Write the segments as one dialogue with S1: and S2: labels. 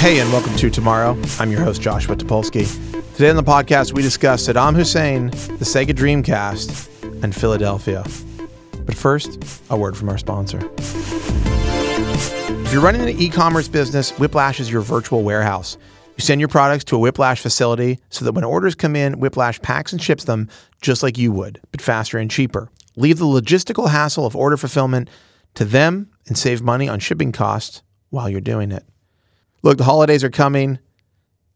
S1: Hey, and welcome to Tomorrow. I'm your host, Joshua Topolsky. Today on the podcast, we discuss Saddam Hussein, the Sega Dreamcast, and Philadelphia. But first, a word from our sponsor. If you're running an e commerce business, Whiplash is your virtual warehouse. You send your products to a Whiplash facility so that when orders come in, Whiplash packs and ships them just like you would, but faster and cheaper. Leave the logistical hassle of order fulfillment to them and save money on shipping costs while you're doing it. Look, the holidays are coming.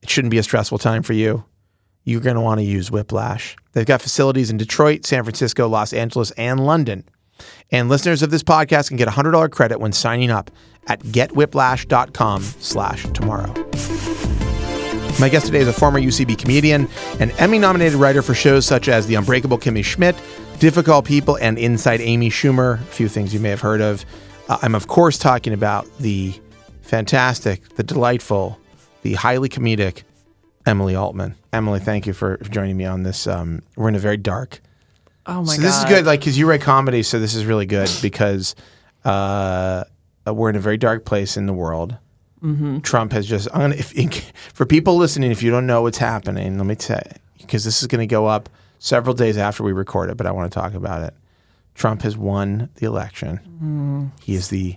S1: It shouldn't be a stressful time for you. You're going to want to use Whiplash. They've got facilities in Detroit, San Francisco, Los Angeles, and London. And listeners of this podcast can get a $100 credit when signing up at getwhiplash.com slash tomorrow. My guest today is a former UCB comedian and Emmy-nominated writer for shows such as The Unbreakable Kimmy Schmidt, Difficult People, and Inside Amy Schumer, a few things you may have heard of. Uh, I'm, of course, talking about the fantastic, the delightful, the highly comedic Emily Altman. Emily, thank you for joining me on this. Um, we're in a very dark
S2: Oh my
S1: so
S2: god.
S1: this is good, like, because you write comedy, so this is really good because uh, we're in a very dark place in the world.
S2: Mm-hmm.
S1: Trump has just, I'm gonna, if, in, for people listening, if you don't know what's happening, let me tell because this is going to go up several days after we record it, but I want to talk about it. Trump has won the election.
S2: Mm.
S1: He is the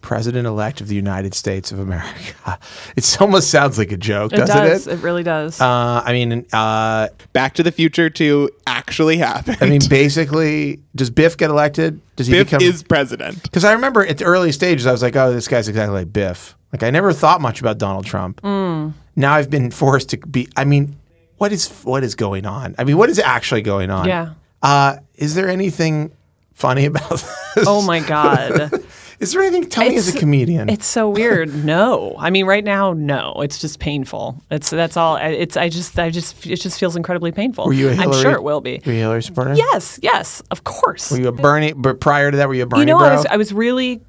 S1: president elect of the United States of America. It almost sounds like a joke,
S2: it
S1: doesn't
S2: does.
S1: it?
S2: It? really does.
S1: Uh, I mean, uh,
S3: Back to the Future to actually happen.
S1: I mean, basically, does Biff get elected? Does he
S3: Biff
S1: become?
S3: is president.
S1: Because I remember at the early stages, I was like, oh, this guy's exactly like Biff. Like, I never thought much about Donald Trump.
S2: Mm.
S1: Now I've been forced to be. I mean, what is what is going on? I mean, what is actually going on?
S2: Yeah.
S1: Uh, is there anything funny about this?
S2: oh my god.
S1: Is there anything? Tell me as a
S2: It's-
S1: comedian.
S2: it's so weird. No. I mean right now no. It's just painful. It's that's all I- it's I just I just it just feels incredibly painful.
S1: were you a
S2: I'm
S1: Hillary?
S2: sure it will be.
S1: Were you a Hillary supporter?
S2: Yes, yes, of course.
S1: Were you a Bernie? But prior to that, were you a Bernie
S2: you know
S1: bro?
S2: I was I was really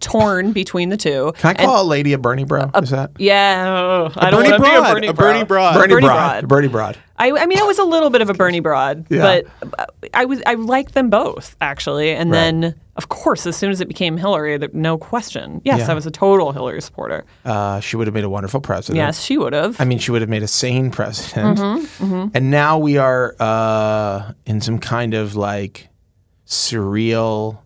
S2: torn between the two.
S1: Can I call a lady a Bernie bro? is that
S2: yeah, I don't want
S3: Bernie
S2: to be
S3: Broad,
S2: a Bernie
S3: a Bernie Broad.
S1: Bernie,
S2: Bernie
S1: Broad?
S2: Broad.
S1: Bernie Broad.
S2: I, I mean, I was a little bit of a Bernie broad,
S1: Yeah.
S2: but uh, I was I liked them both actually. And then, of course, as soon as it became Hillary, there, no question. Yes,
S1: Yeah.
S2: I was a total Hillary supporter.
S1: Uh, she would have made a wonderful president.
S2: yes, she would have.
S1: I mean, she would have made a sane president.
S2: Mm-hmm,
S1: And now we are uh, in some kind of like surreal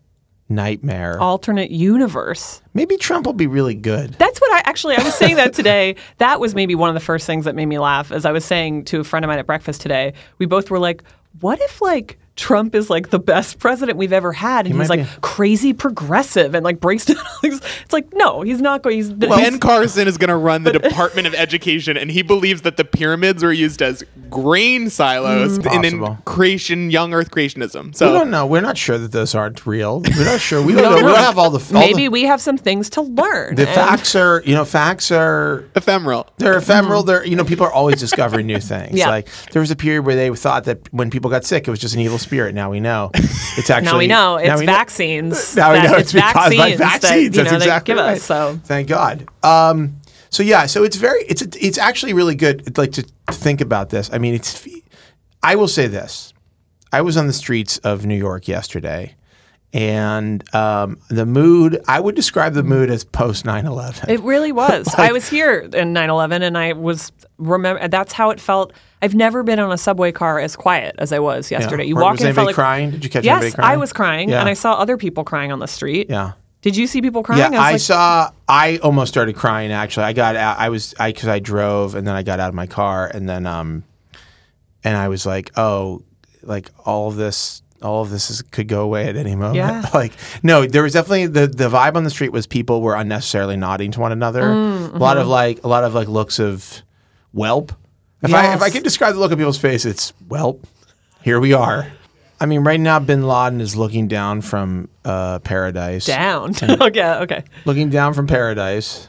S1: nightmare.
S2: Alternate universe.
S1: Maybe Trump will be really good.
S2: That's what I actually I was saying that today. That was maybe one of the first things that made me laugh. As I was saying to a friend of mine at breakfast today, we both were like, "What if like." Trump is like the best president we've ever had, and he's
S1: might
S2: like
S1: be.
S2: crazy progressive, and like breaks down. all these- It's like no, he's not going. He's,
S3: ben Carson is going to run the Department of Education, and he believes that the pyramids were used as grain silos and
S1: Hmm. Possible.
S3: in creation, young Earth creationism.
S1: We don't
S3: So
S1: know. We're not sure that those aren't real. We're not sure. We don't know. We don't have all the all
S2: maybe
S1: the,
S2: we have some things to learn.
S1: the
S2: and-
S1: facts are. You know, facts are.
S3: ephemeral.
S1: They're ephemeral. They're you know people are always discovering new things.
S2: Yeah.
S1: Like there was a period where they thought that when people got sick, it was just an evil spirit. Now we know it's actually
S2: now we know it's
S1: we
S2: vaccines.
S1: Now we
S2: that-
S1: know it's because by vaccines.
S2: That, you know,
S1: That's
S2: they
S1: exactly
S2: give
S1: right.
S2: us. So
S1: Thank God. Um, so yeah, so it's very it's it's actually really good like to think about this. I mean, it's I will say this. I was on the streets of New York yesterday and um, the mood I would describe the mood as post 9/11.
S2: it really was. I was here in 9/11, and I was remember. That's how it felt. I've never been on a subway car as quiet as I was
S1: Yeah.
S2: yesterday. You
S1: Or
S2: walk
S1: was
S2: in, it
S1: anybody
S2: felt like
S1: crying? Did you catch
S2: Yes,
S1: anybody crying?
S2: I was crying,
S1: Yeah.
S2: and I saw other people crying on the street.
S1: Yeah.
S2: Did you see people crying?
S1: Yeah, I,
S2: was like,
S1: saw. I almost started crying. Actually, I got. out I was. I because I drove, and then I got out of my car, and then um, and I was like, oh, like all of this, all of this is, could go away at any moment.
S2: Yeah.
S1: like, no, there was definitely the the vibe on the street was people were unnecessarily nodding to one another.
S2: Mm,
S1: A lot
S2: mm-hmm.
S1: of like, a lot of like looks of, whelp. If I if I
S2: Yes.
S1: could describe the look on people's face, it's whelp. Here we are. I mean, right now, Bin Laden is looking down from uh, paradise
S2: down. oh yeah, okay.
S1: looking down from paradise,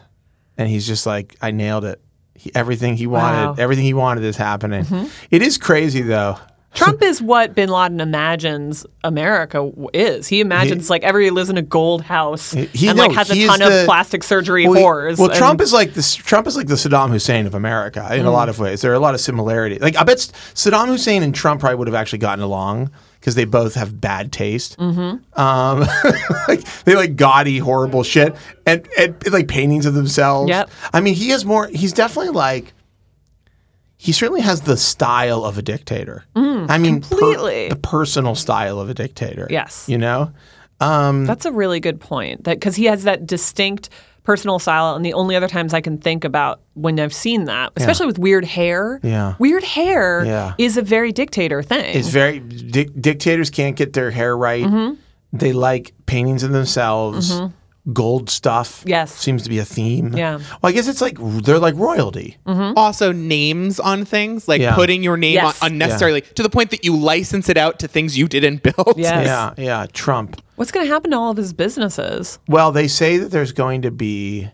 S1: and he's just like, "I nailed it. He, everything he wanted,
S2: Wow.
S1: everything he wanted is happening." It is crazy though.
S2: Trump is what Bin Laden imagines America w- is. He imagines like everybody lives in a gold house
S1: he-
S2: and
S1: no,
S2: like has a
S1: he is
S2: ton
S1: the-
S2: of plastic surgery
S1: he-
S2: whores.
S1: well,
S2: and- Mm.
S1: Trump is like this. Trump is like the Saddam Hussein of America in a lot of ways. There are a lot of similarities. Like I bet S- Saddam Hussein and Trump probably would have actually gotten along because they both have bad taste.
S2: Mm-hmm.
S1: Um, like, they like gaudy, horrible shit, and, and like paintings of themselves.
S2: Yep.
S1: I mean, he has more. He's definitely like. He certainly has the style of a dictator. I mean, per-
S2: Mm, completely.
S1: the personal style of a dictator.
S2: Yes.
S1: You know,
S2: That's a really good point. That because he has that distinct personal style, and the only other times I can think about when I've seen that, especially with weird hair.
S1: Yeah.
S2: Weird hair
S1: Yeah.
S2: is a very dictator thing.
S1: it's very di- dictators can't get their hair right.
S2: Mm-hmm.
S1: They like paintings of themselves. Gold stuff.
S2: Yes.
S1: Seems to be a theme.
S2: Yeah. Mm-hmm.
S1: Well, I guess it's like they're like royalty.
S3: Also, names on things like
S1: Yeah.
S3: putting your name
S2: Hmm? Yes.
S3: on unnecessarily to the point that you license it out to things you didn't build.
S2: Yes.
S1: Yeah. Yeah. Trump.
S2: What's going to happen to all of his businesses?
S1: Well, they say that there's going to be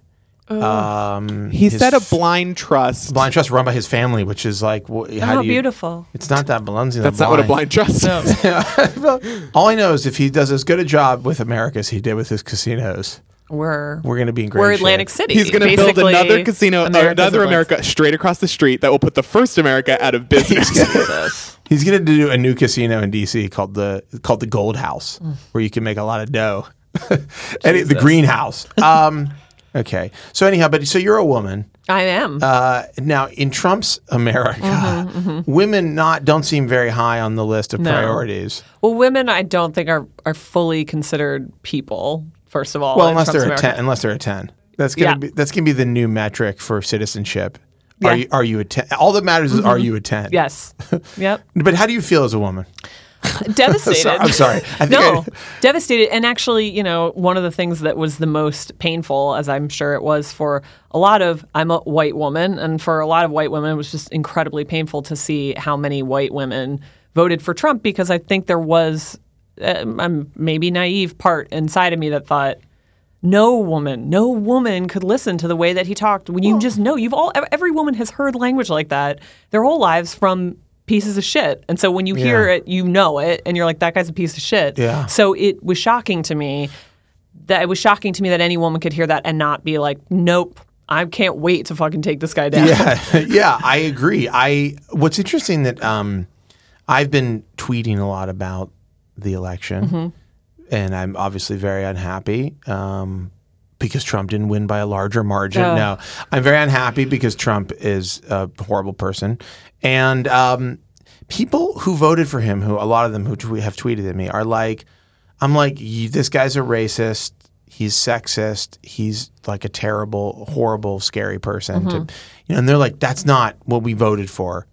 S3: He said a blind trust.
S1: blind trust run by his family, which is like, wh- how
S2: oh,
S1: do you?
S2: beautiful.
S1: It's not that Balonzi.
S3: That's not what a blind trust is.
S1: All I know is if he does as good a job with America as he did with his casinos,
S2: We're
S1: we're going to be in great
S2: we're
S1: shape.
S2: Atlantic City.
S3: He's going to build
S2: basically.
S3: another casino, uh,
S2: America's
S3: another
S2: Atlantic-
S3: America straight across the street that will put the first America out of business.
S2: Jesus.
S1: He's going to do a new casino in D.C. called the called the Gold House,
S2: Mm.
S1: where you can make a lot of dough. and it- the greenhouse. Um, okay. So anyhow, but so you're a woman.
S2: I am.
S1: Uh, now, in Trump's America,
S2: Mm-hmm,
S1: women not don't seem very high on the list of priorities.
S2: well, women, I don't think are are fully considered people. First of all,
S1: Well,
S2: in
S1: unless
S2: Trump's
S1: they're a
S2: America.
S1: ten, unless they're a ten, that's gonna
S2: Yeah.
S1: be that's gonna be the new metric for citizenship. Are
S2: Yeah. Mm-hmm.
S1: you are you a ten? All that matters is are you a ten?
S2: Yes. Yep.
S1: But how do you feel as a woman?
S2: devastated.
S1: So- I'm sorry. I think
S2: no,
S1: I-
S2: devastated. And actually, you know, one of the things that was the most painful, as I'm sure it was for a lot of, I'm a white woman, and for a lot of white women, it was just incredibly painful to see how many white women voted for Trump because I think there was a maybe naive part inside of me that thought. No woman, no woman could listen to the way that he talked. When
S1: Oh.
S2: you just know, you've all ev- every woman has heard language like that their whole lives from pieces of shit. And so when you hear
S1: Yeah.
S2: it, you know it, and you're like, that guy's a piece of shit.
S1: Yeah.
S2: So it was shocking to me that it was shocking to me that any woman could hear that and not be like, nope, I can't wait to fucking take this guy down.
S1: Yeah, yeah, I agree. I what's interesting that um, I've been tweeting a lot about the election, and I'm obviously very unhappy um, because Trump didn't win by a larger margin.
S2: Oh.
S1: No, I'm very unhappy because Trump is a horrible person, and um, people who voted for him, who a lot of them who twe- have tweeted at me, are like, I'm like, "You- this guy's a racist. He's sexist. He's like a terrible, horrible, scary person.
S2: Mm-hmm.
S1: To, you know, and they're like, that's not what we voted for.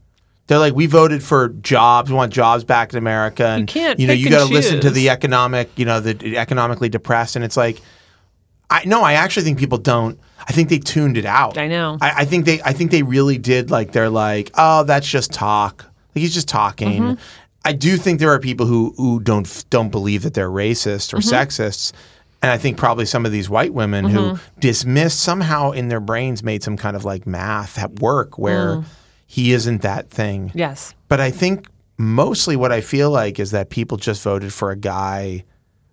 S1: They're like, we voted for jobs. We want jobs back in America. And,
S2: can't
S1: you know,
S2: pick
S1: you
S2: and
S1: got to listen to
S2: choose.
S1: the economic, you know, the economically depressed. And it's like, I no, I actually think people don't. I think they tuned it out.
S2: I know.
S1: I, I think they. I think they really did. Like they're like, oh, that's just talk. Like he's just talking.
S2: Mm-hmm.
S1: I do think there are people who who don't f- don't believe that they're racist or
S2: Mm-hmm.
S1: sexists, and I think probably some of these white women who
S2: Mm-hmm.
S1: dismissed somehow in their brains made some kind of like math at work where
S2: Mm.
S1: he isn't that thing.
S2: Yes.
S1: But I think mostly what I feel like is that people just voted for a guy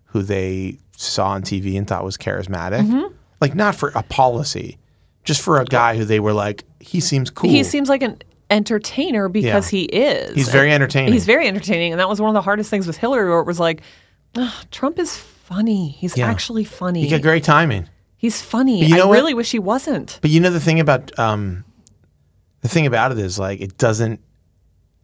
S1: who they saw on TV and thought was charismatic.
S2: Mm-hmm.
S1: Like, not for a policy, just for a guy who they were like, he seems cool.
S2: He seems like an entertainer because he is.
S1: He's very entertaining.
S2: He's very entertaining. And that was one of the hardest things with Hillary where it was like, "Ugh, Trump is funny. He's actually funny.
S1: you got great timing.
S2: He's funny.
S1: you know
S2: I
S1: what?
S2: really wish he wasn't.
S1: But you know, the thing about, um, the thing about it is like, it doesn't,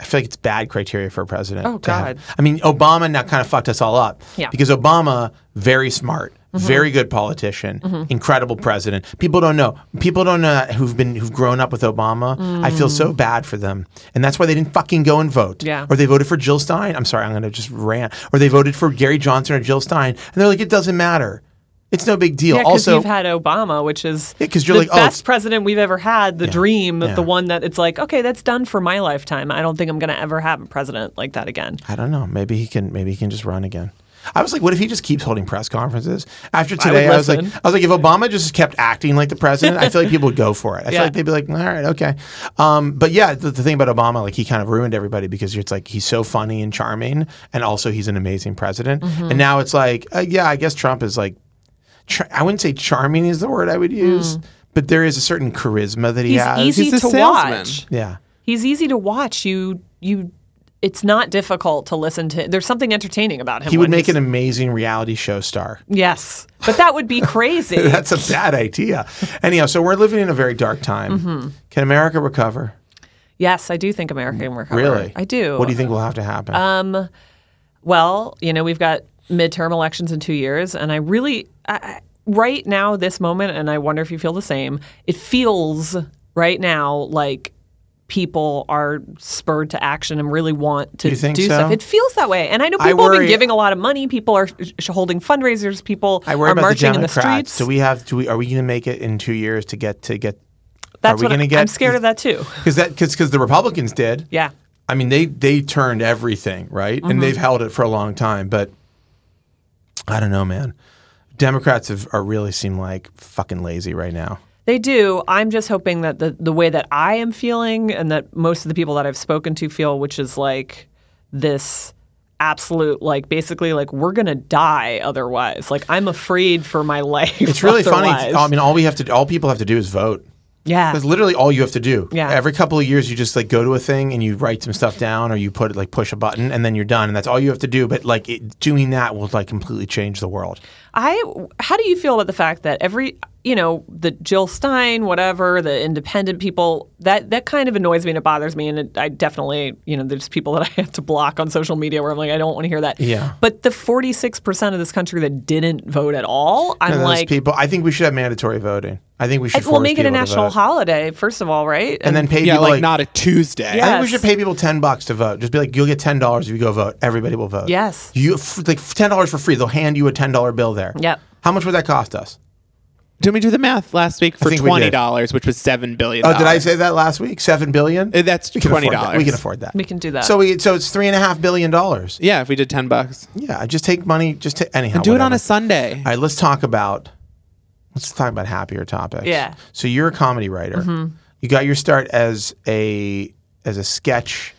S1: I feel like it's bad criteria for a president.
S2: Oh,
S1: to have-
S2: God.
S1: I mean, Obama now kind of fucked us all up.
S2: Yeah. Mm-hmm.
S1: Because Obama, very smart, very good politician, incredible president. People don't know. People don't know that who've been who've grown up with Obama. I feel so bad for them, and that's why they didn't fucking go and vote.
S2: Mm. Yeah.
S1: Or they voted for Jill Stein. I'm sorry, I'm gonna just rant. Or they voted for Gary Johnson or Jill Stein, and they're like, it doesn't matter. It's no big deal.
S2: Yeah, because
S1: also,
S2: you've had Obama, which is
S1: Yeah, 'cause you're
S2: the
S1: like, oh, it's-
S2: best president we've ever had. The dream,
S1: yeah.
S2: the one that it's like, okay, that's done for my lifetime. I don't think I'm going to ever have a president like that again.
S1: I don't know. Maybe he can. Maybe he can just run again. I was like, what if he just keeps holding press conferences? After today, I, was like,
S2: listen.
S1: I was like, if Obama just kept acting like the president, I feel like people would go for it. I feel
S2: Yeah.
S1: like they'd be like, all right, okay. Um, but yeah, the, the thing about Obama, like he kind of ruined everybody because it's like he's so funny and charming, and also he's an amazing president.
S2: Mm-hmm.
S1: And now it's like, uh, yeah, I guess Trump is like, char- I wouldn't say charming is the word I would use, but there is a certain charisma that he
S2: Mm. He's
S1: has.
S2: easy
S3: He's a
S2: to
S3: salesman.
S2: watch.
S1: yeah.
S2: He's easy to watch. You you it's not difficult to listen to. There's something entertaining about him.
S1: He would
S2: when
S1: make an
S2: he's-
S1: amazing reality show star.
S2: Yes, but that would be crazy.
S1: That's a bad idea. Anyhow, so we're living in a very dark time.
S2: Mm-hmm.
S1: Can America recover?
S2: yes, I do think America can recover.
S1: Really?
S2: I do. Uh, Um,
S1: What do you think will have to happen?
S2: Well, you know, we've got midterm elections in two years, and I really, I- I, right now, this moment, and I wonder if you feel the same, it feels right now like people are spurred to action and really want to
S1: You think
S2: do
S1: so?
S2: stuff. It feels that way. And I know
S1: I
S2: people have
S1: worry-
S2: been giving a lot of money. People are sh- sh- holding fundraisers. People
S1: I worry
S2: are
S1: about
S2: marching
S1: the
S2: in the
S1: Democrats.
S2: streets.
S1: Do we have? Do we? Are we going to make it in two years to get to get?
S2: That's
S1: are we
S2: what
S1: going to
S2: I-
S1: get?
S2: I'm scared of that too.
S1: because that because because the Republicans did.
S2: Yeah. Mm-hmm.
S1: I mean, they they turned everything right, and they've held it for a long time. But I don't know, man. Democrats have, are really seem like fucking lazy right now.
S2: They do. I'm just hoping that the, the way that I am feeling and that most of the people that I've spoken to feel, which is like this absolute, like basically like we're going to die otherwise. Like I'm afraid for my life.
S1: It's really funny. um,
S2: otherwise.
S1: I mean, all we have to all people have to do is vote.
S2: yeah.
S1: That's literally all you have to do.
S2: Yeah.
S1: Every couple of years, you just like go to a thing and you write some stuff down, or you put like push a button, and then you're done, and that's all you have to do. But like it, doing that will like completely change the world.
S2: I how do you feel about the fact that every you know the Jill Stein whatever the independent people that that kind of annoys me and it bothers me and it, I definitely you know there's people that I have to block on social media where I'm like I don't want to hear that
S1: Yeah.
S2: but the 46 percent of this country that didn't vote at all I'm
S1: And those
S2: like
S1: people, I think we should have mandatory voting. I think we should.
S2: well
S1: force
S2: make it a
S1: people to
S2: national
S1: vote.
S2: holiday first of all right
S1: and then pay
S3: Yeah,
S1: people
S3: like, not a Tuesday.
S1: I
S2: Yeah.
S1: think we should
S2: Yes.
S1: pay people ten bucks to vote. Just be like, you'll get ten dollars if you go vote. Everybody will vote.
S2: Yes.
S1: You f- like ten dollars for free. They'll hand you a ten dollar bill there.
S2: Yep.
S1: How much would that cost us?
S3: Did we do the math last week for
S1: think we
S3: twenty
S1: did.
S3: dollars, which was seven billion?
S1: Oh, did I say that last week? Seven billion.
S3: Uh, that's
S1: We can afford that.
S3: $20.
S1: We can afford that.
S2: We can do that.
S1: So we so it's three and a half billion dollars.
S3: Yeah, if we did ten bucks,
S1: Yeah. Just take money. Just ta- anyhow.
S3: do it on
S1: whatever.
S3: a Sunday.
S1: All right. Let's talk about. Let's talk about happier topics.
S2: Yeah. Mm-hmm.
S1: So you're a comedy writer. You got your start as a as a sketch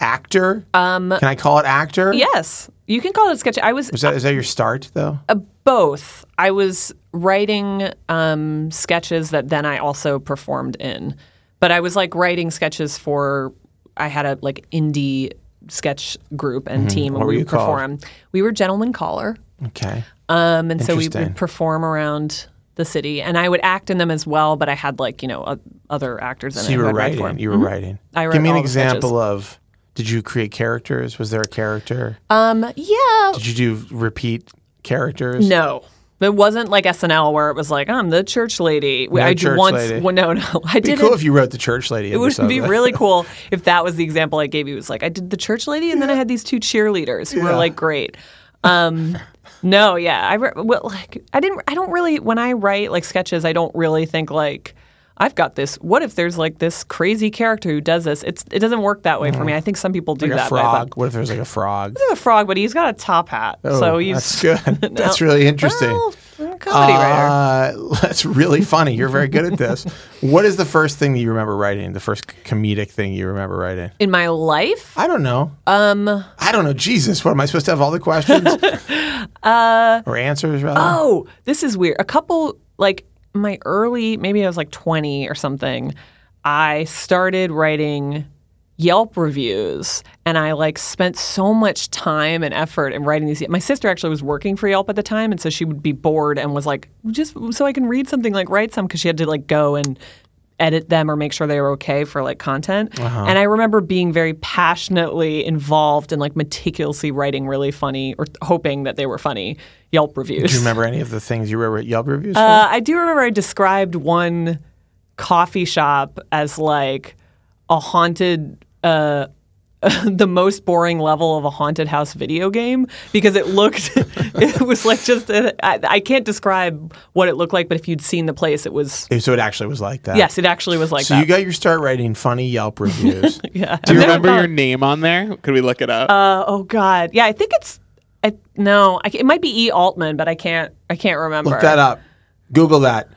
S1: actor. Um. Can I call it actor?
S2: yes you can call it sketchy I was
S1: Is that is that your start though?
S2: Uh, both. I was writing um, sketches that then I also performed in, but I was like writing sketches for. I had a like indie sketch group and
S1: Mm-hmm.
S2: team, and
S1: What were
S2: we
S1: you
S2: would perform. We were gentlemen caller,
S1: okay.
S2: um, and so we
S1: Interesting.
S2: would perform around the city, and I would act in them as well. But I had like you know o- other actors in
S1: So
S2: it.
S1: you
S2: who
S1: were
S2: I'd write
S1: writing.
S2: for 'em.
S1: You were writing.
S2: I
S1: Give
S2: wrote
S1: me an
S2: all the sketches.
S1: example of. Did you create characters? Was there a character?
S2: Um, yeah,
S1: Did you do repeat characters?
S2: No. It wasn't like SNL where it was like I'm the church lady.
S1: No
S2: I
S1: church
S2: once
S1: lady.
S2: well, no no I
S1: It'd
S2: didn't.
S1: be cool if you wrote the church lady.
S2: it would be really cool if that was the example I gave you. It was like I did the church lady, and then I had these two cheerleaders who were
S1: Yeah.
S2: like great. Um, no, yeah, I re- well, like I didn't. I don't really when I write like sketches, I don't really think like I've got this. What if there's like this crazy character who does this? It's it doesn't work that way for me. I think some people do
S1: Mm. Like a
S2: that. way, but-
S1: frog. What if there was like a frog?
S2: He's a frog, but he's got a top hat, so
S1: Oh,
S2: he's
S1: that's good. That's really interesting.
S2: well, I'm a comedy writer.
S1: Uh, that's really funny. You're very good at this. what is the first thing that you remember writing? The first comedic thing you remember writing?
S2: in my life
S1: I don't know. Um, I don't know. Jesus, what am I supposed to have all the questions or answers? Rather,
S2: Uh, oh this is weird a couple like my early maybe i was like 20 or something i started writing yelp reviews and i like spent so much time and effort in writing these my sister actually was working for yelp at the time and so she would be bored and was like just so i can read something like write some because she had to like go and edit them or make sure they were okay for like content. And I remember being very passionately involved and like meticulously writing really funny or hoping that they were funny Yelp reviews.
S1: Do you remember any of the things you remember at Yelp reviews? for?
S2: Uh, I do remember I described one coffee shop as like a haunted. Uh, the most boring level of a haunted house video game because it looked, it was like just, a, I, I can't describe what it looked like, but if you'd seen the place, it was,
S1: so it actually was like that.
S2: yes, it actually was like
S1: So
S2: that.
S1: you got your start writing funny Yelp reviews.
S2: yeah.
S3: Do
S2: I've never
S3: you remember
S2: thought-
S3: your name on there? Could we look it up?
S2: Uh, oh God, yeah, I think it's. I, no, I, ca- it might be E. Altman, but I can't. I can't remember.
S1: Look that up. Google that.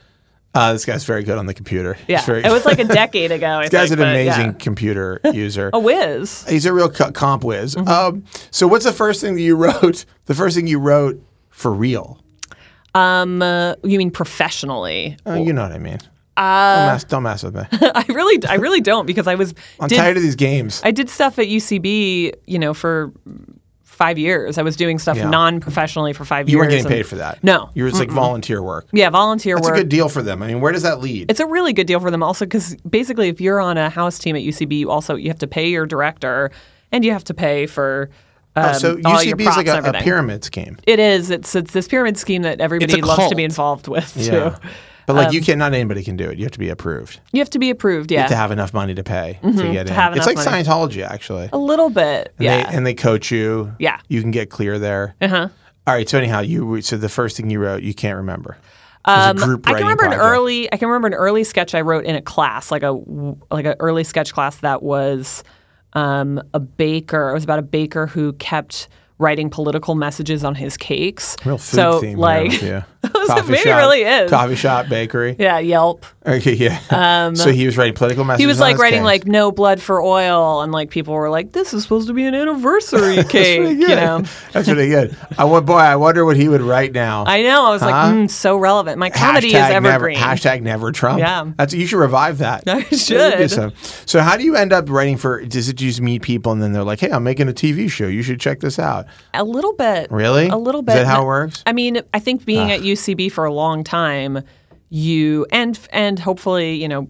S1: Uh, this guy's very good on the computer. He's
S2: Yeah,
S1: very-
S2: it was like a decade ago.
S1: this guy's an amazing
S2: Yeah. Oh,
S1: computer user.
S2: A whiz.
S1: He's a real co- comp whiz.
S2: Mm-hmm.
S1: Um, so what's the first thing that you wrote? The first thing you wrote for real?
S2: Um, uh, you mean professionally?
S1: Uh, you know what I mean. don't, mess, don't mess with me.
S2: I really, I really don't because I was.
S1: I'm
S2: did-
S1: tired of these games.
S2: I did stuff at UCB, you know, for five years. I was doing stuff
S1: Yeah.
S2: non-professionally for five years.
S1: you weren't getting
S2: and-
S1: paid for that.
S2: No.
S1: you were it's like volunteer work.
S2: yeah, volunteer
S1: That's a
S2: work.
S1: good deal for them. I mean, where does that lead?
S2: it's a really good deal for them also because basically if you're on a house team at UCB, you also you have to pay your director and you have to pay for um,
S1: Oh, so
S2: all your
S1: UCB is
S2: props
S1: like
S2: and
S1: a, a
S2: everything.
S1: pyramid scheme,
S2: It is. It's it's this pyramid scheme that everybody loves to
S3: cult.
S2: be involved with.
S1: yeah.
S2: Too.
S1: But like you can't, not anybody can do it. You have to be approved
S2: You have to be approved. Um, Yeah, Mm-hmm.
S1: to have enough money to pay to get in.
S2: have
S1: it's like
S2: enough money.
S1: Scientology, actually.
S2: a little bit. Yeah.
S1: They, and they coach you.
S2: Yeah.
S1: You can get clear there. Uh-huh. right. So anyhow, you so the first thing you wrote, you can't remember. It was a group
S2: Um, I
S1: writing
S2: can remember an
S1: project.
S2: early. I can remember an early sketch I wrote in a class, like a like an early sketch class that was um, a baker. It was about a baker who kept writing political messages on his cakes.
S1: real food
S2: so,
S1: theme.
S2: like,
S1: yeah.
S2: maybe it really is.
S1: Coffee shop, bakery.
S2: yeah, Yelp.
S1: Okay, yeah. so he was writing political messages.
S2: He was
S1: on
S2: like
S1: his
S2: writing
S1: case.
S2: like no blood for oil, and like people were like, "This is supposed to be an anniversary cake," you know.
S1: That's really good. I went, boy, I wonder what he would write now.
S2: I know. I was
S1: Huh?
S2: like, mm, so relevant. My comedy is
S1: never,
S2: evergreen.
S1: hashtag never Trump.
S2: Yeah.
S1: That's you should revive that.
S2: I
S1: You do
S2: should.
S1: So. so how do you end up writing for does it just meet people and then they're like, Hey, I'm making a TV show, you should check this out.
S2: A little bit.
S1: Really?
S2: A little
S1: Is
S2: bit.
S1: that how it works? Ah.
S2: I mean, I think being at UCB for a long time, you and and hopefully, you know,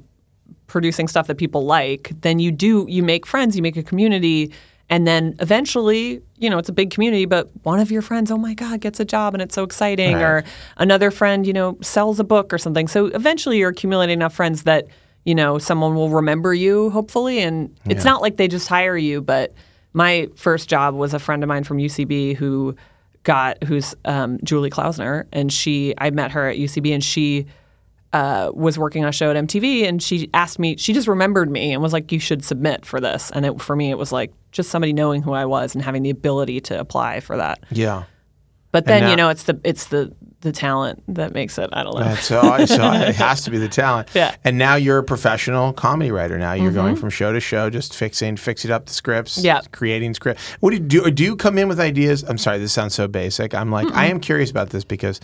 S2: producing stuff that people like, then you do you make friends, you make a community, and then eventually, you know, it's a big community, but one of your friends, oh my God, gets a job and it's so exciting, or another friend, you know, sells a book or something. So eventually you're accumulating enough friends that, you know, someone will remember you, hopefully. And it's not like they just hire you, but my first job was a friend of mine from UCB who got who's um, Julie Klausner, and she I met her at UCB, and she uh, was working on a show at MTV, and she asked me. She just remembered me and was like, "You should submit for this." And it, for me, it was like just somebody knowing who I was and having the ability to apply for that.
S1: Yeah.
S2: But then
S1: now-
S2: you know, it's the it's the the talent that makes it. I don't know.
S1: And so oh, I- so I- it has to be the talent.
S2: Yeah. Mm-hmm.
S1: And now you're a professional comedy writer now. You're going from show to show, just fixing, fixing up the scripts,
S2: Yeah.
S1: creating script. What do you do? Do you come in with ideas? I'm sorry, this sounds so basic. I'm like, I am curious about this because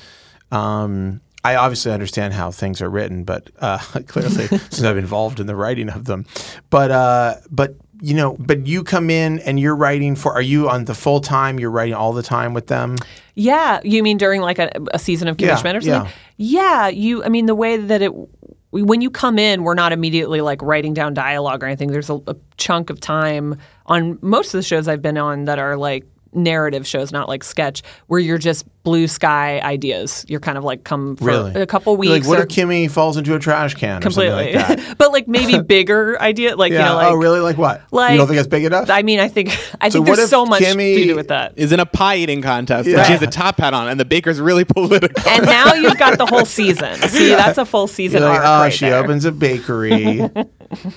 S1: um, I obviously understand how things are written, but uh, clearly since I'm involved in the writing of them. But uh, but you know, but you come in and you're writing for are you on the full time, you're writing all the time with them?
S2: Yeah, you mean during like a, a season of
S1: Yeah,
S2: commitment or something? Yeah. you. I mean, the way that it when you come in, we're not immediately like writing down dialogue or anything. There's a, a chunk of time on most of the shows I've been on that are like narrative shows, not like sketch, where you're just blue sky ideas. You're kind of like come for
S1: Really?
S2: a couple
S1: You're like
S2: weeks
S1: what
S2: or
S1: if Kimmy falls into a trash can or
S2: completely,
S1: something like that?
S2: but like maybe bigger idea. Like you know, like
S1: oh, really? Like what? you don't
S2: like-
S1: think it's big enough?
S2: I mean, I think I
S1: So
S2: think
S1: what
S2: there's
S1: if
S2: so much
S1: Kimmy-
S2: to do with that.
S3: Is in a pie eating contest,
S1: Yeah.
S3: but she has a top hat on, and the baker's really political.
S2: And now you've got the whole season. See, that's a full season
S1: You're like,
S2: arc
S1: oh,
S2: right
S1: she
S2: there.
S1: opens a bakery.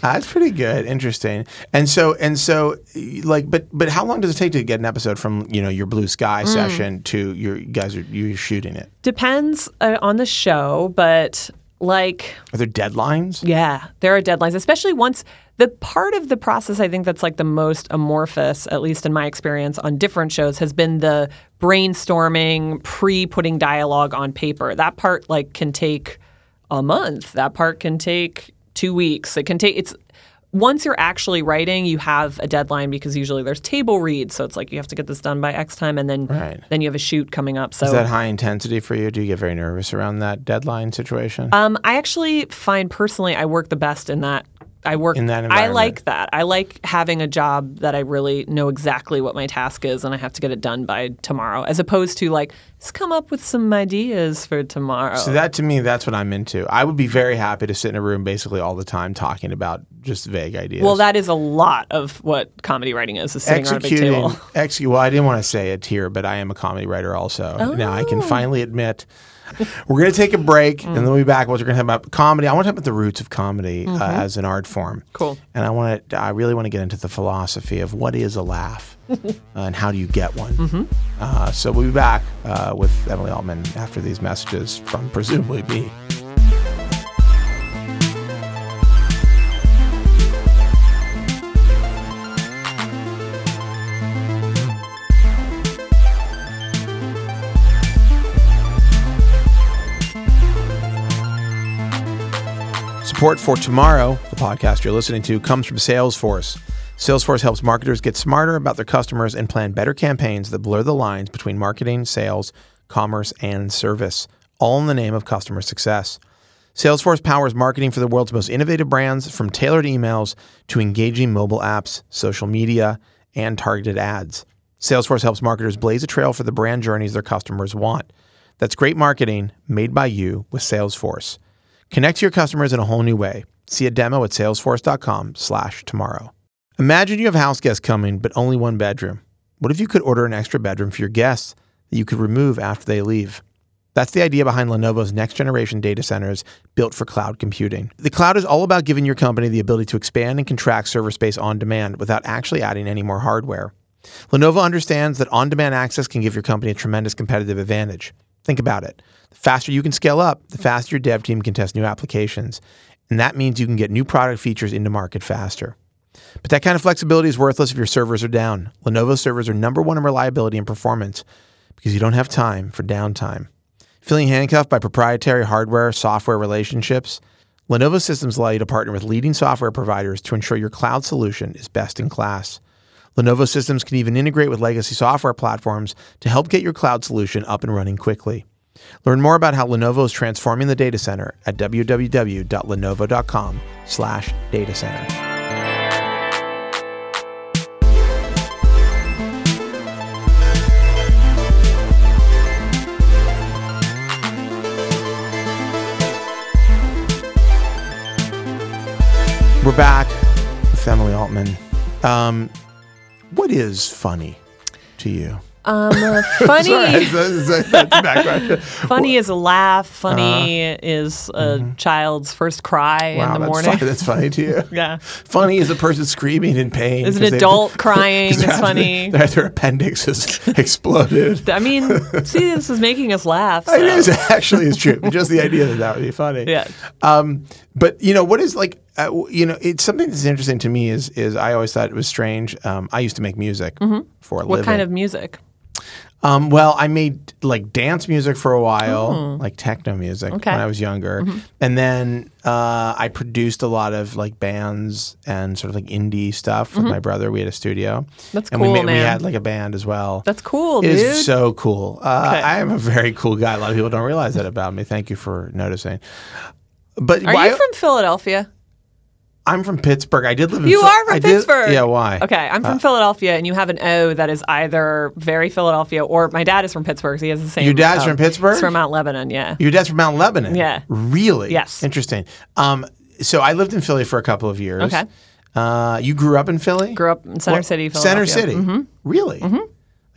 S1: That's pretty good, interesting. And so, and so, like, but but how long does it take to get an episode from you know your blue sky
S2: Mm.
S1: session to your you guys are you shooting it?
S2: Depends uh, on the show, but like,
S1: Are there deadlines?
S2: yeah, there are deadlines, especially once the part of the process I think that's like the most amorphous, at least in my experience on different shows, has been the brainstorming, pre putting dialogue on paper. That part like can take a month, that part can take two weeks. It can take, it's, once you're actually writing, you have a deadline because usually there's table reads, so it's like you have to get this done by X time, and then
S1: Right.
S2: then you have a shoot coming up. So
S1: Is that high intensity for you? Do you get very nervous around that deadline situation?
S2: Um, I actually find personally I work the best in that. I work
S1: In that
S2: I
S1: environment.
S2: like that. I like having a job that I really know exactly what my task is and I have to get it done by tomorrow, as opposed to like just come up with some ideas for tomorrow.
S1: So that to me, that's what I'm into. I would be very happy to sit in a room basically all the time talking about just vague ideas.
S2: well, that is a lot of what comedy writing is, is sitting
S1: executing
S2: around a big table.
S1: execute well i didn't want to say it here but i am a comedy writer also now i
S2: Oh.
S1: can finally admit we're going to take a break and then we'll be back we're going to have about comedy i want to talk about the roots of comedy uh, as an art form
S2: Mm-hmm. Cool.
S1: and i want to i really want to get into the philosophy of what is a laugh uh, and how do you get one
S2: Mm-hmm.
S1: uh, so we'll be back uh, with emily altman after these messages from presumably me Support for Tomorrow, the podcast you're listening to, comes from Salesforce. Salesforce helps marketers get smarter about their customers and plan better campaigns that blur the lines between marketing, sales, commerce, and service, all in the name of customer success. Salesforce powers marketing for the world's most innovative brands, from tailored emails to engaging mobile apps, social media, and targeted ads. Salesforce helps marketers blaze a trail for the brand journeys their customers want. That's great marketing made by you with Salesforce. Connect to your customers in a whole new way. See a demo at salesforce.com slash tomorrow. Imagine you have house guests coming, but only one bedroom. What if you could order an extra bedroom for your guests that you could remove after they leave? That's the idea behind Lenovo's next generation data centers built for cloud computing. The cloud is all about giving your company the ability to expand and contract server space on demand without actually adding any more hardware. Lenovo understands that on demand access can give your company a tremendous competitive advantage. Think about it. The faster you can scale up, the faster your dev team can test new applications. And that means you can get new product features into market faster. But that kind of flexibility is worthless if your servers are down. Lenovo servers are number one in reliability and performance because you don't have time for downtime. Feeling handcuffed by proprietary hardware software relationships? Lenovo systems allow you to partner with leading software providers to ensure your cloud solution is best in class. Lenovo systems can even integrate with legacy software platforms to help get your cloud solution up and running quickly. Learn more about how Lenovo is transforming the data center at www.lenovo.com/data center. We're back with Emily Altman. Um, what is funny to you?
S2: Um, uh, funny,
S1: Sorry, that's- that's- that's background.
S2: funny is a laugh.
S1: Uh-huh.
S2: Funny is a child's first
S1: Mm-hmm.
S2: cry
S1: Wow,
S2: in the
S1: that's
S2: morning.
S1: Funny, that's funny to you.
S2: yeah,
S1: Funny is a person screaming in pain.
S2: Is an
S1: 'cause they-
S2: adult crying
S1: 'cause
S2: is
S1: their-
S2: funny.
S1: Their, their appendix has exploded.
S2: I mean, see, this is making us laugh.
S1: It
S2: so-
S1: is actually is true. but Just the idea that that would be funny.
S2: Yeah.
S1: Um, but you know what is like uh, w- you know it's something that's interesting to me is is I always thought it was strange. Um, I used to make music for a
S2: Mm-hmm. What
S1: living.
S2: kind of music?
S1: Um, well, I made like dance music for a while, like techno music
S2: Hmm. Okay. Mm-hmm.
S1: when I was younger, and then uh, I produced a lot of like bands and sort of like indie stuff with my brother. We had a studio.
S2: Mm-hmm. That's
S1: and we
S2: cool,
S1: made, We
S2: man.
S1: had like a band as well.
S2: That's cool,
S1: It
S2: dude.
S1: is so cool. Uh,
S2: Okay.
S1: I am a very cool guy. A lot of people don't realize that about me. Thank you for noticing. But
S2: Are
S1: why,
S2: you from Philadelphia?
S1: I'm from Pittsburgh. I did live. in
S2: You
S1: Phil-
S2: are from
S1: I did-
S2: Pittsburgh.
S1: yeah. Why? Uh,
S2: Okay, I'm from Philadelphia, and you have an O that is either very Philadelphia or my dad is from Pittsburgh. So he has the same.
S1: Your dad's from Pittsburgh?
S2: He's from Mount Lebanon. Yeah.
S1: Your dad's from Mount Lebanon.
S2: Yeah.
S1: Really?
S2: Yes.
S1: Interesting. Um, so I lived in Philly for a couple of years.
S2: Okay.
S1: Uh, you grew up in Philly?
S2: Grew up in Center
S1: What-
S2: City,
S1: Center
S2: Philadelphia. Mm-hmm.
S1: City. Really?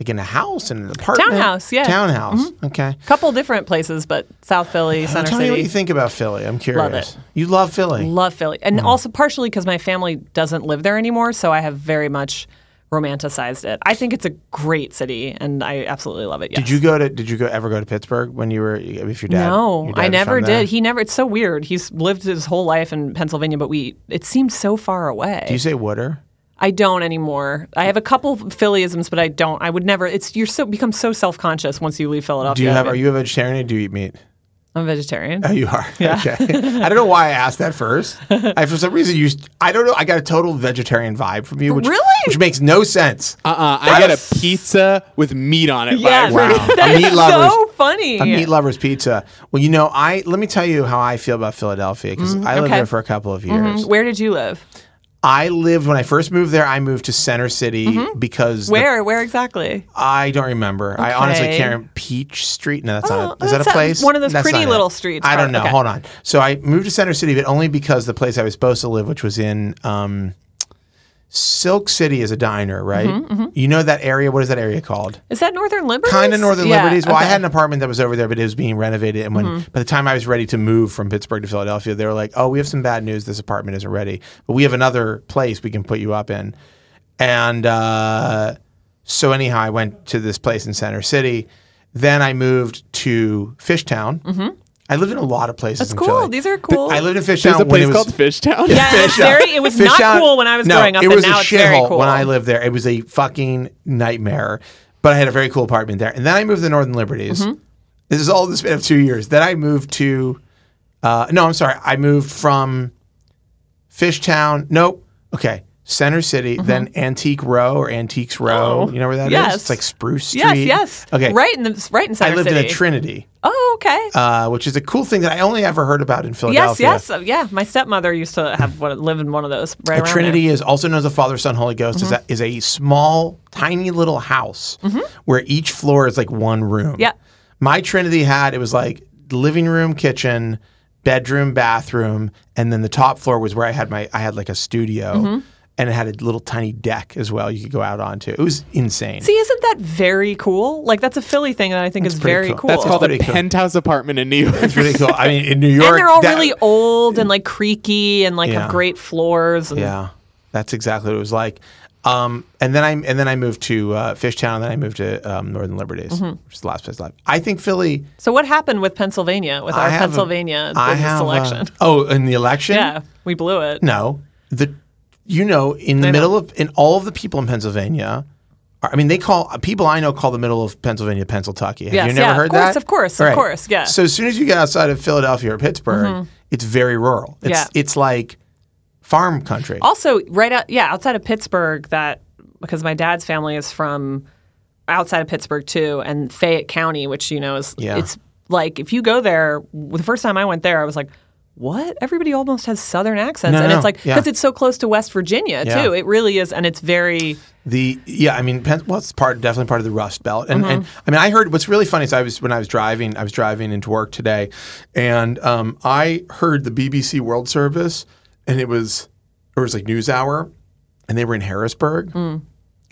S1: Like in a house, in an apartment?
S2: Townhouse, yeah.
S1: Townhouse. Okay.
S2: Couple different places, but South Philly, Center
S1: Tell
S2: City.
S1: me what you think about Philly. I'm curious.
S2: it.
S1: You love Philly.
S2: Love Philly, and
S1: Hmm.
S2: also partially because my family doesn't live there anymore, so I have very much romanticized it. I think it's a great city, and I absolutely love it. Yes.
S1: did you go to? Did you go ever go to Pittsburgh when you were? If your dad?
S2: No,
S1: your dad
S2: I
S1: was
S2: never
S1: from
S2: did.
S1: there?
S2: He never. It's so weird. He's lived his whole life in Pennsylvania, but we it seemed so far away.
S1: Do you say Wooder?
S2: I don't anymore. I have a couple Phillyisms, but I don't. I would never. It's you're so become so self conscious once you leave Philadelphia.
S1: Do you have?
S2: I
S1: Are
S2: mean,
S1: you a vegetarian? or Do you eat meat?
S2: I'm a vegetarian.
S1: Oh, you are. Okay. I don't know why I asked that first. I, for some reason, you. I don't know. I got a total vegetarian vibe from you, which
S2: Really?
S1: which makes no sense.
S3: Uh uh I get a pizza with meat on it.
S2: Yes.
S3: vibe from
S1: Wow.
S2: That
S1: A
S2: is
S1: meat lover's-
S2: so funny.
S1: A meat lover's pizza. Well, you know, I let me tell you how I feel about Philadelphia because I lived
S2: Mm-hmm. okay. Mm-hmm.
S1: there for a couple of years.
S2: Where did you live?
S1: I lived when I first moved there. I moved to Center City because the-
S2: Mm-hmm. Where? Where exactly?
S1: I don't remember. I honestly
S2: Okay.
S1: can't. rem- Peach Street? No, that's not. A,
S2: Oh,
S1: is that a
S2: that's not-
S1: place?
S2: one of those
S1: That's
S2: pretty
S1: not
S2: little
S1: it.
S2: streets
S1: I don't
S2: part-
S1: know.
S2: okay.
S1: Hold on. So I moved to Center City, but only because the place I was supposed to live, which was in. Um, Silk City is a diner, right?
S2: Mm-hmm,
S1: You know that area. What is that area called?
S2: Is that Northern Liberties?
S1: Kind of Northern
S2: Yeah,
S1: Liberties. Well, I
S2: okay. Mm-hmm.
S1: had an apartment that was over there, but it was being renovated. And when by the time I was ready to move from Pittsburgh to Philadelphia, they were like, "Oh, we have some bad news. This apartment isn't ready, but we have another place we can put you up in." And uh, so, anyhow, I went to this place in Center City. Then I moved to Fishtown. I lived in a lot of places. That's in
S2: Mm-hmm. cool.
S1: Philly.
S2: These are cool.
S1: I lived in Fishtown.
S3: There's a
S1: when
S3: place
S1: it was,
S3: called Fishtown.
S2: Yeah, it was
S1: Fish out.
S2: very. It was
S1: Fish
S2: not
S1: out.
S2: cool when I was
S1: No,
S2: growing up,
S1: It
S2: and
S1: was
S2: now
S1: a
S2: it's very
S1: shithole
S2: cool.
S1: when I lived there. It was a fucking nightmare. But I had a very cool
S2: Mm-hmm.
S1: apartment there. And then I moved to Northern Liberties. This is all in the span of two years. Then I moved to Uh, no, I'm sorry. I moved from Fishtown. Nope. Okay. Center City, then Antique Row or Antiques Row. You know where that is?
S2: Mm-hmm. Oh, Yes.
S1: It's like Spruce Street.
S2: Yes, yes.
S1: Okay.
S2: Right in the right in
S1: I
S2: Center
S1: lived
S2: City.
S1: in a Trinity,
S2: oh, okay.
S1: uh, which is a cool thing that I only ever heard about in
S2: yes,
S1: Philadelphia.
S2: yes, uh, yeah. My stepmother used to have one, live in one of those. Right
S1: A
S2: around Mm-hmm.
S1: Trinity is also known as the Father, Son, Holy Ghost. Is, a, is a small, tiny little house where each floor is like one room.
S2: Yeah.
S1: My Trinity had it was like living room, kitchen, bedroom, bathroom, and then the top floor was where I had my I had like a studio,
S2: Mm-hmm.
S1: and it had a little tiny deck as well you could go out onto. It was insane.
S2: There. See, isn't that very cool? Like that's a Philly thing that I think is
S1: pretty
S2: very
S1: cool.
S2: cool.
S3: That's called a
S1: pretty cool.
S3: penthouse apartment in New York.
S1: It's really cool. I mean, in New York,
S2: and they're all
S1: that-
S2: really old and like creaky and like
S1: Yeah.
S2: have great floors. And,
S1: Yeah, that's exactly what it was like. Um, and then I and then I moved to uh, Fishtown, and then I moved to um, Northern Liberties,
S2: Mm-hmm.
S1: which is the last place left. I think Philly.
S2: So what happened with Pennsylvania with
S1: I
S2: our
S1: have a-
S2: Pennsylvania
S1: I
S2: in this
S1: have a-
S2: election?
S1: oh, in the election?
S2: yeah, we blew it.
S1: No, the you know in the
S2: I know.
S1: middle of in all of the people in Pennsylvania. are- I mean, they call people I know call the middle of Pennsylvania, Pennsylvania. Have
S2: Yes,
S1: you never
S2: yeah, of
S1: heard
S2: course,
S1: that?
S2: of course, of course, yeah. Mm-hmm.
S1: So as soon as you get outside of Philadelphia or Pittsburgh, it's very rural. It's
S2: Yeah.
S1: it's like farm country.
S2: Also, right out, yeah, outside of Pittsburgh, that because my dad's family is from outside of Pittsburgh too, and Fayette County, which you know is
S1: Yeah.
S2: it's like if you go there, the first time I went there, I was like. What everybody almost has southern accents,
S1: No,
S2: and
S1: no,
S2: it's like
S1: yeah.
S2: because it's so close to West Virginia
S1: Yeah.
S2: too. It really is, and it's very
S1: The yeah, I mean, Penn, well, it's part definitely part of the Rust Belt, and and I mean, I heard what's really funny is I was when I was driving, I was driving into work today, and um, I heard the BBC World Service, and it was it was like news hour, and they were in Harrisburg,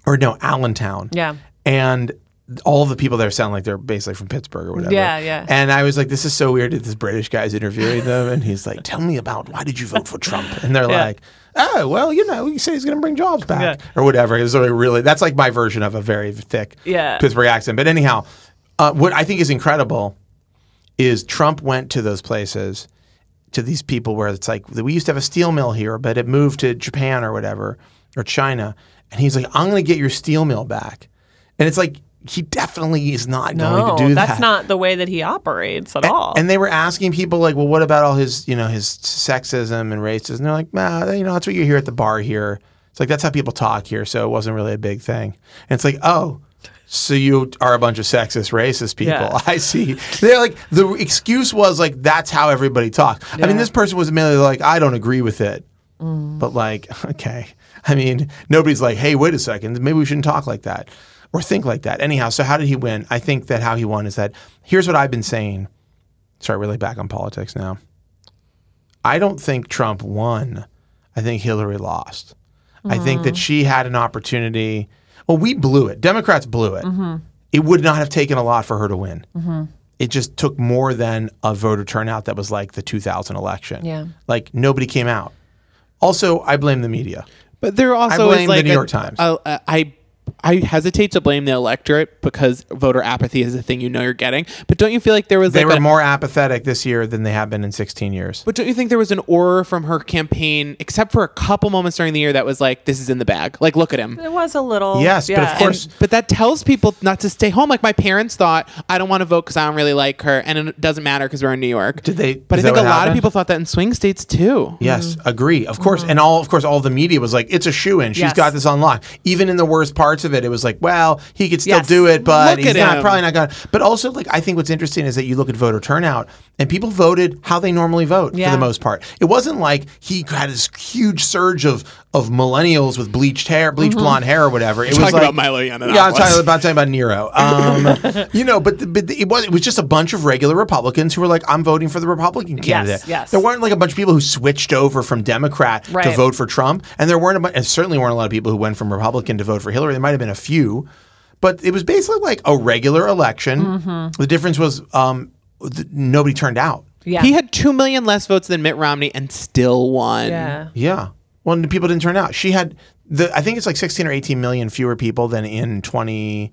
S1: or no Allentown,
S2: Yeah.
S1: and all the people there sound like they're basically from Pittsburgh or whatever,
S2: Yeah, yeah.
S1: and I was like, this is so weird that this British guy's interviewing them. And he's like, tell me about why did you vote for Trump? And they're
S2: Yeah.
S1: like, oh, well, you know, he said he's going to bring jobs back
S2: Yeah.
S1: or whatever. It's really, really, that's like my version of a very thick
S2: Yeah.
S1: Pittsburgh accent. But anyhow, uh, what I think is incredible is Trump went to those places to these people where it's like we used to have a steel mill here, but it moved to Japan or whatever or China, and he's like, "I'm going to get your steel mill back," and it's like he definitely is not
S2: no,
S1: going to do that.
S2: Oh, that's not the way that he operates at all.
S1: And they were asking people like, "Well, what about all his, you know, his sexism and racism?" And they're like, "Nah, you know, that's what you hear at the bar here. It's like that's how people talk here, so it wasn't really a big thing." And it's like, "Oh." So you are a bunch of sexist, racist people.
S2: Yeah.
S1: I see. They're like the excuse was like that's how everybody talks. I mean,
S2: Yeah. Mm.
S1: this person was merely like, I don't agree with it, but like, okay. I mean, nobody's like, hey, wait a second, maybe we shouldn't talk like that or think like that. Anyhow, so how did he win? I think that how he won is that here's what I've been saying sorry, we're like back on politics now. I don't think Trump won. I think Hillary lost. I think that she had an opportunity. Well, we blew it. Democrats blew it. It would not have taken a lot for her to win. It just took more than a voter turnout that was like the 2000 election.
S2: Yeah.
S1: Like nobody came out. Also, I blame the media.
S3: But there also
S1: blame
S3: is
S1: the
S3: like
S1: New
S3: a-
S1: York Times.
S3: a- a- I I hesitate to blame the electorate because voter apathy is a thing you know you're getting. But don't you feel like there was
S1: They
S3: like
S1: were
S3: a-
S1: more apathetic this year than they have been in 16 years.
S3: But don't you think there was an aura from her campaign, except for a couple moments during the year that was like, "This is in the bag." Like, look at him.
S2: it was a little
S1: Yes, but of
S2: yeah.
S1: course-
S3: And- but that tells people not to stay home. Like my parents thought, I don't want to vote because I don't really like her, and it doesn't matter because we're in New York.
S1: Did they-
S3: But I
S1: is that
S3: think a
S1: what
S3: lot of
S1: happened?
S3: people thought that in swing states too.
S1: Yes, agree. Of course,
S3: Mm-hmm.
S1: and all of course all the media was like, "It's a shoe in. She's
S2: Yes.
S1: got this on lock." Even in the worst parts of it, it was like, "Well, he could still
S2: Yes.
S1: do it, but
S3: Look
S1: he's
S3: at
S1: not
S3: him."
S1: probably not going." to But also, like I think what's interesting is that you look at voter turnout, and people voted how they normally vote for
S2: Yeah.
S1: the most part. It wasn't like he had this huge surge of of millennials with bleached hair, bleached blonde hair, or whatever. It was
S3: talking
S1: like,
S3: Mm-hmm. about Milo Yiannopoulos.
S1: Yeah, I'm talking about talking about Nero. Um, you know, but, the, but the- it was it was just a bunch of regular Republicans who were like, "I'm voting for the Republican candidate."
S2: yes.
S1: There weren't like a bunch of people who switched over from Democrat to
S2: Right.
S1: vote for Trump, and there weren't a, bu- and certainly weren't a lot of people who went from Republican to vote for Hillary. There might have been a few, but it was basically like a regular election.
S2: Mm-hmm.
S1: The difference was um, th- nobody turned out.
S2: yeah.
S3: He had two million less votes than Mitt Romney and still won.
S2: yeah.
S1: Yeah, well, and people didn't turn out. She had the I think it's like 16 or 18 million fewer people than in 2012.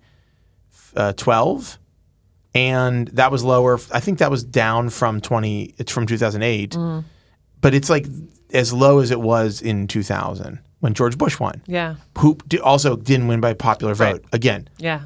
S1: And that was lower. I think that was down from twenty. It's from two thousand eight,
S2: Mm-hmm.
S1: but it's like as low as it was in two thousand when George Bush won.
S2: Yeah.
S1: who di- also didn't win by popular vote again.
S2: Yeah.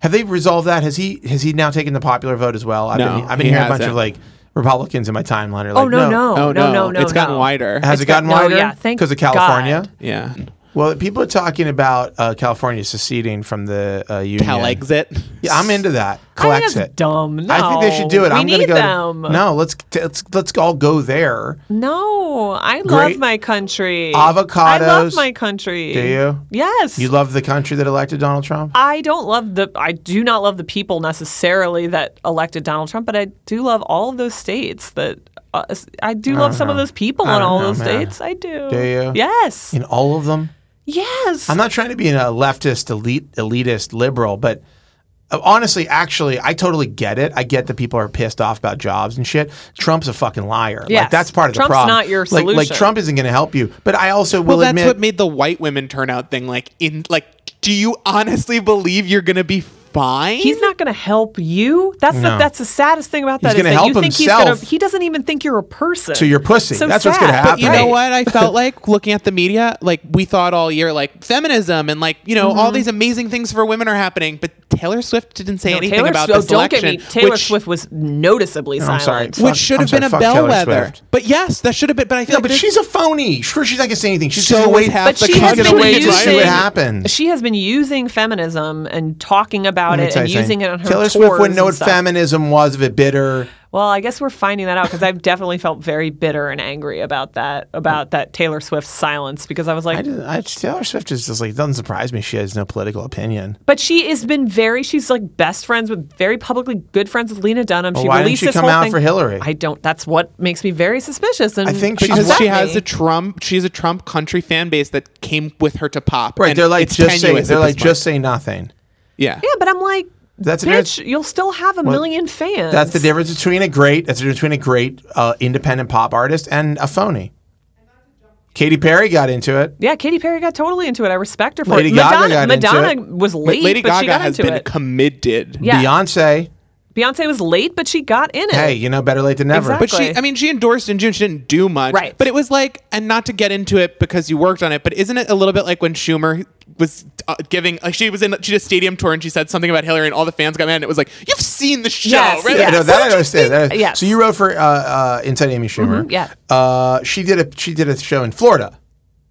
S1: Have they resolved that? Has he has he now taken the popular vote as well? I've
S3: No,
S1: been I've been
S3: he
S1: hearing a bunch
S3: hasn't.
S1: of like Republicans in my timeline are like,
S2: Oh no no no
S3: Oh,
S2: no
S3: no.
S2: no no.
S3: It's gotten wider.
S1: Has
S2: It's
S1: it gotten
S2: got- no,
S1: wider?
S2: yeah, thank
S1: Because of California?
S2: God.
S3: Yeah.
S1: Well, people are talking about uh, California seceding from the uh, union.
S3: Cal exit.
S1: Yeah, I'm into that.
S2: I
S1: Collect
S2: think that's
S1: it.
S2: dumb. No,
S1: I think they should do it.
S2: We
S1: I'm going
S2: need
S1: to go.
S2: them.
S1: No, let's, t- let's let's all go there.
S2: No, I
S1: Great-
S2: love my country. I
S1: Avocados.
S2: love my country.
S1: Do you?
S2: Yes.
S1: You love the country that elected Donald Trump?
S2: I don't love the I do not love the people necessarily that elected Donald Trump, but I do love all of those states that uh, I do love some of those people
S1: I
S2: in
S1: don't
S2: all
S1: know,
S2: those
S1: man.
S2: states. I do.
S1: Do you?
S2: Yes.
S1: In all of them?
S2: yes.
S1: I'm not trying to be a leftist, elite, elitist, liberal, but uh, honestly, actually, I totally get it. I get that people are pissed off about jobs and shit. Trump's a fucking liar. Like
S2: Yes.
S1: that's part of
S2: Trump's
S1: the problem.
S2: not your
S1: Like- Like,
S2: solution.
S1: Trump isn't going to help you. But I also will
S3: Well, that's
S1: admit.
S3: what made the white women turnout thing like in like. Do you honestly believe you're gonna be fine?
S2: He's not going to help you. That's
S1: No.
S2: the that's the saddest thing about
S1: He's
S2: that is
S1: gonna
S2: that you
S1: help
S2: think he's going
S1: himself
S2: to he doesn't even think you're a person.
S1: To your pussy.
S2: So
S1: That's what's
S2: sad.
S1: gonna happen.
S3: But you know
S1: Right.
S3: what I felt like looking at the media? Like we thought all year, like feminism and like you know
S2: Mm-hmm.
S3: all these amazing things for women are happening. But Taylor Swift didn't say
S2: No,
S3: anything
S2: Taylor
S3: about
S2: Swift-
S3: this
S2: oh, don't
S3: election,
S2: get me. Taylor
S3: which,
S2: Swift was noticeably
S1: I'm
S2: silent.
S1: sorry. Fuck-
S3: which should
S1: I'm
S3: have
S1: sorry,
S3: been a
S1: fuck Taylor
S3: bellwether.
S1: Swift.
S3: But yes, that should have been. But I feel
S1: No,
S3: like
S1: but
S3: there's-
S1: she's a phony. Sure, she's not going to say anything. She's
S3: So
S1: just going to
S3: was
S1: wait.
S3: half But the
S1: she's
S3: she has
S1: going to
S3: been
S1: wait to see
S3: using-
S1: what happens.
S2: She has been using feminism and talking about
S1: Let me
S2: it
S1: tell
S2: and
S1: you something.
S2: using it on her
S1: Taylor Swift
S2: tours
S1: wouldn't know
S2: and
S1: what
S2: stuff.
S1: feminism was if it bit her.
S2: Well, I guess we're finding that out because I've definitely felt very bitter and angry about that about that Taylor Swift silence because I was like,
S1: I just, I, Taylor Swift is just like doesn't surprise me. She has no political opinion.
S2: but she has been very she's like best friends with very publicly good friends with Lena Dunham. she
S1: why didn't
S2: released
S1: she
S2: this
S1: come
S2: whole
S1: out
S2: thing.
S1: for Hillary?
S2: I don't. That's what makes me very suspicious. And
S1: I think she's
S3: Because
S1: upset
S3: she
S2: upset
S3: has
S2: me.
S3: a Trump, she's a Trump country fan base that came with her to pop.
S1: Right?
S3: and
S1: they're like
S3: it's
S1: just say,
S3: tenuous
S1: they're
S3: at
S1: like
S3: this point.
S1: just say nothing.
S3: yeah.
S2: yeah, but I'm like,
S1: That's the
S2: bitch. You'll still have a million fans.
S1: That's the difference between a great. That's the difference between a great uh, independent pop artist and a phony. Katy Perry got into it.
S2: Yeah, Katy Perry got totally into it. I respect her for
S1: Lady
S2: it.
S1: Gaga
S2: Madonna,
S1: got into
S2: Madonna
S1: it.
S2: was late,
S3: Lady
S2: but
S3: Gaga
S2: she got
S3: has
S2: into
S3: been
S2: it.
S3: committed.
S2: yeah,
S1: Beyonce.
S2: Beyonce was late, but she got in it.
S1: Hey, you know better late than never.
S2: Exactly.
S3: But she, I mean, she endorsed in June. She didn't do much.
S2: Right.
S3: But it was like, and not to get into it because you worked on it, but isn't it a little bit like when Schumer was uh, giving, like she was in, she did a stadium tour and she said something about Hillary and all the fans got mad. And it was like, you've seen the show,
S2: Yes,
S3: right?
S2: yes.
S1: Yeah, no,
S2: What
S1: that I understand. That I-
S2: Yes.
S1: So you wrote for uh, uh, Inside Amy Schumer.
S2: Mm-hmm. yeah.
S1: Uh, she did a she did a show in Florida.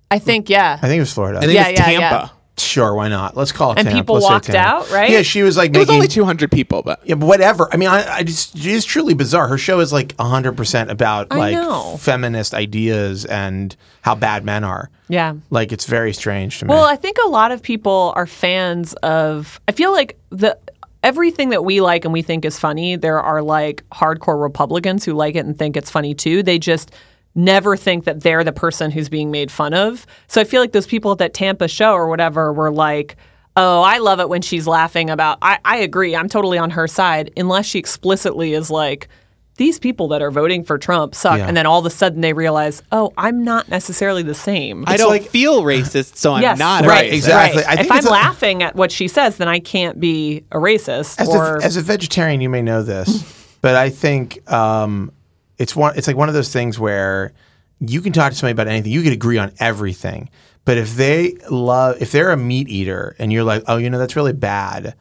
S2: I think yeah.
S1: I think it was Florida.
S3: I think
S2: Yeah,
S3: it's
S2: yeah, yeah.
S3: Tampa.
S1: Sure, why not? Let's call it.
S2: And
S1: Tampa.
S2: people
S1: Let's say
S2: walked
S1: Tampa.
S2: out, right?
S1: Yeah, she was like
S3: It was
S1: making
S3: only 200 people, but
S1: yeah, whatever. I mean, I, I just it is truly bizarre. Her show is like hundred percent about like
S2: know.
S1: feminist ideas and how bad men are.
S2: Yeah.
S1: Like it's very strange to me.
S2: Well, I think a lot of people are fans of. I feel like the everything that we like and we think is funny. There are like hardcore Republicans who like it and think it's funny too. They just never think that they're the person who's being made fun of. So I feel like those people at that Tampa show or whatever were like. Oh, I love it when she's laughing about. I, I agree. I'm totally on her side, unless she explicitly is like, these people that are voting for Trump suck.
S1: Yeah.
S2: And then all of a sudden they realize, oh, I'm not necessarily the same.
S3: I don't
S1: like-
S3: feel racist, so I'm
S2: Yes,
S3: not
S1: right,
S3: racist.
S1: exactly. I think
S2: if I'm
S1: it's a-
S2: laughing at what she says, then I can't be a racist.
S1: as,
S2: or
S1: a, as a vegetarian, you may know this, but I think um, it's one. It's like one of those things where you can talk to somebody about anything. You could agree on everything, but if they love, if they're a meat eater, and you're like, oh, you know, that's really bad,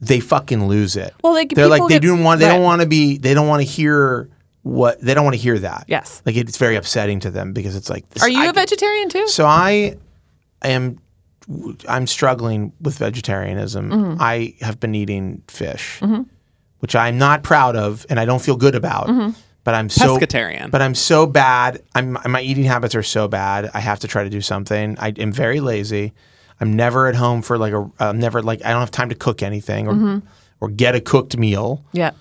S1: they fucking lose it.
S2: Well, like,
S1: they're like
S2: people
S1: they
S2: get-
S1: don't want. They don't
S2: right.
S1: want to be. They don't want to hear what. They don't want to hear that.
S2: Yes.
S1: like it's very upsetting to them because it's like. This,
S2: are you
S1: I-
S2: a vegetarian too?
S1: so I am I'm struggling with vegetarianism. I have been eating fish, which I'm not proud of and I don't feel good about. But I'm so
S3: Pescatarian.
S1: But I'm so bad. I'm my eating habits are so bad. I have to try to do something. I am very lazy. I'm never at home for like a. I'm never like I don't have time to cook anything or or get a cooked meal.
S2: yeah.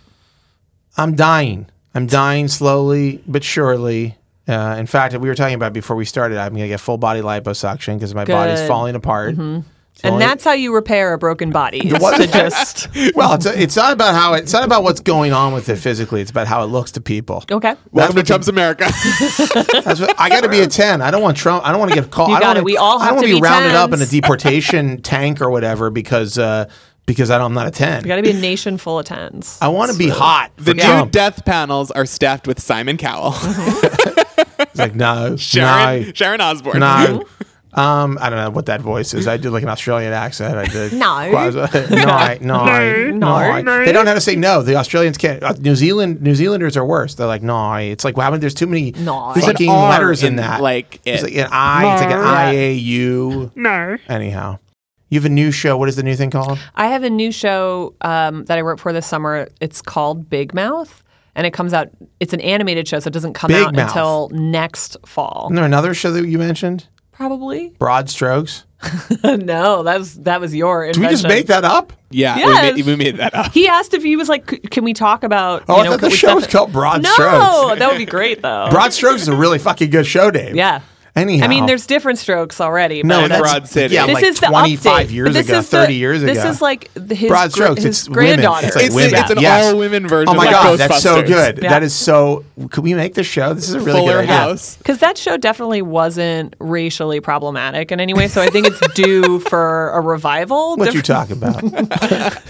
S1: I'm dying. I'm dying slowly but surely. Uh, in fact, we were talking about before we started. I'm gonna get full body liposuction because my body's
S2: Good. Mm-hmm.
S1: falling apart. It's the
S2: And
S1: only-
S2: that's how you repair a broken body. is
S1: what-
S2: to just
S1: well, it's, it's not about how it, it's not about what's going on with it physically. It's about how it looks to people.
S2: okay.
S1: That's
S3: Welcome to
S1: what
S3: Trump's America.
S1: That's what, I got to be a ten. I don't want Trump. I don't want to get called.
S2: You
S1: I don't
S2: got it.
S1: wanna-
S2: We all
S1: I
S2: have
S1: don't wanna
S2: to
S1: be
S2: be
S1: rounded up in a
S2: 10s.
S1: deportation tank or whatever because uh, because I don't, I'm not a ten.
S2: You got to be a nation full of tens.
S1: I want to be hot.
S3: the
S1: For
S3: new
S1: Trump.
S3: death panels are staffed with Simon Cowell,
S1: It's like no,
S3: Sharon,
S1: no,
S3: Sharon Osbourne.
S1: No, Um, I don't know what that voice is. I did like an Australian accent. I did.
S2: No.
S1: Quasi- no, no, no,
S2: no.
S1: They don't know how to say no. The Australians can't. Uh, New Zealand, New Zealanders are worse. They're like no. It's like wow, there's too many
S2: No. There's an
S1: fucking
S3: R
S1: letters in,
S3: in,
S1: that.
S3: like,
S1: it's
S3: it.
S1: like an I. It's like an
S2: No.
S1: I A U. No. Anyhow, you have a new show. What is the new thing called?
S2: I have a new show um, that I wrote for this summer. It's called Big Mouth, and it comes out. It's an animated show, so it doesn't come
S1: Big
S2: out
S1: Mouth.
S2: until next fall,
S1: Isn't there another show that you mentioned?
S2: probably.
S1: Broad Strokes.
S2: no, that was that was your.
S1: Did we just
S2: invention.
S1: make that up?
S3: Yeah, we,
S2: Yes.
S3: made, we made that up.
S2: He asked if he was like, "C- "Can we talk about?"
S1: Oh,
S2: you
S1: I
S2: know,
S1: thought
S2: can
S1: the
S2: we
S1: show
S2: step
S1: was
S2: in-
S1: called Broad
S2: No,
S1: Strokes.
S2: that would be great though.
S1: Broad Strokes is a really fucking good show name.
S2: yeah,
S1: Anyhow,
S2: I mean, there's different strokes already.
S1: No,
S2: but
S1: that's
S3: Broad City.
S1: Yeah,
S2: this
S1: like
S2: is the
S1: 25
S2: update.
S1: years
S2: This
S1: ago,
S2: is the-
S1: 30 years ago.
S2: This is like th- his
S1: Broad
S2: gr-
S1: strokes.
S2: his
S1: it's women.
S2: granddaughter.
S1: It's like
S3: It's-
S1: women.
S3: it's an
S1: Yes.
S3: all-women version
S1: Oh my
S3: of
S1: god, that's so
S3: Ghostbusters.
S1: good.
S2: Yeah.
S1: That is so. Could we make this show? This is a really
S3: Fuller
S1: good idea.
S3: House.
S2: Because that show definitely wasn't racially problematic in any way, so I think it's due for a revival.
S1: What you talking about?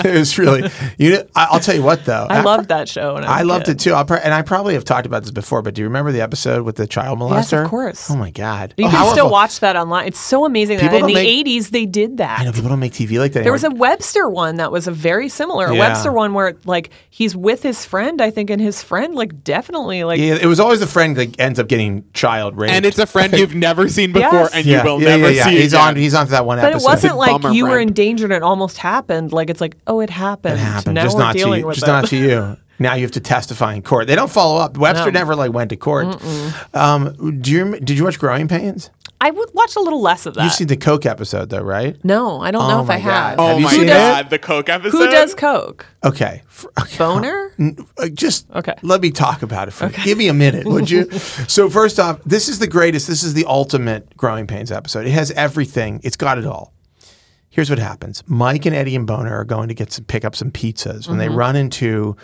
S1: it was really. You. Know, I, I'll tell you what though.
S2: I loved that show. When I, was
S1: I
S2: a
S1: loved
S2: kid.
S1: it too. I'll, pro- and I probably have talked about this before, but do you remember the episode with the child molester?
S2: Yes, of course.
S1: Oh my god.
S2: You
S1: Oh,
S2: can
S1: powerful.
S2: still watch that online. It's so amazing that
S1: People
S2: in
S1: don't
S2: the
S1: make-
S2: '80s they did that.
S1: I know people don't make TV like that.
S2: There was a
S1: anymore.
S2: Webster one that was a very similar. A
S1: Yeah.
S2: Webster one where like he's with his friend, I think, and his friend like definitely like
S1: Yeah, it was always the friend that ends up getting child raped.
S3: And it's a friend you've never seen before,
S2: Yes.
S3: and
S1: yeah,
S3: you will
S1: yeah,
S3: never
S1: yeah, yeah.
S3: see
S1: He's
S3: again.
S1: on. He's on to that one
S2: But it
S1: episode.
S2: wasn't like
S3: bummer,
S2: you were
S3: friend.
S2: in danger and it almost happened. Like it's like, oh, it happened.
S1: It happened.
S2: Now
S1: just
S2: we're
S1: not to
S2: dealing
S1: you.
S2: with
S1: Just
S2: it.
S1: not to you. Now you have to testify in court. They don't follow up. Webster
S2: No.
S1: never like went to court. Um, do you rem- did you watch Growing Pains?
S2: I would watch a little less of that.
S1: You've seen the Coke episode though, right?
S2: no, I don't
S1: Oh
S2: know if
S1: my
S2: I have.
S1: God.
S3: Oh
S1: Have you
S3: my
S1: seen
S2: who does,
S3: god, the Coke episode.
S2: Who does coke?
S1: Okay. F- okay.
S2: Boner?
S1: N- uh, Just
S2: Okay.
S1: let me talk about it for you. Give me a minute, would you? so first off, this is the greatest. This is the ultimate Growing Pains episode. It has everything. It's got it all. Here's what happens. Mike and Eddie and Boner are going to get some pick up some pizzas when they run into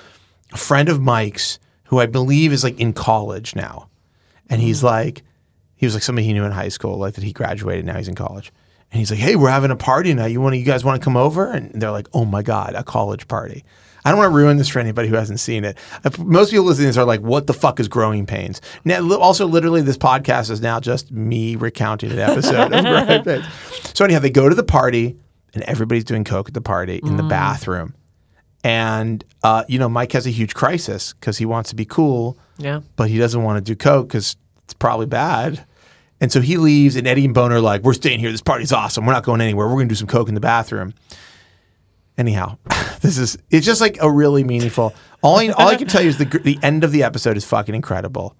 S1: a friend of Mike's who I believe is like in college now. And he's like, he was like somebody he knew in high school, like that he graduated, now he's in college. And he's like, hey, we're having a party now. You want to, you guys want to come over? And they're like, oh my God, a college party. I don't want to ruin this for anybody who hasn't seen it. Uh, Most people listening to this are like, what the fuck is Growing Pains? Now, li- also, literally, this podcast is now just me recounting an episode of Growing Pains. So, anyhow, they go to the party and everybody's doing Coke at the party in the bathroom. And, uh, you know, Mike has a huge crisis because he wants to be cool
S2: Yeah.
S1: but he doesn't want to do coke because it's probably bad. And so he leaves, and Eddie and Boner are like, "We're staying here. This party's awesome. We're not going anywhere. We're going to do some coke in the bathroom." Anyhow, this is it's just like a really meaningful. All I, all I can tell you is the gr- the end of the episode is fucking incredible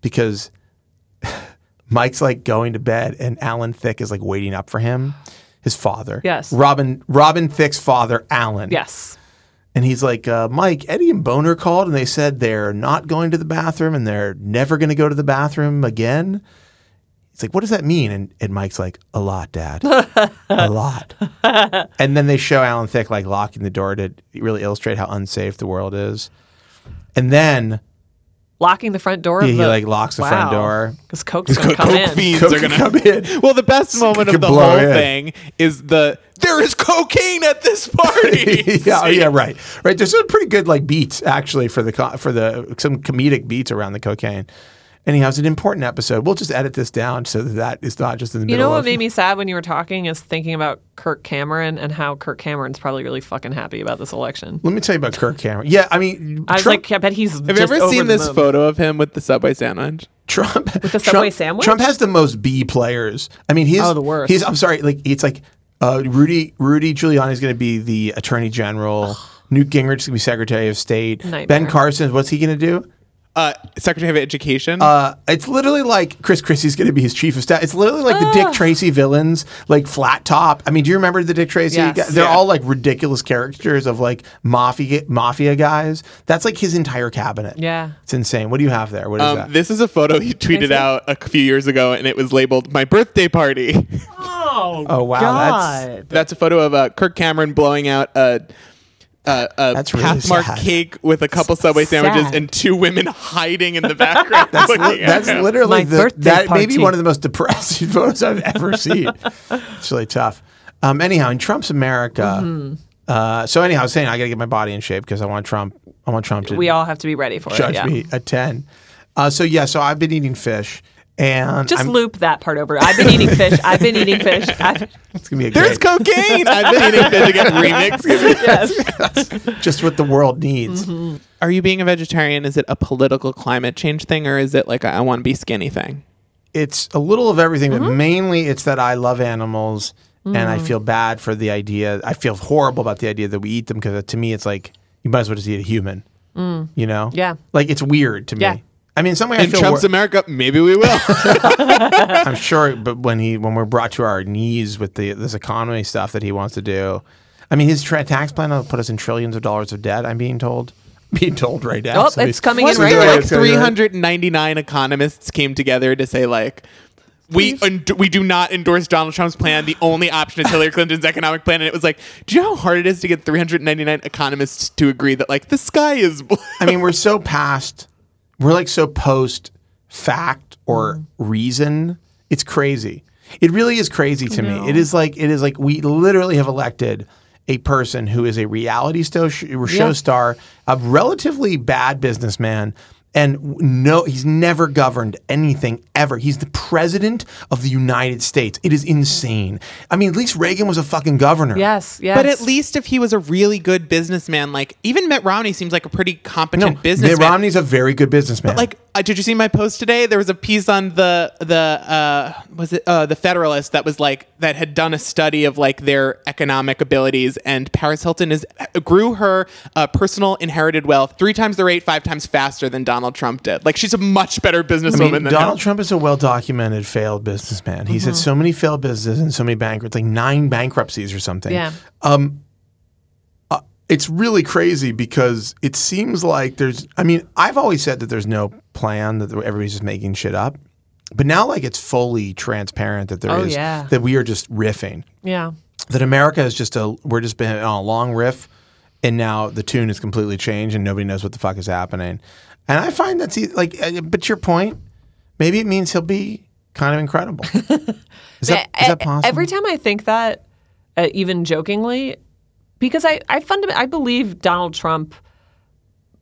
S1: because Mike's like going to bed, and Alan Thick is like waiting up for him, his father.
S2: Yes.
S1: Robin Robin Thick's father, Alan.
S2: Yes.
S1: And he's like, uh, Mike, Eddie and Boner called and they said they're not going to the bathroom and they're never going to go to the bathroom again. He's like, what does that mean? And, and Mike's like, a lot, Dad. a lot. and then they show Alan Thicke like locking the door to really illustrate how unsafe the world is. And then
S2: Locking the front door.
S1: Yeah,
S2: of
S1: he,
S2: the-
S1: like, locks the front door.
S2: Because coke's gonna come
S3: Coke
S2: in.
S3: fiends
S1: Coke
S3: are gonna
S1: come in.
S3: Well, the best moment
S1: could
S3: of the
S1: blow
S3: whole
S1: in.
S3: thing is the there is cocaine at this party.
S1: yeah, oh, yeah, right, right. There's some pretty good like beats actually for the co- for the some comedic beats around the cocaine. Anyhow, it's an important episode. We'll just edit this down so that that is not just in the
S2: You
S1: middle.
S2: know what
S1: of,
S2: made me sad when you were talking is thinking about Kirk Cameron and how Kirk Cameron's probably really fumeking happy about this election.
S1: Let me tell you about Kirk Cameron. Yeah, I mean,
S2: I was
S1: Trump,
S2: like, I bet he's.
S3: Have you ever seen this photo of him with the subway sandwich?
S1: Trump with
S2: the Subway
S1: Trump,
S2: sandwich?
S1: Trump has the most B players. I mean, he's
S2: Oh, the worst.
S1: He's I'm sorry, like it's like uh, Rudy Rudy Giuliani is going to be the Attorney General. Newt Gingrich is going to be Secretary of State. Ben
S2: Nightmare.
S1: Carson, what's he going to do?
S3: Uh, Secretary of Education.
S1: Uh, it's literally like Chris Christie's going to be his chief of staff. It's literally like the Dick Tracy villains, like Flat Top. I mean, do you remember the Dick Tracy?
S2: Yes.
S1: guy? They're
S3: Yeah.
S1: all like ridiculous caricatures of like mafia mafia guys. That's like his entire cabinet.
S2: Yeah.
S1: it's insane. What do you have there? What is
S3: um,
S1: that?
S3: this is a photo he tweeted
S2: see?
S3: out a few years ago, and it was labeled "My Birthday Party."
S2: Oh,
S1: oh wow, that's
S2: God.
S3: That's a photo of uh, Kirk Cameron blowing out a. A, a
S1: That's really
S3: Pathmark
S1: sad.
S3: cake with a couple Subway sandwiches
S2: sad.
S3: and two women hiding in the background. that's looking at
S1: that's
S3: him.
S1: literally
S2: My
S1: the,
S2: birthday
S1: that may be
S2: party.
S1: one of the most depressing photos I've ever seen. it's really tough. Um, anyhow, in Trump's America.
S2: Mm-hmm.
S1: Uh, so anyhow, I was saying I got to get my body in shape because I want Trump. I want Trump to
S2: We all have to be ready for
S1: judge
S2: it. Yeah.
S1: me a 10. Uh, so yeah, so I've been eating fish And
S2: Just
S1: I'm-
S2: loop that part over. I've been eating fish. I've been eating fish. I've,
S1: it's gonna be a
S3: There's
S1: great-
S3: cocaine. I've been eating fish again. Remix.
S2: yes.
S1: just what the world needs.
S2: Mm-hmm.
S3: Are you being a vegetarian? Is it a political climate change thing, or is it like a I want to be skinny thing?
S1: It's a little of everything,
S2: Mm-hmm.
S1: but mainly it's that I love animals and
S2: Mm.
S1: I feel bad for the idea. I feel horrible about the idea that we eat them because to me it's like you might as well just eat a human. You know?
S2: Mm. Yeah. Like,
S1: Like it's weird to me.
S2: Yeah.
S1: I mean, in some way I
S3: In
S1: feel
S3: Trump's
S1: wor-
S3: America, maybe we will.
S1: I'm sure, but when he when we're brought to our knees with the this economy stuff that he wants to do, I mean, his tra- tax plan will put us in trillions of dollars of debt. I'm being told, being told right now.
S2: Oh, it's coming in
S1: Wasn't
S2: right
S1: there,
S2: now.
S3: like
S1: it's coming in right-
S3: 399 economists came together to say like we und- we do not endorse Donald Trump's plan. The only option is Hillary Clinton's economic plan, and it was like, do you know how hard it is to get 399 economists to agree that like the sky is blue?
S1: I mean, we're so past, we're like so post fact or reason. It's crazy. It really is crazy to me. It is like it is like we literally have elected a person who is a reality show show star, a relatively bad businessman, and w- no, he's never governed anything ever. He's the president of the United States. It is insane. I mean, at least Reagan was a fucking governor.
S2: Yes. Yes.
S3: But at least if he was a really good businessman, like even Mitt Romney seems like a pretty competent businessman.
S1: Mitt Romney's a very good businessman.
S3: like uh, did you see my post today there was a piece on the the uh was it uh the federalist that was like that had done a study of like their economic abilities and paris hilton is grew her uh, personal inherited wealth three times the rate five times faster than donald trump did like she's a much better businesswoman
S1: I mean,
S3: than
S1: Donald
S3: him.
S1: Trump is a well documented failed businessman. He's
S2: Mm-hmm.
S1: had so many failed businesses and so many bankrupts, like nine bankruptcies or something. Um, uh,
S2: Yeah.
S1: It's really crazy because it seems like there's, I mean, I've always said that there's no plan, that everybody's just making shit up. But now, like, it's fully transparent that there is
S2: Oh, yeah.
S1: that we are just riffing.
S2: Yeah.
S1: That America is just a, we're just been on a long riff. And now the tune has completely changed and nobody knows what the fuck is happening. And I find that's e- like, uh, but to your point, maybe it means he'll be kind of incredible. Is that, is that
S2: E-
S1: possible?
S2: Every time I think that, uh, even jokingly, because I I fundam- I believe Donald Trump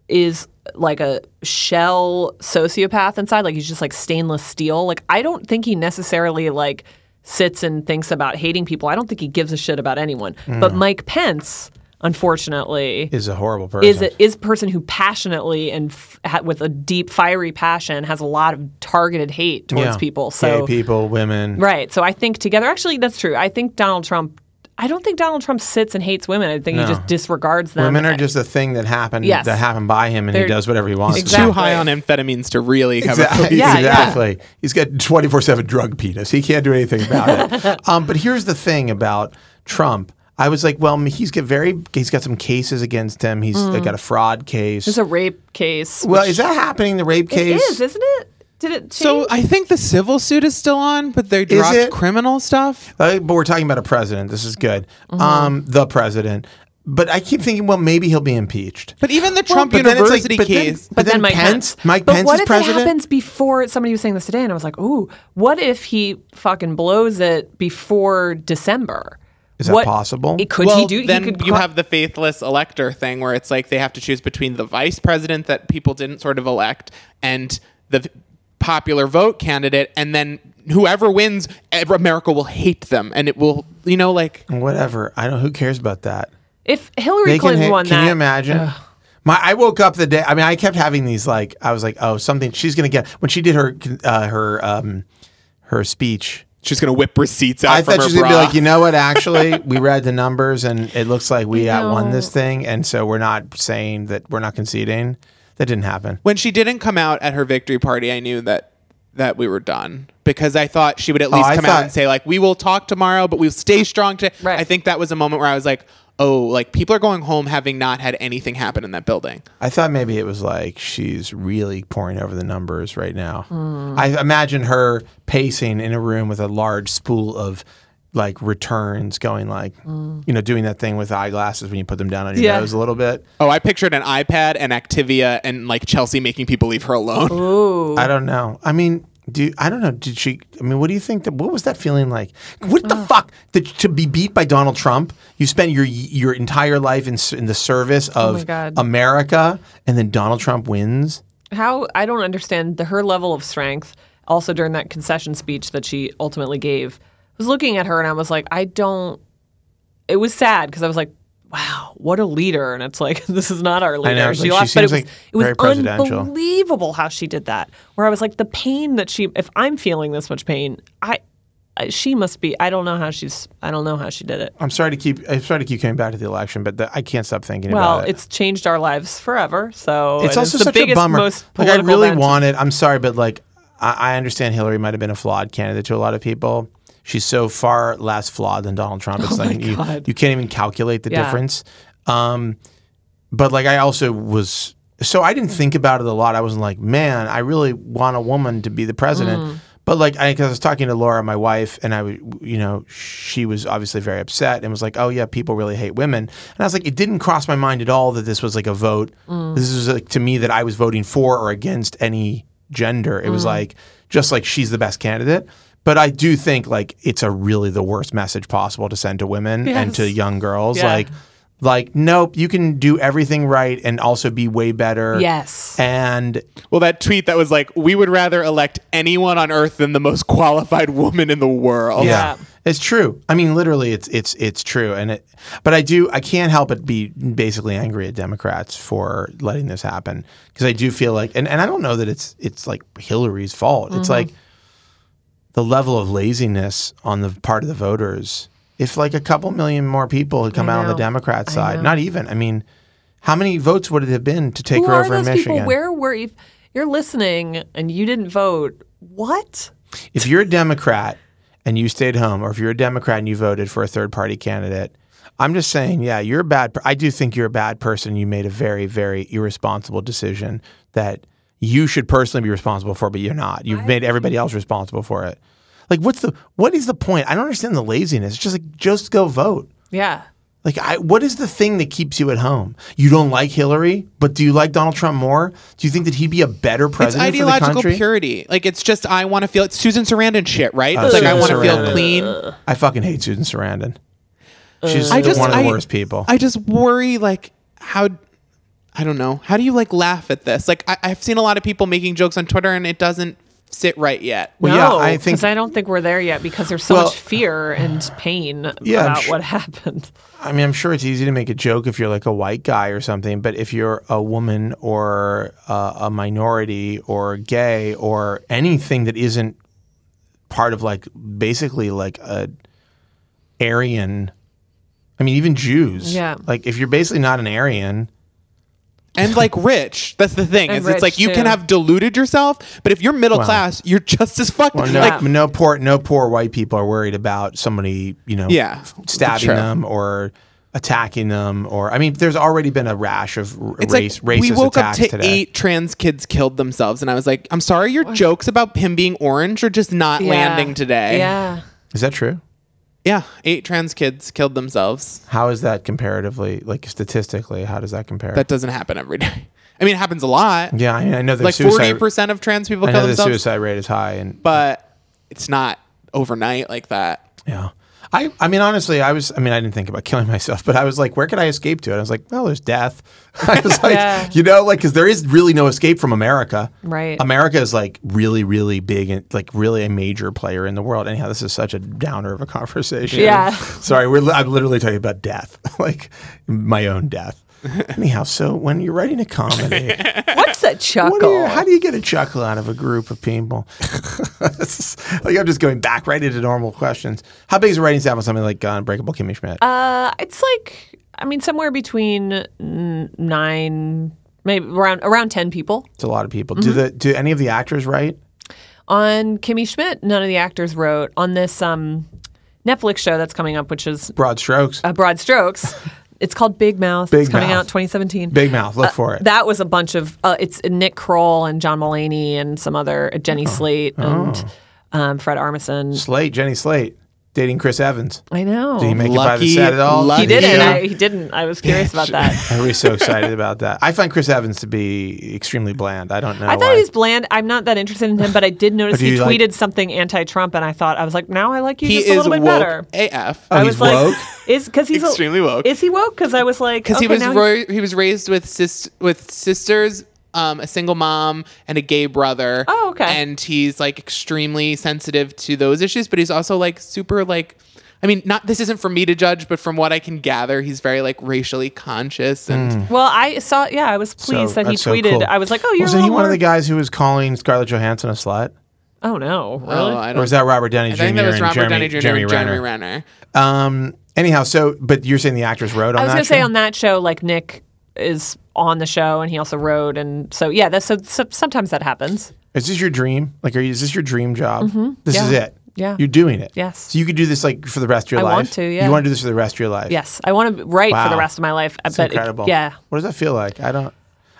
S2: is like a shell sociopath inside. Like he's just like stainless steel. Like I don't think he necessarily like sits and thinks about hating people. I don't think he gives a shit about anyone.
S1: Mm.
S2: But Mike Pence, unfortunately,
S1: is a horrible person.
S2: is a, is a person who passionately and f- ha- with a deep fiery passion has a lot of targeted hate towards
S1: Yeah.
S2: people. So
S1: Gay people, women.
S2: Right. So I think together, actually, that's true. I think Donald Trump, I don't think Donald Trump sits and hates women. I think he just disregards them.
S1: Women are just a thing that happened
S2: Yes.
S1: that happened by him, and
S2: They're-
S1: he does whatever he wants.
S2: Exactly.
S3: too high on amphetamines to really have a
S1: Exactly.
S2: Yeah, yeah.
S1: exactly. He's got twenty four seven drug penis. He can't do anything about it. um, but here's the thing about Trump. I was like, well, he's got very. He's got some cases against him. He's
S2: Mm.
S1: got a fraud case.
S2: It's a rape case.
S1: well, is that happening? The rape
S2: It
S1: case
S2: is, isn't it? Did it change?
S3: so i think the civil suit is still on but they
S1: it?
S3: dropped criminal stuff
S1: Uh, but we're talking about a president. This is good.
S2: Mm-hmm.
S1: Um, the president. But I keep thinking, well, maybe he'll be impeached.
S3: but even the trump
S1: but then it's like-
S3: university
S1: but then-
S3: case
S1: but then,
S2: Mike
S1: Pence,
S2: Pence.
S1: Mike
S2: but
S1: Pence
S2: what
S1: is
S2: if
S1: president.
S2: it happens before somebody was saying this today, and I was like, "Ooh, what if he fucking blows it before December?
S1: Is that possible?
S2: It, could he do?
S3: Then
S2: he could
S3: you
S2: cr-
S3: have the faithless elector thing, where it's like they have to choose between the vice president that people didn't sort of elect and the popular vote candidate, and then whoever wins, ev- America will hate them, and it will, you know, like
S1: Whatever. I don't. Who cares about that?
S2: if Hillary
S1: They
S2: Clinton
S1: can. ha-
S2: won
S1: can
S2: that.
S1: you imagine? My, I woke up the day. I mean, I kept having these like I was like, oh, something. She's gonna get when she did her uh, her um, her speech.
S3: she's gonna whip receipts out
S1: I
S3: from
S1: thought
S3: her
S1: she was gonna be
S3: bra.
S1: like, you know what? Actually, we read the numbers, and it looks like we outwon this thing, and so we're not saying that we're not conceding. That didn't happen.
S3: when she didn't come out at her victory party, I knew that that we were done because I thought she would at least
S1: Oh, I
S3: come
S1: thought-
S3: out and say like, "We will talk tomorrow, but we'll stay strong today."
S2: Right.
S3: I think that was a moment where I was like, "Oh, like people are going home having not had anything happen in that building."
S1: I thought maybe it was like she's really pouring over the numbers right now.
S2: Hmm.
S1: I imagine her pacing in a room with a large spool of like returns going like you know doing that thing with eyeglasses when you put them down on your
S2: Hmm. Yeah.
S1: nose a little bit.
S3: Oh, I pictured an iPad and Activia and like Chelsea making people leave her alone.
S1: I don't know. I mean, do I don't know. Did she? I mean, what do you think? That what was that feeling like? What the fuck? That to be beat by Donald Trump? You spent your your entire life in s- in the service
S2: Oh my
S1: of
S2: God.
S1: America, and then Donald Trump wins.
S2: how I don't understand the her level of strength. also during that concession speech that she ultimately gave, I was looking at her and I was like, I don't. It was sad because I was like, wow, what a leader. And it's like, this is not our leader.
S1: know,
S2: she
S1: like, she
S2: lost, but it
S1: seems
S2: was,
S1: like
S2: it was
S1: very presidential.
S2: unbelievable how she did that. Where I was like, the pain that she, if I'm feeling this much pain, I, I she must be, I don't know how she's, I don't know how she did it.
S1: I'm sorry to keep. I'm sorry to keep coming back to the election, but the, I can't stop thinking
S2: Well,
S1: about it.
S2: it's changed our lives forever. So
S1: it's
S2: and
S1: also
S2: the
S1: such
S2: biggest,
S1: a bummer.
S2: Most
S1: like I
S2: political
S1: really
S2: event.
S1: wanted. I'm sorry, but like I, I understand Hillary might have been a flawed candidate to a lot of people. She's so far less flawed than Donald Trump. It's like you,
S2: Oh God.
S1: you can't even calculate the
S2: Yeah.
S1: difference. Um, but like I also was. So I didn't think about it a lot. I wasn't like, man, I really want a woman to be the president.
S2: Mm.
S1: But like, I, cause I was talking to Laura, my wife, and I, w- you know, she was obviously very upset and was like, oh yeah, people really hate women. And I was like, it didn't cross my mind at all that this was like a vote.
S2: Mm.
S1: This was like to me that I was voting for or against any gender. It was
S2: Mm.
S1: like just like she's the best candidate. But I do think like it's a really the worst message possible to send to women and to
S2: Yes.
S1: young girls.
S2: Yeah.
S1: Like, like nope, you can do everything right and also be way better.
S2: Yes.
S1: And
S3: Well, that tweet that was like, we would rather elect anyone on earth than the most qualified woman in the world.
S1: yeah,
S2: Yeah.
S1: it's true. I mean, literally, it's it's it's true. And it, but I do I can't help but be basically angry at Democrats for letting this happen because I do feel like, and, and I don't know that it's it's like Hillary's fault.
S2: Mm-hmm.
S1: It's like the level of laziness on the part of the voters. If like a couple million more people had come out on the
S2: know.
S1: Democrat side, not even. I mean, how many votes would it have been to take
S2: Who
S1: her
S2: are
S1: over
S2: those
S1: in Michigan?
S2: people? Where were if you're listening and you didn't vote? What?
S1: If you're a Democrat and you stayed home, or if you're a Democrat and you voted for a third party candidate, I'm just saying, yeah, you're a bad. Per- I do think you're a bad person. You made a very, very irresponsible decision that you should personally be responsible for, but you're not. You've made everybody else responsible for it. Like, what's the what is the point? I don't understand the laziness. It's just like just go vote.
S2: Yeah.
S1: Like, I, what is the thing that keeps you at home? You don't like Hillary, but do you like Donald Trump more? Do you think that he'd be a better
S3: It's
S1: president for the
S3: ideological
S1: country?
S3: purity. Like it's just I want to feel it's Susan Sarandon shit, right? it's like
S1: Susan
S3: I want to feel
S1: Sarandon.
S3: clean.
S1: I fucking hate Susan Sarandon. She's
S3: I
S1: the-
S3: just
S1: one of the
S3: I-
S1: worst people.
S3: I just worry like how I don't know. How do you like laugh at this? Like I, I've seen a lot of people making jokes on Twitter and it doesn't sit right yet.
S1: Well, yeah,
S2: no,
S1: I think-
S2: 'cause I don't think we're there yet because there's so
S1: Well-
S2: much fear and pain
S1: Yeah, I'm
S2: about
S1: su-
S2: what happened.
S1: I mean, I'm sure it's easy to make a joke if you're like a white guy or something, but if you're a woman or uh, a minority or gay or anything that isn't part of like basically like a Aryan, I mean, even Jews.
S2: Yeah.
S1: Like if you're basically not an Aryan,
S3: and like rich. That's the thing.
S2: And
S3: Is it's
S2: rich,
S3: like you
S2: too.
S3: can have deluded yourself, but if you're middle class, you're just as fucked.
S1: well, no,
S3: Like
S1: no poor, no poor white people are worried about somebody, you know,
S3: Yeah,
S1: f- stabbing
S3: true.
S1: them or attacking them or I mean, there's already been a rash of r-
S3: it's
S1: race
S3: like
S1: racist
S3: we woke up
S1: attacks
S3: to
S1: today.
S3: eight trans kids killed themselves, and I was like, I'm sorry, your jokes about him being orange are just not
S2: Yeah.
S3: landing today.
S2: Yeah.
S1: Is that true?
S3: Yeah, eight trans kids killed themselves.
S1: How is that comparatively, like statistically, how does that compare?
S3: That doesn't happen every day. I mean, it happens a lot.
S1: yeah, I, mean, I know the
S3: like forty
S1: suicide.
S3: percent of trans people
S1: I know
S3: kill
S1: the
S3: themselves,
S1: suicide rate is high, and
S3: but it's not overnight like that.
S1: yeah, I, I mean, honestly, I was, I mean, I didn't think about killing myself, but I was like, where could I escape to? And I was like, well, there's death. I was like,
S2: Yeah.
S1: you know, like because there is really no escape from America.
S2: Right.
S1: America is like really, really big and like really a major player in the world. Anyhow, this is such a downer of a conversation.
S2: Yeah.
S1: Sorry, we're li- I'm literally talking about death, like my own death. Anyhow, so when you're writing a comedy.
S2: What's that
S1: What do
S2: chuckle?
S1: you- how do you get a chuckle out of a group of people? This is- like I'm just going back right into normal questions. How big is the writing staff on something like uh, Unbreakable Kimmy Schmidt?
S2: Uh, it's like I mean somewhere between n- nine, maybe around around ten people.
S1: it's a lot of people.
S2: mm-hmm.
S1: Do the do any of the actors write?
S2: On Kimmy Schmidt, none of the actors wrote. On this um, Netflix show that's coming up, which is
S1: Broad strokes.
S2: uh, broad strokes. It's called Big Mouth.
S1: Big
S2: it's coming
S1: Mouth.
S2: out 2017.
S1: Big mouth. Look for it.
S2: uh, that was a bunch of uh, it's Nick Kroll and John Mulaney and some other uh,
S1: Oh.
S2: Jenny Slate and um, Fred Armisen.
S1: Slate. Jenny Slate dating Chris Evans.
S2: I know
S1: Did he make it by the
S3: Lucky-
S1: set at all?
S3: lucky.
S2: he
S1: Did
S2: didn't.
S1: show?
S2: I, he didn't. I was curious about that.
S1: Everybody's so excited about that. I find Chris Evans to be extremely bland. I don't know.
S2: I thought
S1: why.
S2: he was bland. I'm not that interested in him, but I did notice
S1: do
S2: he
S1: you like-
S2: tweeted something anti-Trump, and I thought I was like, now I like you
S3: He
S2: just a
S3: is
S2: little
S3: woke
S2: bit better.
S3: AF.
S1: Oh,
S2: I
S1: he's
S2: was like,
S1: woke?
S2: is because he's a-
S3: Extremely woke.
S2: Is he woke? Because I was like,
S3: because
S2: okay,
S3: he was
S2: now
S3: roi- he was raised with sis- with sisters um, a single mom and a gay brother.
S2: Oh, okay.
S3: And he's like extremely sensitive to those issues, but he's also like super like. I mean, not this isn't for me to judge, but from what I can gather, he's very like racially conscious and
S2: Well, I saw. Yeah, I was pleased that he
S1: that's so
S2: tweeted.
S1: cool.
S2: I was like, "Oh, you're
S1: Was
S2: a
S1: he
S2: little
S1: one of
S2: more-
S1: the guys who was calling Scarlett Johansson a slut?
S2: Oh no, really?
S3: Oh, I
S1: Or
S3: don't.
S1: was that Robert Downey
S3: I
S1: Jr.
S3: think that was
S1: and
S3: Robert
S1: Jeremy,
S3: Downey Jr.
S1: Jeremy
S3: and
S1: Renner?
S3: Jeremy Renner.
S1: Um, anyhow, so but you're saying the actors wrote on
S2: I was
S1: that
S2: gonna say
S1: show?
S2: on that show, like Nick is on the show and he also wrote, and so yeah, that's so, so sometimes that happens.
S1: Is this your dream? Like, are you, is this your dream job? This is
S2: Mm-hmm. Yeah.
S1: it.
S2: Yeah.
S1: You're doing it.
S2: Yes.
S1: So you could do this like for the rest of your
S2: I
S1: life.
S2: want to, yeah.
S1: You want to do this for the rest of your life.
S2: Yes, I want to write for
S1: Wow.
S2: the rest of my life. I
S1: It's
S2: bet it-
S1: incredible.
S2: yeah.
S1: What does that feel like? I don't.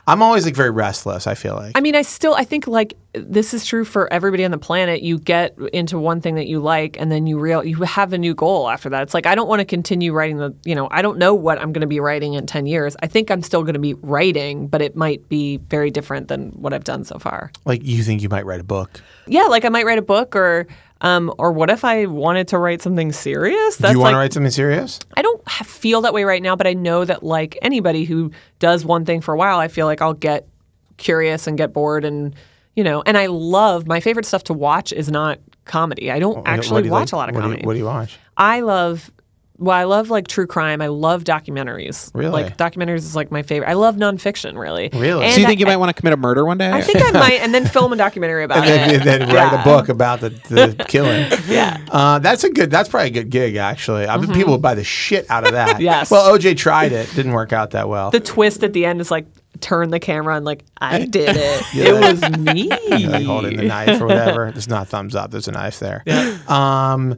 S1: I'm always like very restless. I feel like.
S2: I mean, I still I think like this is true for everybody on the planet. You get into one thing that you like, and then you real you have a new goal after that. It's like I don't want to continue writing the you know I don't know what I'm going to be writing in ten years. I think I'm still going to be writing, but it might be very different than what I've done so far.
S1: like you think you might write a book.
S2: Yeah, like I might write a book or. Um, or what if I wanted to write something serious? That's
S1: do you want
S2: like
S1: to write something serious?
S2: I don't ha- feel that way right now, but I know that like anybody who does one thing for a while, I feel like I'll get curious and get bored and you know, and I love my favorite stuff to watch is not comedy. I don't
S1: Oh, What do
S2: actually
S1: you like-
S2: watch a lot of
S1: what do you-
S2: comedy.
S1: what do you watch?
S2: I love well, I love like true crime. I love documentaries.
S1: Really?
S2: Like documentaries is like my favorite. I love nonfiction really.
S1: Really?
S2: And
S1: So
S3: Do you think
S2: I,
S3: you might want to commit a murder one day?
S2: I think I might and then film a documentary about
S1: And then,
S2: it.
S1: then write a
S2: Yeah.
S1: book about the, the killing. Yeah, uh, that's a good. That's probably a good gig, actually. I mean, people would buy the shit out of that.
S2: Mm-hmm. Yes.
S1: Well, OJ tried it. Didn't work out that well.
S2: The twist at the end is like turn the camera and like I did it.
S1: Yeah.
S2: It was me.
S1: you know, like holding the knife or whatever. There's not thumbs up. There's a knife there. Um,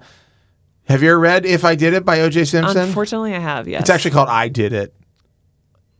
S1: have you ever read "If I Did It" by O.J. Simpson?
S2: Unfortunately, I have. Yes,
S1: it's actually called "I Did It,"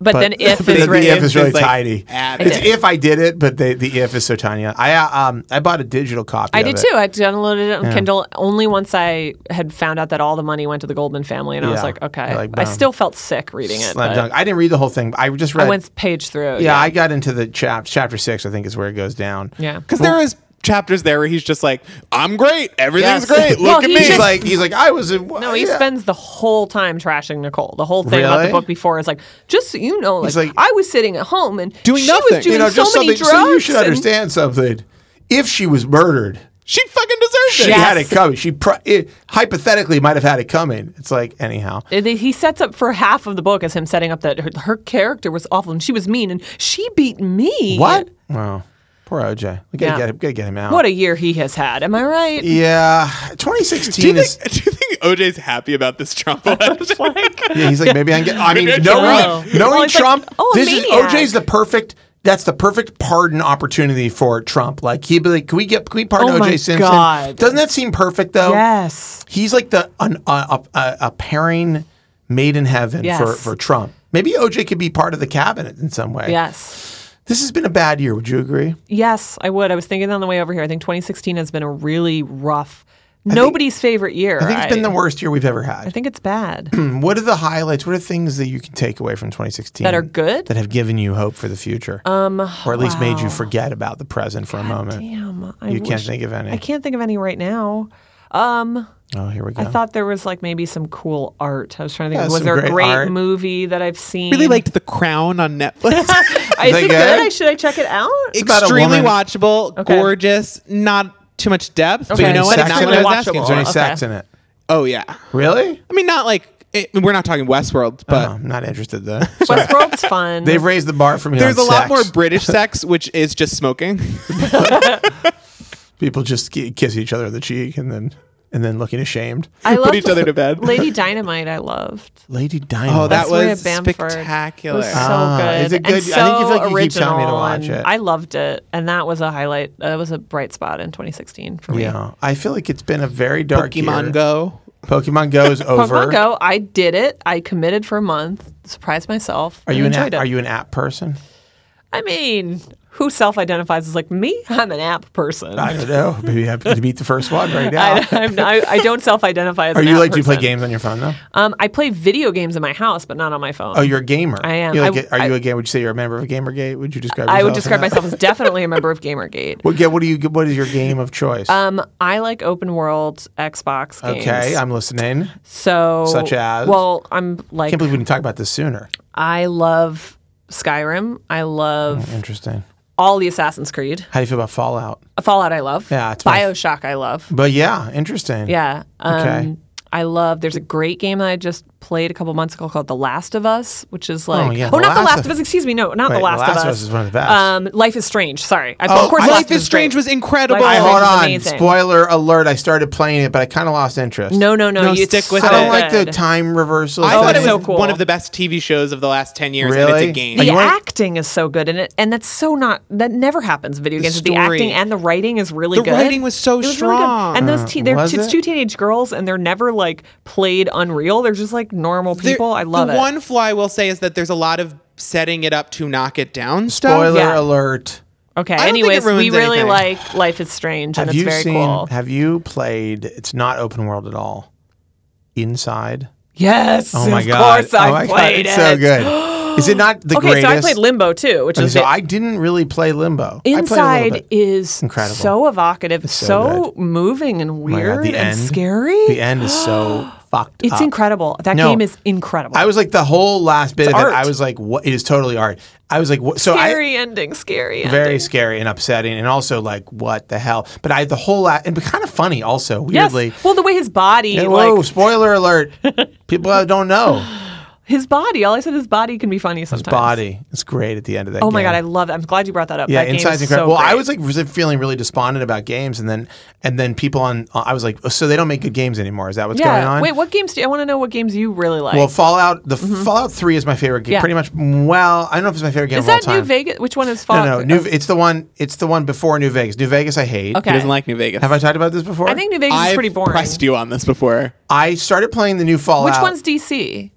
S2: But,
S1: but
S2: then if
S1: but
S2: is
S1: the, the
S2: written,
S1: if is really
S3: It's like
S1: tiny.
S3: added.
S1: It's
S2: I did.
S1: "If I Did It," but the, the if is so tiny. I uh, um I bought a digital copy.
S2: I
S1: of
S2: did
S1: it.
S2: too. I downloaded it on Kindle only once I had found out that all the money went to the Goldman family, and I
S1: Yeah.
S2: was like, okay.
S1: Like,
S2: I
S1: bam.
S2: still felt sick reading it.
S1: Slam
S2: but
S1: dunk. I didn't read the whole thing. but I just read.
S2: I went page through. it,
S1: yeah,
S2: Yeah.
S1: I got into the chap chapter six. I think is where it goes down.
S2: Yeah.
S3: because there is chapters there where he's just like, "I'm great, everything's
S2: Yes.
S3: great,
S2: Well,
S3: look at
S2: he
S3: me."
S1: He's
S2: just-
S1: like he's like I was in.
S2: No, he
S1: yeah.
S2: spends the whole time trashing Nicole. The whole thing about
S1: Really?
S2: the book before is like, just so you know, like,
S1: He's like-
S2: I was sitting at home and
S3: Doing
S2: she
S3: nothing.
S2: was doing
S1: you know
S2: so
S1: just
S2: many
S1: something.
S2: drugs.
S1: So you should
S2: and-
S1: understand something. If she was murdered,
S3: she fucking deserves
S1: she
S3: it.
S1: had it coming. She pro- it, hypothetically might have had it coming. It's like anyhow.
S2: And they- He sets up for half of the book as him setting up that her, her character was awful and she was mean and she beat me.
S1: What? Wow. Poor OJ. We gotta
S2: Yeah.
S1: get him. Gotta get him out.
S2: What a year he has had. Am I right?
S1: yeah.
S3: Do you,
S1: 2016 is.
S3: think, do you think OJ's happy about this Trump election?
S1: Yeah, he's like, maybe I can get. I mean,
S3: Maybe I can
S2: run.
S1: knowing, knowing
S2: Well, it's like,
S1: Trump,
S2: oh, a
S1: this is
S2: maniac.
S1: OJ's the perfect. That's the perfect pardon opportunity for Trump. Like he'd be like, "Can we get? Can we pardon
S2: Oh my
S1: OJ Simpson?"
S2: God.
S1: Doesn't that seem perfect though?
S2: Yes.
S1: He's like the an, a, a, a pairing made in heaven
S2: Yes.
S1: for for Trump. Maybe OJ could be part of the cabinet in some way.
S2: Yes.
S1: This has been a bad year. Would you agree?
S2: Yes, I would. I was thinking on the way over here. I think 2016 has been a really rough, nobody's favorite year.
S1: I think it's been the worst year we've ever had. Hmm,
S2: I think it's bad.
S1: What are the highlights? What are things that you can take away from 2016
S2: That are good?
S1: that have given you hope for the future, um, or at least made you forget about the present for a moment?
S2: Damn. I
S1: You can't
S2: wish-
S1: think of any.
S2: I can't think of any right now.
S1: Oh, here we go.
S2: I thought there was like maybe some cool art. I was trying to think.
S1: Yeah,
S2: was
S1: some
S2: there
S1: great
S2: a great
S1: art.
S2: movie that I've seen?
S3: really liked The Crown on Netflix.
S2: Is
S1: that
S2: it
S1: good?
S2: good? I, should I check it out?
S1: about a
S3: Extremely
S1: woman-
S3: watchable,
S2: Okay.
S3: gorgeous, not too much depth. But
S2: Okay.
S3: you know
S1: Any
S3: what?
S1: sex
S3: It's not
S1: in
S3: what I
S1: it?
S3: was
S2: Watchable.
S3: asking
S1: Is there any
S3: for.
S2: Okay.
S1: sex in it?
S3: Oh yeah.
S1: Really?
S3: I mean, not like it, we're not talking Westworld, but
S1: Oh, I'm not interested though.
S2: Westworld's fun.
S1: They've raised the bar from here.
S3: there's a
S1: on sex.
S3: lot more British sex, which is just smoking.
S1: people just ki- kiss each other on the cheek and then and then looking ashamed.
S2: I loved
S3: Put each other to bed.
S2: Lady Dynamite. I loved.
S1: Lady Dynamite.
S3: Oh, that
S2: That's Maria
S3: was
S2: Bamford. It
S3: spectacular.
S2: was so
S1: Ah,
S2: good.
S1: is it
S2: And
S1: good? I
S2: so
S1: think you feel like you keep
S2: original.
S1: telling me to watch
S2: and
S1: it.
S2: I loved it. And that was a highlight. That was a bright spot in 2016 for me.
S1: Yeah, I feel like it's been a very dark year.
S3: Pokemon Go.
S1: Pokemon Go is over.
S2: Pokemon Go, I did it. I committed for a month. Surprised myself.
S1: Are you an
S2: and
S1: app?
S2: enjoyed it.
S1: Are you an app person?
S2: I mean, who self-identifies as like me? I'm an app person.
S1: I
S2: I,
S1: don't know. Maybe you have to meet the first one right now.
S2: I'm not- I, I don't self-identify as.
S1: Are
S2: an
S1: you
S2: app
S1: like? Do you play
S2: person.
S1: games on your phone though?
S2: Um, I play video games in my house, but not on my phone.
S1: Oh, you're a gamer.
S2: I am.
S1: You're
S2: I-
S1: like, a- are you
S2: I-
S1: a gamer? Would you say you're a member of GamerGate? Would you describe?
S2: I would
S1: yourself
S2: describe
S1: in that?
S2: myself as definitely a member of GamerGate.
S1: What, yeah, what do you? What is your game of choice?
S2: Um, I like open world Xbox games.
S1: okay, I'm listening.
S2: So
S1: Such as?
S2: well, I'm like
S1: Can't believe we didn't talk about this sooner.
S2: I love Skyrim. I
S1: Mm.
S2: love
S1: Interesting.
S2: all the Assassin's Creed.
S1: How do you feel about Fallout?
S2: Fallout, I love.
S1: Yeah, it's my-
S2: Bioshock, I love.
S1: But yeah, interesting.
S2: Yeah. Um,
S1: Okay.
S2: I love. There's a great game that I just played a couple months ago called The Last of Us, which is like,
S1: Oh,
S2: oh,
S1: yeah,
S2: not The Last of Us. Excuse me, no, not
S1: Wait,
S2: The Last, of Us
S1: is one of the best.
S2: Um, Life is Strange. Sorry, I,
S1: Oh,
S2: of course,
S1: I-
S2: Last
S3: Life is Strange
S2: great.
S3: was incredible.
S2: Like,
S1: Hey, hold
S2: It's
S1: on.
S2: amazing.
S1: Spoiler alert. I started playing it, but I kind of lost interest.
S2: No, no, no.
S3: No,
S2: you
S3: stick with
S2: so
S1: I don't
S3: it.
S1: like the
S2: good.
S1: time reversal.
S3: I thought it
S1: thing.
S3: was
S2: so cool.
S3: one of the best TV shows of the last 10 years, and
S1: Really?
S3: it's a game.
S1: Like,
S2: The
S1: you wanna-
S2: acting is so good, and it and that's so not that never happens in video games. The
S3: story.
S2: acting and the writing is really
S3: The
S2: good.
S3: writing was so
S2: It really good.
S3: strong.
S2: and those te- they're
S1: was
S2: t- it's
S1: it?
S2: two teenage girls, and they're never like played unreal. They're just like normal
S3: There-
S2: people. I love
S3: the
S2: it.
S3: one fly we'll say is that there's a lot of setting it up to knock it down stuff.
S1: Spoiler
S2: Yeah.
S1: alert.
S2: okay.
S3: don't think it
S2: Anyways, we
S3: ruins
S2: really
S3: anything.
S2: like Life is Strange, and
S1: Have
S2: it's
S1: you
S2: very
S1: seen?
S2: cool.
S1: Have you played? It's not open world at all. Inside.
S2: Yes.
S1: Oh my
S2: of
S1: god!
S2: course, I
S1: oh my God,
S2: played
S1: it's
S2: it.
S1: so good. Is it not the
S2: Okay,
S1: greatest?
S2: so I played Limbo too, which
S1: Okay,
S2: is
S1: so
S2: the-
S1: I didn't really play Limbo. I played a little
S2: Inside
S1: bit.
S2: is
S1: Incredible.
S2: so evocative, so,
S1: so Oh
S2: moving and
S1: my God,
S2: weird
S1: the
S2: and
S1: end.
S2: scary.
S1: The end is so fucked.
S2: It's
S1: up.
S2: incredible. That
S1: No.
S2: game is incredible.
S1: I was like the whole last bit of
S2: art.
S1: it. I was like, what? It is totally art. I was like, what? So I,
S2: scary ending, scary ending.
S1: very scary and upsetting, and also like, what the hell? But I the whole la- and kind of funny also
S2: yes.
S1: weirdly.
S2: Well, the way his body,
S1: And
S2: like
S1: whoa! spoiler alert! People that don't know
S2: his body. All I said, his body can be funny sometimes.
S1: body. It's great at the end of that.
S2: Oh my
S1: game.
S2: god, I love. It. I'm glad you brought that up.
S1: Yeah,
S2: that
S1: Inside's
S2: game is so
S1: incredible. well, I
S2: great.
S1: was like re- feeling really despondent about games, and then and then people on I was like, so they don't make good games anymore. Is that what's
S2: yeah.
S1: going on?
S2: Wait, what games do you, I want to know? What games you really like?
S1: well, Fallout the Fallout Three is my favorite game.
S2: Yeah.
S1: Pretty much. Well, I don't know if it's my favorite game
S2: is
S1: of all
S2: that
S1: time.
S2: New Vegas? Which one is
S1: No,
S2: Fallout?
S1: no, New, it's the one. It's the one before New Vegas. New Vegas, I hate.
S2: Okay.
S3: He doesn't like New Vegas.
S1: Have I talked about this before?
S2: I think New Vegas
S3: I've
S2: is pretty boring.
S3: pressed you on this before.
S1: I started playing the new Fallout.
S2: Which one's DC?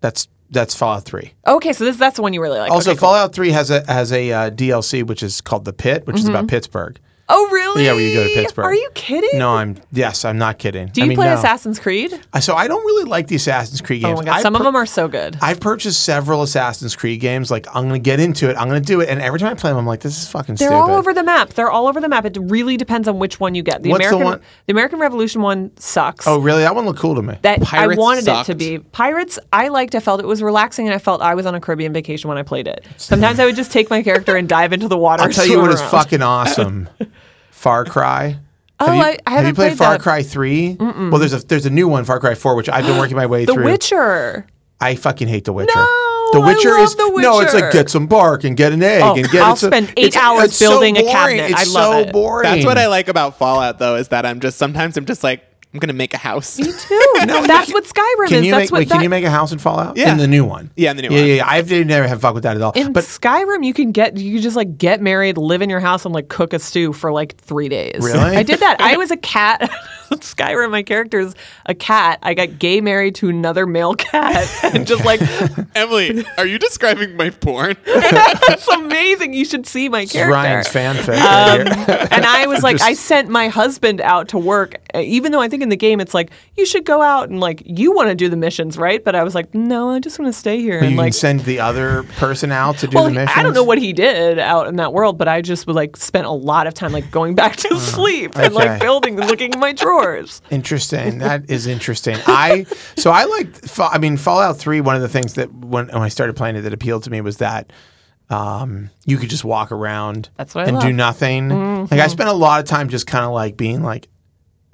S1: That's that's Fallout Three.
S2: Okay, so this that's the one you really like.
S1: Also,
S2: Okay, cool.
S1: Fallout Three has a has a uh, DLC which is called the Pit, which is
S2: Mm-hmm.
S1: about Pittsburgh.
S2: Oh really?
S1: Yeah, where you go to Pittsburgh.
S2: Are you kidding?
S1: No, I'm yes, I'm not kidding.
S2: Do you
S1: I mean,
S2: play
S1: no.
S2: Assassin's Creed?
S1: I- So I don't really like the Assassin's Creed
S2: Oh
S1: games.
S2: my god,
S1: I
S2: some
S1: per-
S2: of them are so good.
S1: I've purchased several Assassin's Creed games. Like I'm gonna get into it. I'm gonna do it. And every time I play them, I'm like, this is fucking
S2: They're
S1: stupid.
S2: all over the map. They're all over the map. It really depends on which one you get. The
S1: What's the
S2: American
S1: one-
S2: the American Revolution one sucks.
S1: oh really? That one looked cool to me.
S2: that I
S3: Pirates
S2: wanted
S3: sucked.
S2: it to be. Pirates, I liked. I felt it was relaxing, and I felt I was on a Caribbean vacation when I played it. Sometimes I would just take my character and dive into the water.
S1: I'll tell you what is
S2: fucking.
S1: fucking awesome. Far Cry.
S2: Oh,
S1: have you,
S2: I- I
S1: have you
S2: haven't
S1: played,
S2: played
S1: Far
S2: that.
S1: Cry Three? Well, there's a there's a new one, Far Cry Four, which I've been working my way
S2: The
S1: through.
S2: Witcher.
S1: I fucking hate The Witcher.
S2: No,
S1: the
S2: I
S1: Witcher
S2: love
S1: is
S2: The
S1: no. It's
S2: Witcher.
S1: like get some bark and get an egg
S2: Oh,
S1: and get.
S2: I'll
S1: it's a-
S2: spend eight
S1: it's-
S2: hours
S1: it's so
S2: building a
S1: boring.
S2: cabinet. I
S1: It's
S2: love
S1: so
S2: it.
S1: boring.
S3: That's what I like about Fallout though is that I'm just sometimes I'm just like I'm gonna make a house.
S2: Dude, that's what Skyrim
S1: Can
S2: is.
S1: you
S2: that's
S1: make
S2: what
S1: wait, can
S2: that-
S1: you make a house in Fallout?
S3: Yeah.
S1: In the new one.
S3: Yeah, in the new
S1: yeah,
S3: one.
S1: Yeah, yeah. I've never have fuck with that at all.
S2: in
S1: but
S2: Skyrim, you can get you can just like get married, live in your house, and like cook a stew for like three days.
S1: Really?
S2: I did that. I was a cat. Skyrim, my character's a cat. I got gay married to another male cat, and just like
S3: Emily, are you describing my porn?
S2: it's amazing. You should see my
S1: it's
S2: character.
S1: Ryan's fanfic.
S2: Um,
S1: right here.
S2: and I was like, I sent my husband out to work, uh, even though I think in the game it's like you should go out and like you want to do the missions, right? But I was like, no, I just want to stay here and
S1: you can
S2: like
S1: send the other person out to do
S2: well,
S1: the mission.
S2: I don't know what he did out in that world, but I just like spent a lot of time like going back to sleep and
S1: okay.
S2: like building and looking at my drawers.
S1: Interesting. That is interesting. I so I like. Fa- I mean, Fallout Three. One of the things that when, when I started playing it that appealed to me was that um, you could just walk around
S2: That's what I
S1: and do
S2: love. Mm-hmm.
S1: nothing. Like I spent a lot of time just kind of like being like.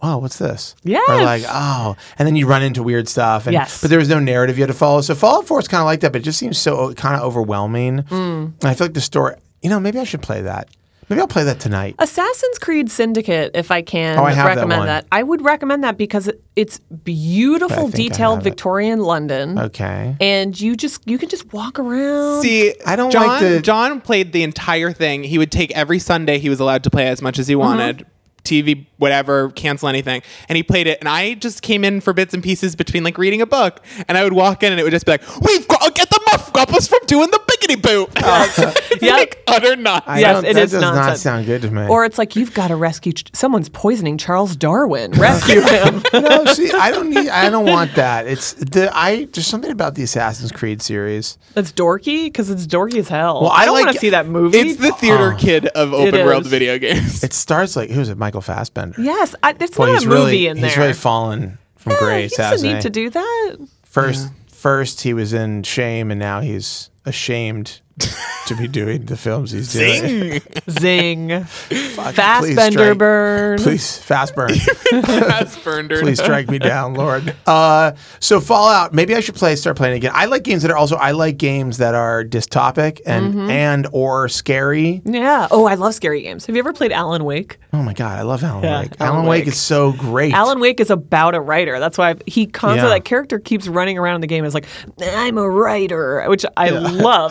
S1: Oh, what's this? Or
S2: Yes.
S1: like, oh, and then you run into weird stuff. And,
S2: Yes.
S1: But there was no narrative you had to follow. So Fallout 4 is kind of like that, but it just seems so kind of overwhelming.
S2: Mm.
S1: And I feel like the story, you know, maybe I should play that. Maybe I'll play that tonight.
S2: Assassin's Creed Syndicate, if I can
S1: Oh, I have that
S2: recommend
S1: one.
S2: that, I would recommend that because it- it's
S1: I
S2: beautiful,
S1: think I have
S2: detailed
S1: it.
S2: Victorian London,
S1: Okay.
S2: and you just you can just walk around.
S3: See,
S1: I don't
S3: John,
S1: like the-
S3: John played the entire thing. He would take every Sunday. He was allowed to play as much as
S1: Uh-huh.
S3: he wanted. TV, whatever, cancel anything. And he played it. And I just came in for bits and pieces between like reading a book. And I would walk in and it would just be like, we've got to get the muff guppers from doing the biggity boot.
S2: Uh-huh. Yep.
S3: It's like utter nonsense.
S1: I
S2: Yes,
S1: don't-
S2: it
S1: that
S2: is
S1: does not
S2: nonsense.
S1: sound good to me.
S2: Or it's like you've got to rescue. Ch- someone's poisoning Charles Darwin. Rescue him.
S1: no, see, I don't need. I don't want that. It's the I. There's something about the Assassin's Creed series.
S2: That's dorky because it's dorky as hell.
S1: Well, I
S2: I don't want
S1: like-
S2: to see that movie.
S3: It's the theater kid of open world
S2: Oh. is.
S3: video games.
S1: It starts like who's it? Michael Fassbender.
S2: Yes, I, there's
S1: Well,
S2: not
S1: he's
S2: a movie
S1: really
S2: in there.
S1: he's really fallen from
S2: Yeah,
S1: grace.
S2: He doesn't
S1: hasn't
S2: need to do that.
S1: First, first he was in shame, and now he's ashamed to be doing the films he's doing.
S3: Zing!
S2: Zing.
S1: please
S2: Fastbender
S1: strike-
S2: burn.
S1: Please, fast burn.
S3: That's burned her.
S1: Please strike me down, Lord. Uh, so Fallout. Maybe I should play. Start playing again. I like games that are also. I like games that are dystopic and
S2: Mm-hmm.
S1: and or scary.
S2: Yeah. Oh, I love scary games. Have you ever played Alan Wake?
S1: Oh my god, I love Alan
S2: Yeah,
S1: Wake. Alan,
S2: Alan
S1: Wake.
S2: Wake.
S1: is so great.
S2: Alan Wake is about a writer. That's why I've, he constantly,
S1: Yeah.
S2: that character keeps running around in the game as like, I'm a writer, which I love.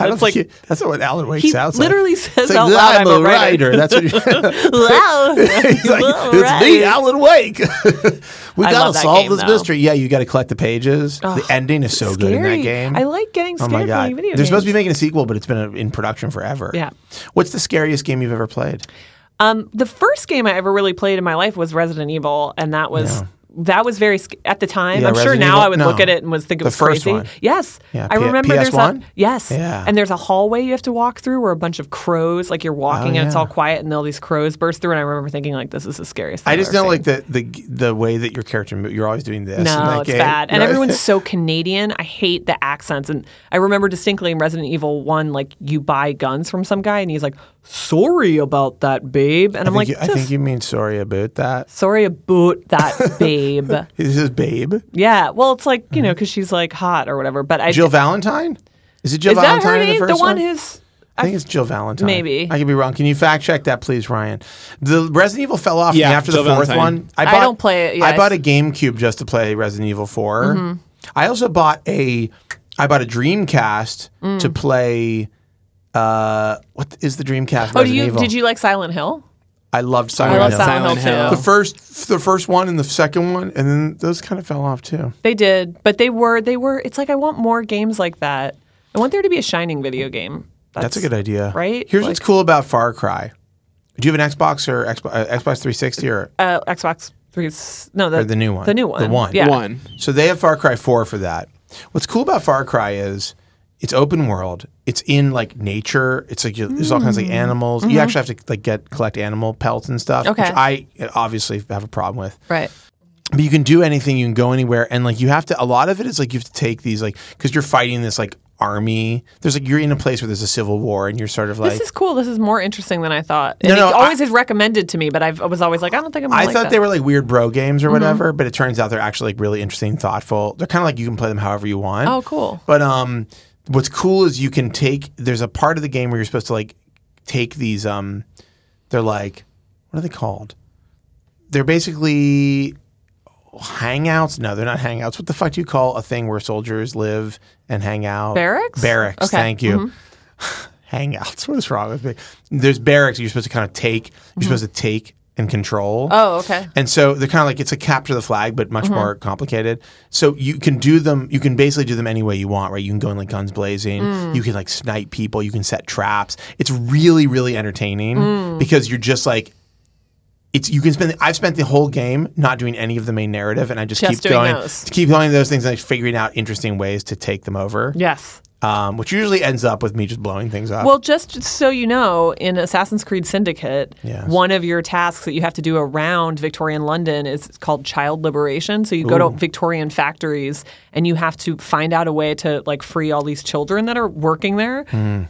S1: I don't
S2: It's like,
S1: think he- that's not what Alan Wake
S2: he
S1: sounds like.
S2: literally
S1: It's
S2: says
S1: like,
S2: out loud,
S1: I'm, a writer. That's what you,
S2: Wow.
S1: He's like, it's me, Alan Wake. we
S2: I
S1: gotta
S2: love that
S1: solve
S2: game,
S1: this
S2: though.
S1: mystery. Yeah, you gotta collect the pages.
S2: Ugh,
S1: the ending is so good in that
S2: Scary.
S1: game.
S2: I like getting
S1: Oh
S2: scared
S1: my god!
S2: playing video
S1: They're
S2: games.
S1: supposed to be making a sequel, but it's been uh, in production forever.
S2: Yeah.
S1: What's the scariest game you've ever played?
S2: Um, the first game I ever really played in my life was Resident Evil, and that was that was very sc- at the time.
S1: Yeah,
S2: I'm sure
S1: Resident
S2: now
S1: Evil-
S2: I would look
S1: no.
S2: at it and was think it
S1: The
S2: was
S1: first
S2: crazy.
S1: one.
S2: Yes,
S1: Yeah,
S2: I
S1: P-
S2: remember there's a
S1: PS1?
S2: yes,
S1: Yeah.
S2: and there's a hallway you have to walk through where a bunch of crows like you're walking and it's
S1: Oh, yeah.
S2: all quiet and all these crows burst through, and I remember thinking like this is the scariest. Thing
S1: I
S2: I've
S1: just
S2: ever
S1: know
S2: seen.
S1: like the the the way that your character mo- you're always doing this. in that
S2: No, it's
S1: game.
S2: bad. And
S1: You're-
S2: everyone's so Canadian. I hate the accents. And I remember distinctly in Resident Evil 1, like, you buy guns from some guy, and he's like, sorry about that, babe. And
S1: I
S2: I'm
S1: think,
S2: like,
S1: you, I
S2: "Just
S1: think you mean sorry about that.
S2: sorry about that, babe.
S1: This is Babe.
S2: yeah. Well, it's like, you know, because she's, like, hot or whatever. But I.
S1: Jill Valentine. Is it Jill
S2: is that her
S1: Valentine in
S2: name?
S1: the
S2: The,
S1: first one?
S2: one who's.
S1: I think it's Jill Valentine.
S2: Maybe.
S1: I could be wrong. Can you fact check that, please, Ryan? The Resident Evil fell off
S3: Yeah,
S1: me after the
S3: Jill
S1: fourth
S3: Valentine.
S1: one. I,
S2: don't play it, Mm-hmm. yeah,
S1: I
S2: I
S1: bought a
S2: s-
S1: GameCube just to play Resident Evil 4. I also bought a I bought a Dreamcast
S2: Mm.
S1: to play uh what is the Dreamcast
S2: Oh,
S1: Resident
S2: do you,
S1: Evil?
S2: did you like Silent Hill?
S1: I loved Silent
S2: I love
S1: Hill.
S2: Silent,
S3: Silent
S2: Hill,
S3: Hill.
S2: too.
S1: The first the first one and the second one and then those kind of fell off too.
S2: They did, but they were they were. It's like I want more games like that. I want there to be a Shining video game.
S1: That's a good idea.
S2: right?
S1: Here's
S2: Like-
S1: what's cool about Far Cry. Do you have an Xbox or Xbox, uh, Xbox 360 or
S2: uh, Xbox Three. No, the,
S1: the new one.
S2: The new one.
S1: The one.
S2: Yeah.
S3: One.
S1: So they have Far Cry 4 for that. What's cool about Far Cry is it's open world. It's in like nature. It's like you, there's all kinds
S2: Mm.
S1: of like animals. You actually have to like get collect animal pelts and stuff,
S2: Mm-hmm. Okay.
S1: which I obviously have a problem with.
S2: Right.
S1: But you can do anything. You can go anywhere, and like you have to. A lot of it is like you have to take these like because you're fighting this like army. There's like you're in a place where there's a civil war, and you're sort of like
S2: This is cool. This is more interesting than I thought. And
S1: no,
S2: it always is recommended to me, but I've, I was always like, I don't think I'm. Gonna
S1: I
S2: like
S1: thought
S2: that. Mm-hmm.
S1: they were like weird bro games or whatever, but it turns out they're actually like really interesting, thoughtful. They're kind of like you can play them however you want.
S2: Oh, cool.
S1: But um, what's cool is you can take. There's a part of the game where you're supposed to like take these. Um, they're like, what are they called? They're basically hangouts. No, they're not hangouts. What the fuck do you call a thing where soldiers live and hang out?
S2: Barracks?
S1: Barracks.
S2: Okay. Mm-hmm.
S1: Thank you hangouts. What is wrong with me? There's barracks you're supposed to kind of take. You're supposed to take and control.
S2: Mm-hmm. Oh, okay.
S1: And so they're kind of like it's a capture the flag, but
S2: Mm-hmm.
S1: much more complicated. So you can do them. You can basically do them any way you want, right? You can go in like guns blazing.
S2: Mm.
S1: You can like snipe people. You can set traps. It's really really entertaining
S2: Mm.
S1: because you're just like. It's you can spend. I've spent the whole game not doing any of the main narrative, and I just,
S2: Just
S1: keep
S2: doing
S1: going,
S2: those.
S1: keep going to those things, and like figuring out interesting ways to take them over.
S2: Yes.
S1: Um, which usually ends up with me just blowing things up.
S2: Well, just so you know, in Assassin's Creed Syndicate,
S1: Yes.
S2: one of your tasks that you have to do around Victorian London is called child liberation. So you go to Victorian factories and you have to find out a way to like free all these children that are working there.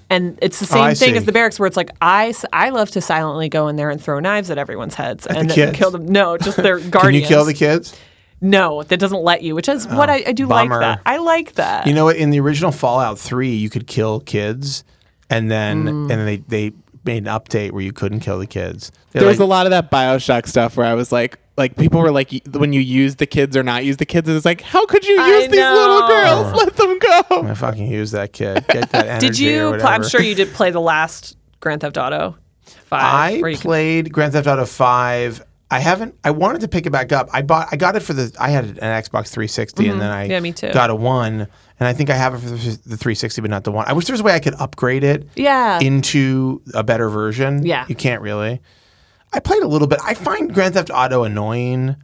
S2: And it's the same
S1: Hmm. Oh, I
S2: thing
S1: see.
S2: as the barracks where it's like I, s- I love to silently go in there and throw knives at everyone's heads and then
S1: kids.
S2: kill them. No, just their guardians.
S1: Can you kill the kids?
S2: No, that doesn't let you, which is what I, I do
S1: Oh, bummer.
S2: like that. I like that.
S1: You know what? In the original Fallout Three, you could kill kids, and then
S2: Mm.
S1: and then they they made an update where you couldn't kill the kids. They're
S3: There was a
S1: like,
S3: lot of that Bioshock stuff where I was like, like people were like, y- when you use the kids or not use the kids, it's like, how could you
S2: I
S3: use these little
S2: know.
S3: girls? Let them go.
S1: I fucking use that kid. Get that energy.
S2: Did you?
S1: Or
S2: Pl- I'm
S1: whatever."
S2: sure you did play the last Grand Theft Auto Five.
S1: I
S2: where you can-
S1: played Grand Theft Auto Five. I haven't. I wanted to pick it back up. I bought. I got it for the. I had an Xbox 360, and then I
S2: Mm-hmm. Yeah, me too.
S1: got a one, and I think I have it for the 360, but not the one. I wish there was a way I could upgrade it.
S2: Yeah.
S1: Into a better version.
S2: Yeah.
S1: You can't really. I played a little bit. I find Grand Theft Auto annoying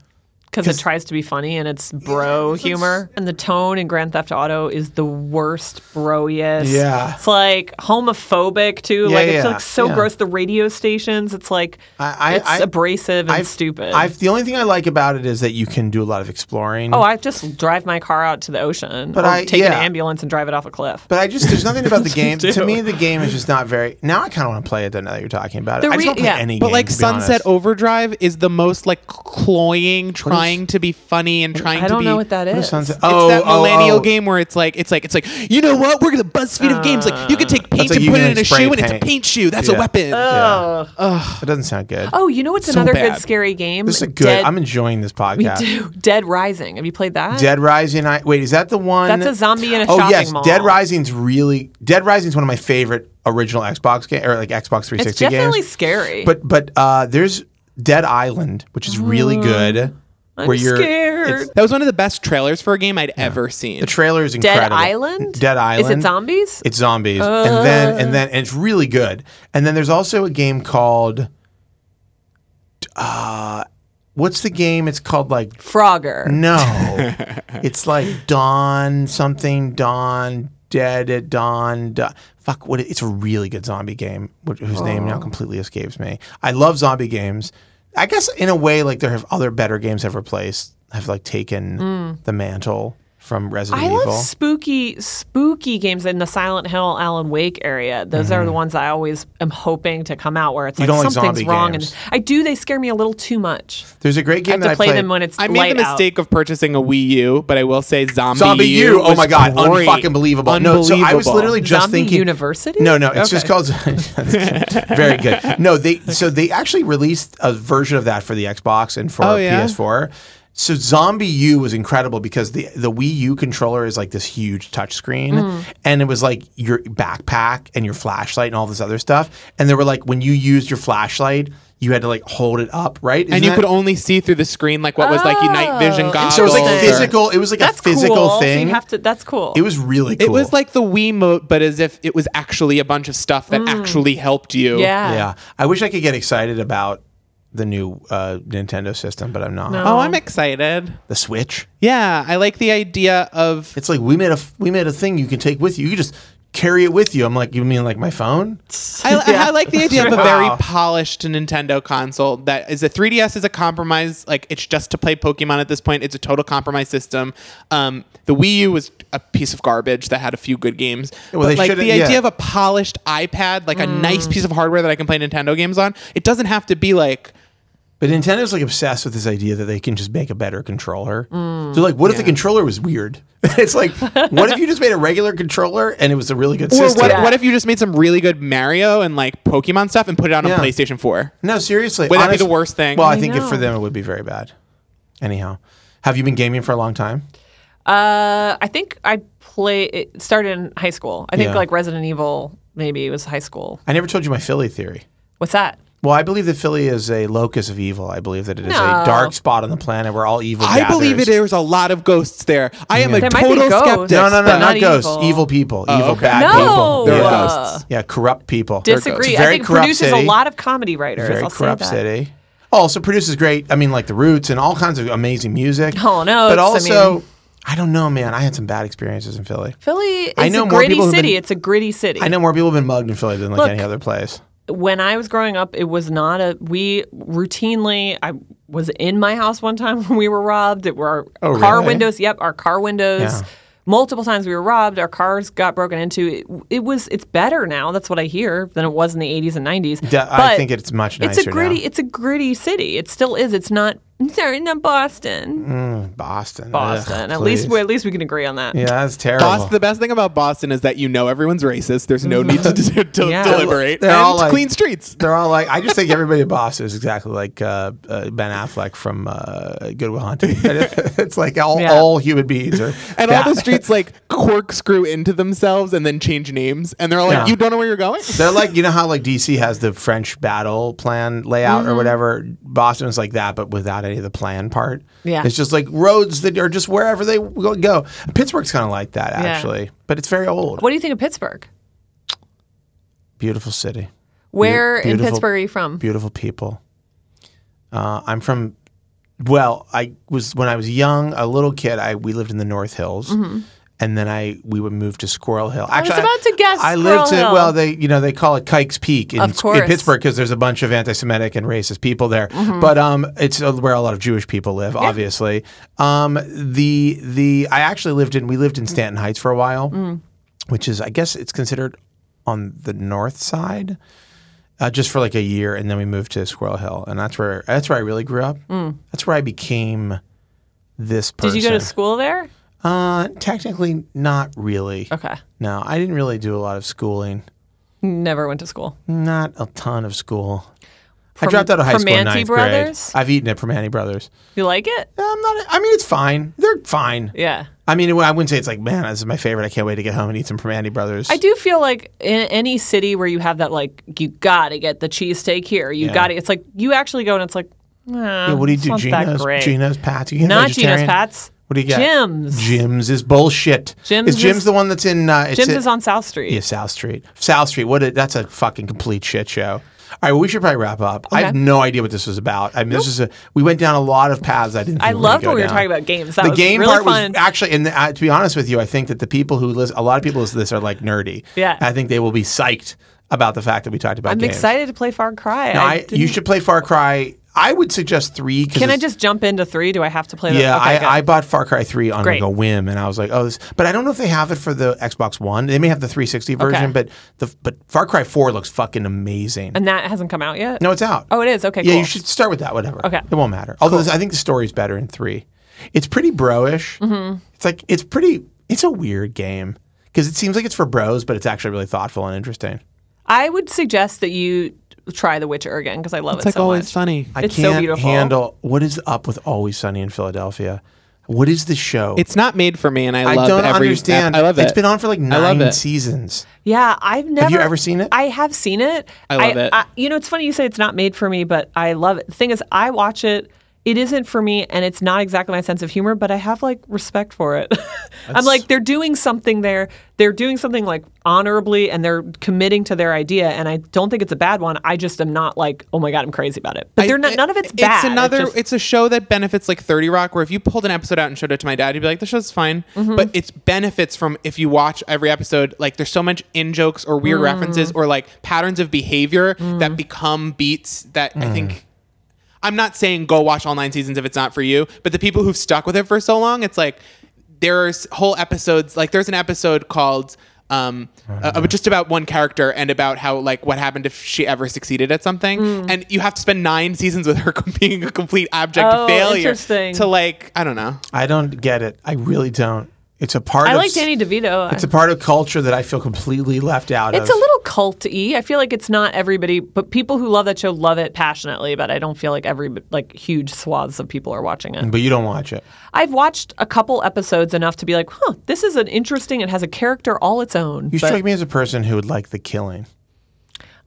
S2: because it tries to be funny and it's bro humor. And the tone in Grand Theft Auto is the worst broiest.
S1: Yeah.
S2: It's like homophobic too.
S1: Yeah,
S2: like it's
S1: yeah,
S2: like so
S1: yeah.
S2: gross. The radio stations, it's like
S1: I- I-
S2: it's
S1: I-
S2: abrasive and
S1: I've-
S2: stupid.
S1: I've, the only thing I like about it is that you can do a lot of exploring.
S2: oh, I just drive my car out to the ocean
S1: But
S2: or
S1: I-
S2: take
S1: yeah.
S2: an ambulance and drive it off a cliff.
S1: But I just there's nothing about the game.
S2: do.
S1: to me, the game is just not very. Now I kind of want to play it. Then now that you're talking about it,
S2: The
S1: I just
S2: re-
S1: don't play
S2: yeah.
S1: any.
S3: But
S1: game,
S3: like
S1: to be
S3: Sunset
S1: honest.
S3: Overdrive is the most like cloying, trying to be funny and trying
S2: I
S3: to
S2: don't
S3: be.
S2: know what that is.
S1: Sunset.
S3: It's
S1: Oh,
S3: that
S1: oh,
S3: millennial
S1: oh.
S3: game where it's like it's like it's like you know what we're the BuzzFeed of games like you can take paint
S1: like
S3: and
S1: you
S3: put
S1: can
S3: it in a shoe
S1: spray
S3: and it's a
S1: paint.
S3: paint shoe that's
S1: Yeah.
S3: a weapon.
S2: Ugh.
S1: It doesn't sound good.
S2: Oh, you know what's
S3: So
S2: another
S3: bad.
S2: good scary game?
S1: this is a good.
S2: Dead,
S1: I'm enjoying this
S2: we
S1: podcast.
S2: do. Dead Rising. Have you played that?
S1: Dead Rising. I, wait, is that the one?
S2: That's a zombie in a
S1: oh
S2: shopping
S1: yes,
S2: mall.
S1: Dead Rising's really. Dead Rising's one of my favorite original Xbox game or like Xbox 360
S2: It's definitely
S1: games.
S2: scary.
S1: But but uh, there's Dead Island, which is really good.
S2: Mm. I'm
S1: where you're
S2: scared.
S1: it's-
S3: That was one of the best trailers for a game I'd ever seen.
S1: The trailer is
S2: Dead
S1: incredible.
S2: Island?
S1: Dead Island.
S2: Is it zombies?
S1: It's zombies, and then and then and it's really good. And then there's also a game called, uh, what's the game? It's called like
S2: Frogger.
S1: no, it's like Dawn something Dawn Dead at Dawn. Da- fuck, what? It's a really good zombie game wh- whose name
S2: Oh.
S1: now completely escapes me. I love zombie games. I guess in a way, like there have other better games have replaced have like taken the mantle from Resident
S2: Mm. I
S1: Evil.
S2: love spooky, spooky games in the Silent Hill, Alan Wake area. Those are the ones I always am hoping to come out where it's like
S1: Mm-hmm. don't like
S2: something's
S1: zombie
S2: wrong.
S1: games.
S2: And I do. They scare me a little too much.
S1: There's a great game
S2: I have
S1: that
S2: to
S1: I
S2: play
S1: played.
S2: them when it's
S3: I made
S2: light
S3: the mistake of purchasing a Wii U, but I will say Zombie,
S1: Zombie U. Oh
S3: was
S1: my god,
S3: great.
S1: unfucking believable. No, so I was
S3: Unbelievable.
S1: literally just
S2: Zombie
S1: thinking
S2: University?
S1: No, no, it's just
S2: Okay.
S1: called Very good. No, they so they actually released a version of that for the Xbox and for
S3: Oh, yeah?
S1: PS4. So Zombie U was incredible because the the Wii U controller is like this huge touchscreen
S2: Mm.
S1: and it was like your backpack and your flashlight and all this other stuff and they were like when you used your flashlight you had to like hold it up, right? Isn't
S3: and you
S1: that-
S3: could only see through the screen like what was like your night vision
S2: Oh.
S3: goggles.
S1: so it was like
S2: Interesting.
S3: or-
S1: physical. It was like
S2: That's
S1: a physical
S2: cool. So
S1: thing.
S2: you have to. That's cool.
S1: it was really cool.
S3: It was like the Wiimote, but as if it was actually a bunch of stuff that actually helped you.
S2: Mm. yeah.
S1: Yeah, I wish I could get excited about the new uh, Nintendo system, but I'm not.
S2: No.
S3: Oh, I'm excited.
S1: The Switch.
S3: Yeah, I like the idea of
S1: It's like we made a we made a thing you can take with you. You just carry it with you. I'm like, you mean like my phone?
S3: I, I like the idea of a
S1: Wow.
S3: very polished Nintendo console that is a 3DS is a compromise. Like it's just to play Pokemon at this point. It's a total compromise system. Um, the Wii U was a piece of garbage that had a few good games.
S1: Well, they
S3: but like
S1: shouldn't- Mm.
S3: the
S1: yeah.
S3: idea of a polished iPad, like a nice piece of hardware that I can play Nintendo games on. It doesn't have to be like
S1: But Nintendo's like obsessed with this idea that they can just make a better controller. They're like, what if the controller was weird? it's like, what if you just made a regular controller and it was a really good
S3: Or
S1: system?
S3: what, what if you just made some really good Mario and like Pokemon stuff and put it on
S1: Yeah.
S3: a PlayStation 4?
S1: No, seriously.
S3: Would that be the
S1: honest-
S3: worst thing?
S1: Well, I,
S2: I
S1: think if for
S2: know.
S1: them it would be very bad. Anyhow, have you been gaming for a long time?
S2: Uh, I think I play. It started in high school. I think
S1: Yeah.
S2: like Resident Evil maybe was high school.
S1: I never told you my Philly theory.
S2: What's that?
S1: Well, I believe that Philly is a locus of evil. I believe that it is
S2: No.
S1: a dark spot on the planet where all evil.
S3: I
S1: gathers.
S3: believe it, there's a lot of ghosts there. I am a
S2: There might be
S3: total
S2: ghosts.
S3: skeptic.
S1: No, no, no,
S2: but
S1: not,
S2: not
S1: ghosts. Evil,
S2: evil.
S1: people,
S3: Oh,
S1: evil
S3: okay.
S1: bad
S2: No.
S1: people.
S2: There are
S1: yeah.
S2: ghosts.
S1: Yeah, corrupt people.
S2: Disagree.
S1: It's a
S2: I
S1: very
S2: think
S1: corrupt
S2: produces
S1: city.
S2: a lot of comedy writers.
S1: Very
S2: I'll
S1: corrupt
S2: say that.
S1: city. Oh, Also produces great. I mean, like the Roots and all kinds of amazing music.
S2: Oh, no,
S1: But
S2: it's- I
S1: also, I,
S2: mean-
S1: don't know, man. I had some bad experiences in Philly.
S2: Philly is
S1: I know
S2: a
S1: more
S2: gritty
S1: people who've
S2: city.
S1: been-
S2: it's a gritty city.
S1: I know more people have been mugged in Philly than like
S2: Look.
S1: any other place.
S2: When I was growing up, it was not a. We routinely, I was in my house one time when we were robbed. It were our
S1: Oh,
S2: car
S1: really?
S2: windows. Yep, our car windows.
S1: Yeah.
S2: Multiple times we were robbed. Our cars got broken into. It, it was. It's better now. That's what I hear than it was in the 80s and 90s.
S1: Da- I
S2: But
S1: think it's much nicer
S2: it's a gritty.
S1: now.
S2: It's a gritty city. It still is. It's not. I'm sorry, not Boston.
S1: Boston. Ugh,
S2: Boston. at least,
S1: Mm, please.
S2: we, at least we can agree on that.
S1: Yeah, that's terrible.
S3: Boston, the best thing about Boston is that you know everyone's racist. There's no need to, to, to
S2: Yeah.
S3: deliberate.
S1: They're
S3: and
S1: all like-
S3: clean streets.
S1: They're all like, I just think everybody in Boston is exactly like uh, uh, Ben Affleck from uh, Goodwill Hunting. it's like all,
S2: Yeah.
S1: all human beings are.
S3: And all
S1: bad.
S3: the streets like corkscrew into themselves and then change names. And they're all like,
S1: Yeah.
S3: you don't know where you're going?
S1: They're like, you know how like DC has the French battle plan layout
S3: Mm-hmm.
S1: or whatever? Boston's like that, but without any of the plan part.
S2: Yeah.
S1: It's just like roads that are just wherever they w- go. Pittsburgh's kind of like that, actually, but it's very old.
S2: What do you think of Pittsburgh?
S1: Beautiful city,
S2: Where in
S1: beautiful-
S2: Pittsburgh are you from?
S1: beautiful people. Uh, I'm from Well, I was when I was young, a little kid. I we lived in the North Hills, and then I we would move to Squirrel Hill. Actually,
S2: Mm-hmm. about to guess
S1: I lived
S2: Squirrel
S1: to
S2: Hill.
S1: well. They you know they call it Kike's Peak in,
S2: Of
S1: in
S2: course. Mm-hmm.
S1: Pittsburgh because there's a bunch of anti-Semitic and racist people there. But um, it's uh, where a lot of Jewish people live, obviously. Um, the the I actually lived in we lived in Stanton Heights for a while,
S2: Mm.
S1: which is I guess it's considered on the north side uh, just for like a year, and then we moved to Squirrel Hill, and that's where that's where I really grew up. That's where I became this person.
S2: Mm. Did you go to school there?
S1: Uh, technically, not really.
S2: Okay.
S1: No, I didn't really do a lot of schooling.
S2: Never went to school.
S1: Not a ton of school. I
S2: Prom-
S1: dropped out of high school in
S2: Primanti
S1: ninth
S2: Brothers?
S1: grade. I've eaten at Primanti Brothers. Uh,
S2: You like it?
S1: I'm not. I mean, it's fine. They're fine.
S2: Yeah.
S1: I mean, I wouldn't say it's like, man, this is my favorite. I can't wait to get home and eat some Primanti Brothers.
S2: I do feel like in any city where you have that, like, you gotta get the cheesesteak here. You
S1: Yeah.
S2: gotta, it's like, you actually go and it's like, nah,
S1: What do you
S2: it's
S1: do?
S2: not that
S1: Gino's,
S2: great.
S1: Gino's Pat's. You can't
S2: Not
S1: vegetarian?
S2: Gino's Pat's.
S1: What do you got?
S2: Jim's.
S1: Jim's is bullshit.
S2: Jim's
S1: is Jim's
S2: is-
S1: the one that's in? Uh, it's
S2: Jim's
S1: in-
S2: is on South Street.
S1: Yeah, South Street. South Street. What? A, that's a fucking complete shit show. All right, well, we should probably wrap up. I have
S2: Okay.
S1: no idea what this was about. I mean, this is a. We went down a lot of paths. I didn't. Think
S2: I
S1: we
S2: loved
S1: would go
S2: when we were
S1: down.
S2: talking about games. That
S1: the
S2: was
S1: game
S2: really
S1: part
S2: fun.
S1: was actually, and uh, to be honest with you, I think that the people who listen, a lot of people listen to this are like nerdy.
S2: Yeah.
S1: I think they will be psyched about the fact that we talked about.
S2: I'm
S1: games.
S2: excited to play Far Cry.
S1: No,
S2: I
S1: I, you
S2: didn't-
S1: should play Far Cry. I would suggest three. 'cause
S2: can I
S1: it's-
S2: just jump into three? Do I have to play?
S1: yeah,
S2: the, okay, good.
S1: I, I bought Far Cry 3 on
S2: Great.
S1: like a whim, and I was like, oh, this. But I don't know if they have it for the Xbox One. They may have the 360 version, but the but Far Cry 4 looks fucking amazing.
S2: and that hasn't come out yet.
S1: no, it's out.
S2: Oh, it is? Okay,
S1: Yeah,
S2: cool.
S1: you should start with that, whatever.
S2: Okay.
S1: It won't matter. Although this- I think the story's better in 3. It's pretty bro-ish. It's like, it's pretty, it's a weird game because it seems like it's for bros, but it's actually really thoughtful and interesting.
S2: I would suggest that you try The Witcher again because I love
S3: It's
S2: it
S3: like
S2: so
S3: always
S2: much.
S3: funny.
S1: I
S2: It's so
S1: can't
S2: beautiful.
S1: handle what is up with Always Sunny in Philadelphia. What is the show?
S3: It's not made for me, and I,
S1: I
S3: love
S1: don't
S3: every
S1: understand.
S3: ep- I love it.
S1: It's been on for like
S3: I love
S1: nine
S3: it.
S1: seasons.
S2: Yeah, I've never.
S1: you ever seen it?
S2: I have seen it.
S3: I love it.
S2: you know, it's funny you say it's not made for me, but I love it. The thing is, I watch it. It isn't for me, and it's not exactly my sense of humor, but I have like respect for it. I'm like, they're doing something there. They're doing something like honorably, and they're committing to their idea. And I don't think it's a bad one. I just am not like, oh my god, I'm crazy about it. But they're not.
S3: I-
S2: none of it's bad.
S3: It's another.
S2: just-
S3: it's a show that benefits like Thirty Rock, where if you pulled an episode out and showed it to my dad, he'd be like, "The show's fine."
S2: Mm-hmm.
S3: But it's benefits from if you watch every episode. Like, there's so much in jokes or
S2: Mm.
S3: weird references or like patterns of behavior that become beats that I think. I'm not saying go watch all nine seasons if it's not for you, but the people who've stuck with it for so long, it's like there's whole episodes. Like there's an episode called um, uh, just about one character and about how like what happened if she ever succeeded at something,
S2: Mm.
S3: and you have to spend nine seasons with her being a complete abject
S2: Oh,
S3: failure
S2: interesting.
S3: to like I don't know.
S1: I don't get it. I really don't. It's a part.
S2: I
S1: of,
S2: like Danny DeVito.
S1: It's a part of culture that I feel completely left out
S2: It's
S1: of.
S2: a little culty. I feel like it's not everybody, but people who love that show love it passionately. But I don't feel like every like huge swaths of people are watching it.
S1: but you don't watch it.
S2: I've watched a couple episodes enough to be like, huh, this is an interesting. It has a character all its own.
S1: You
S2: but
S1: strike me as a person who would like the killing.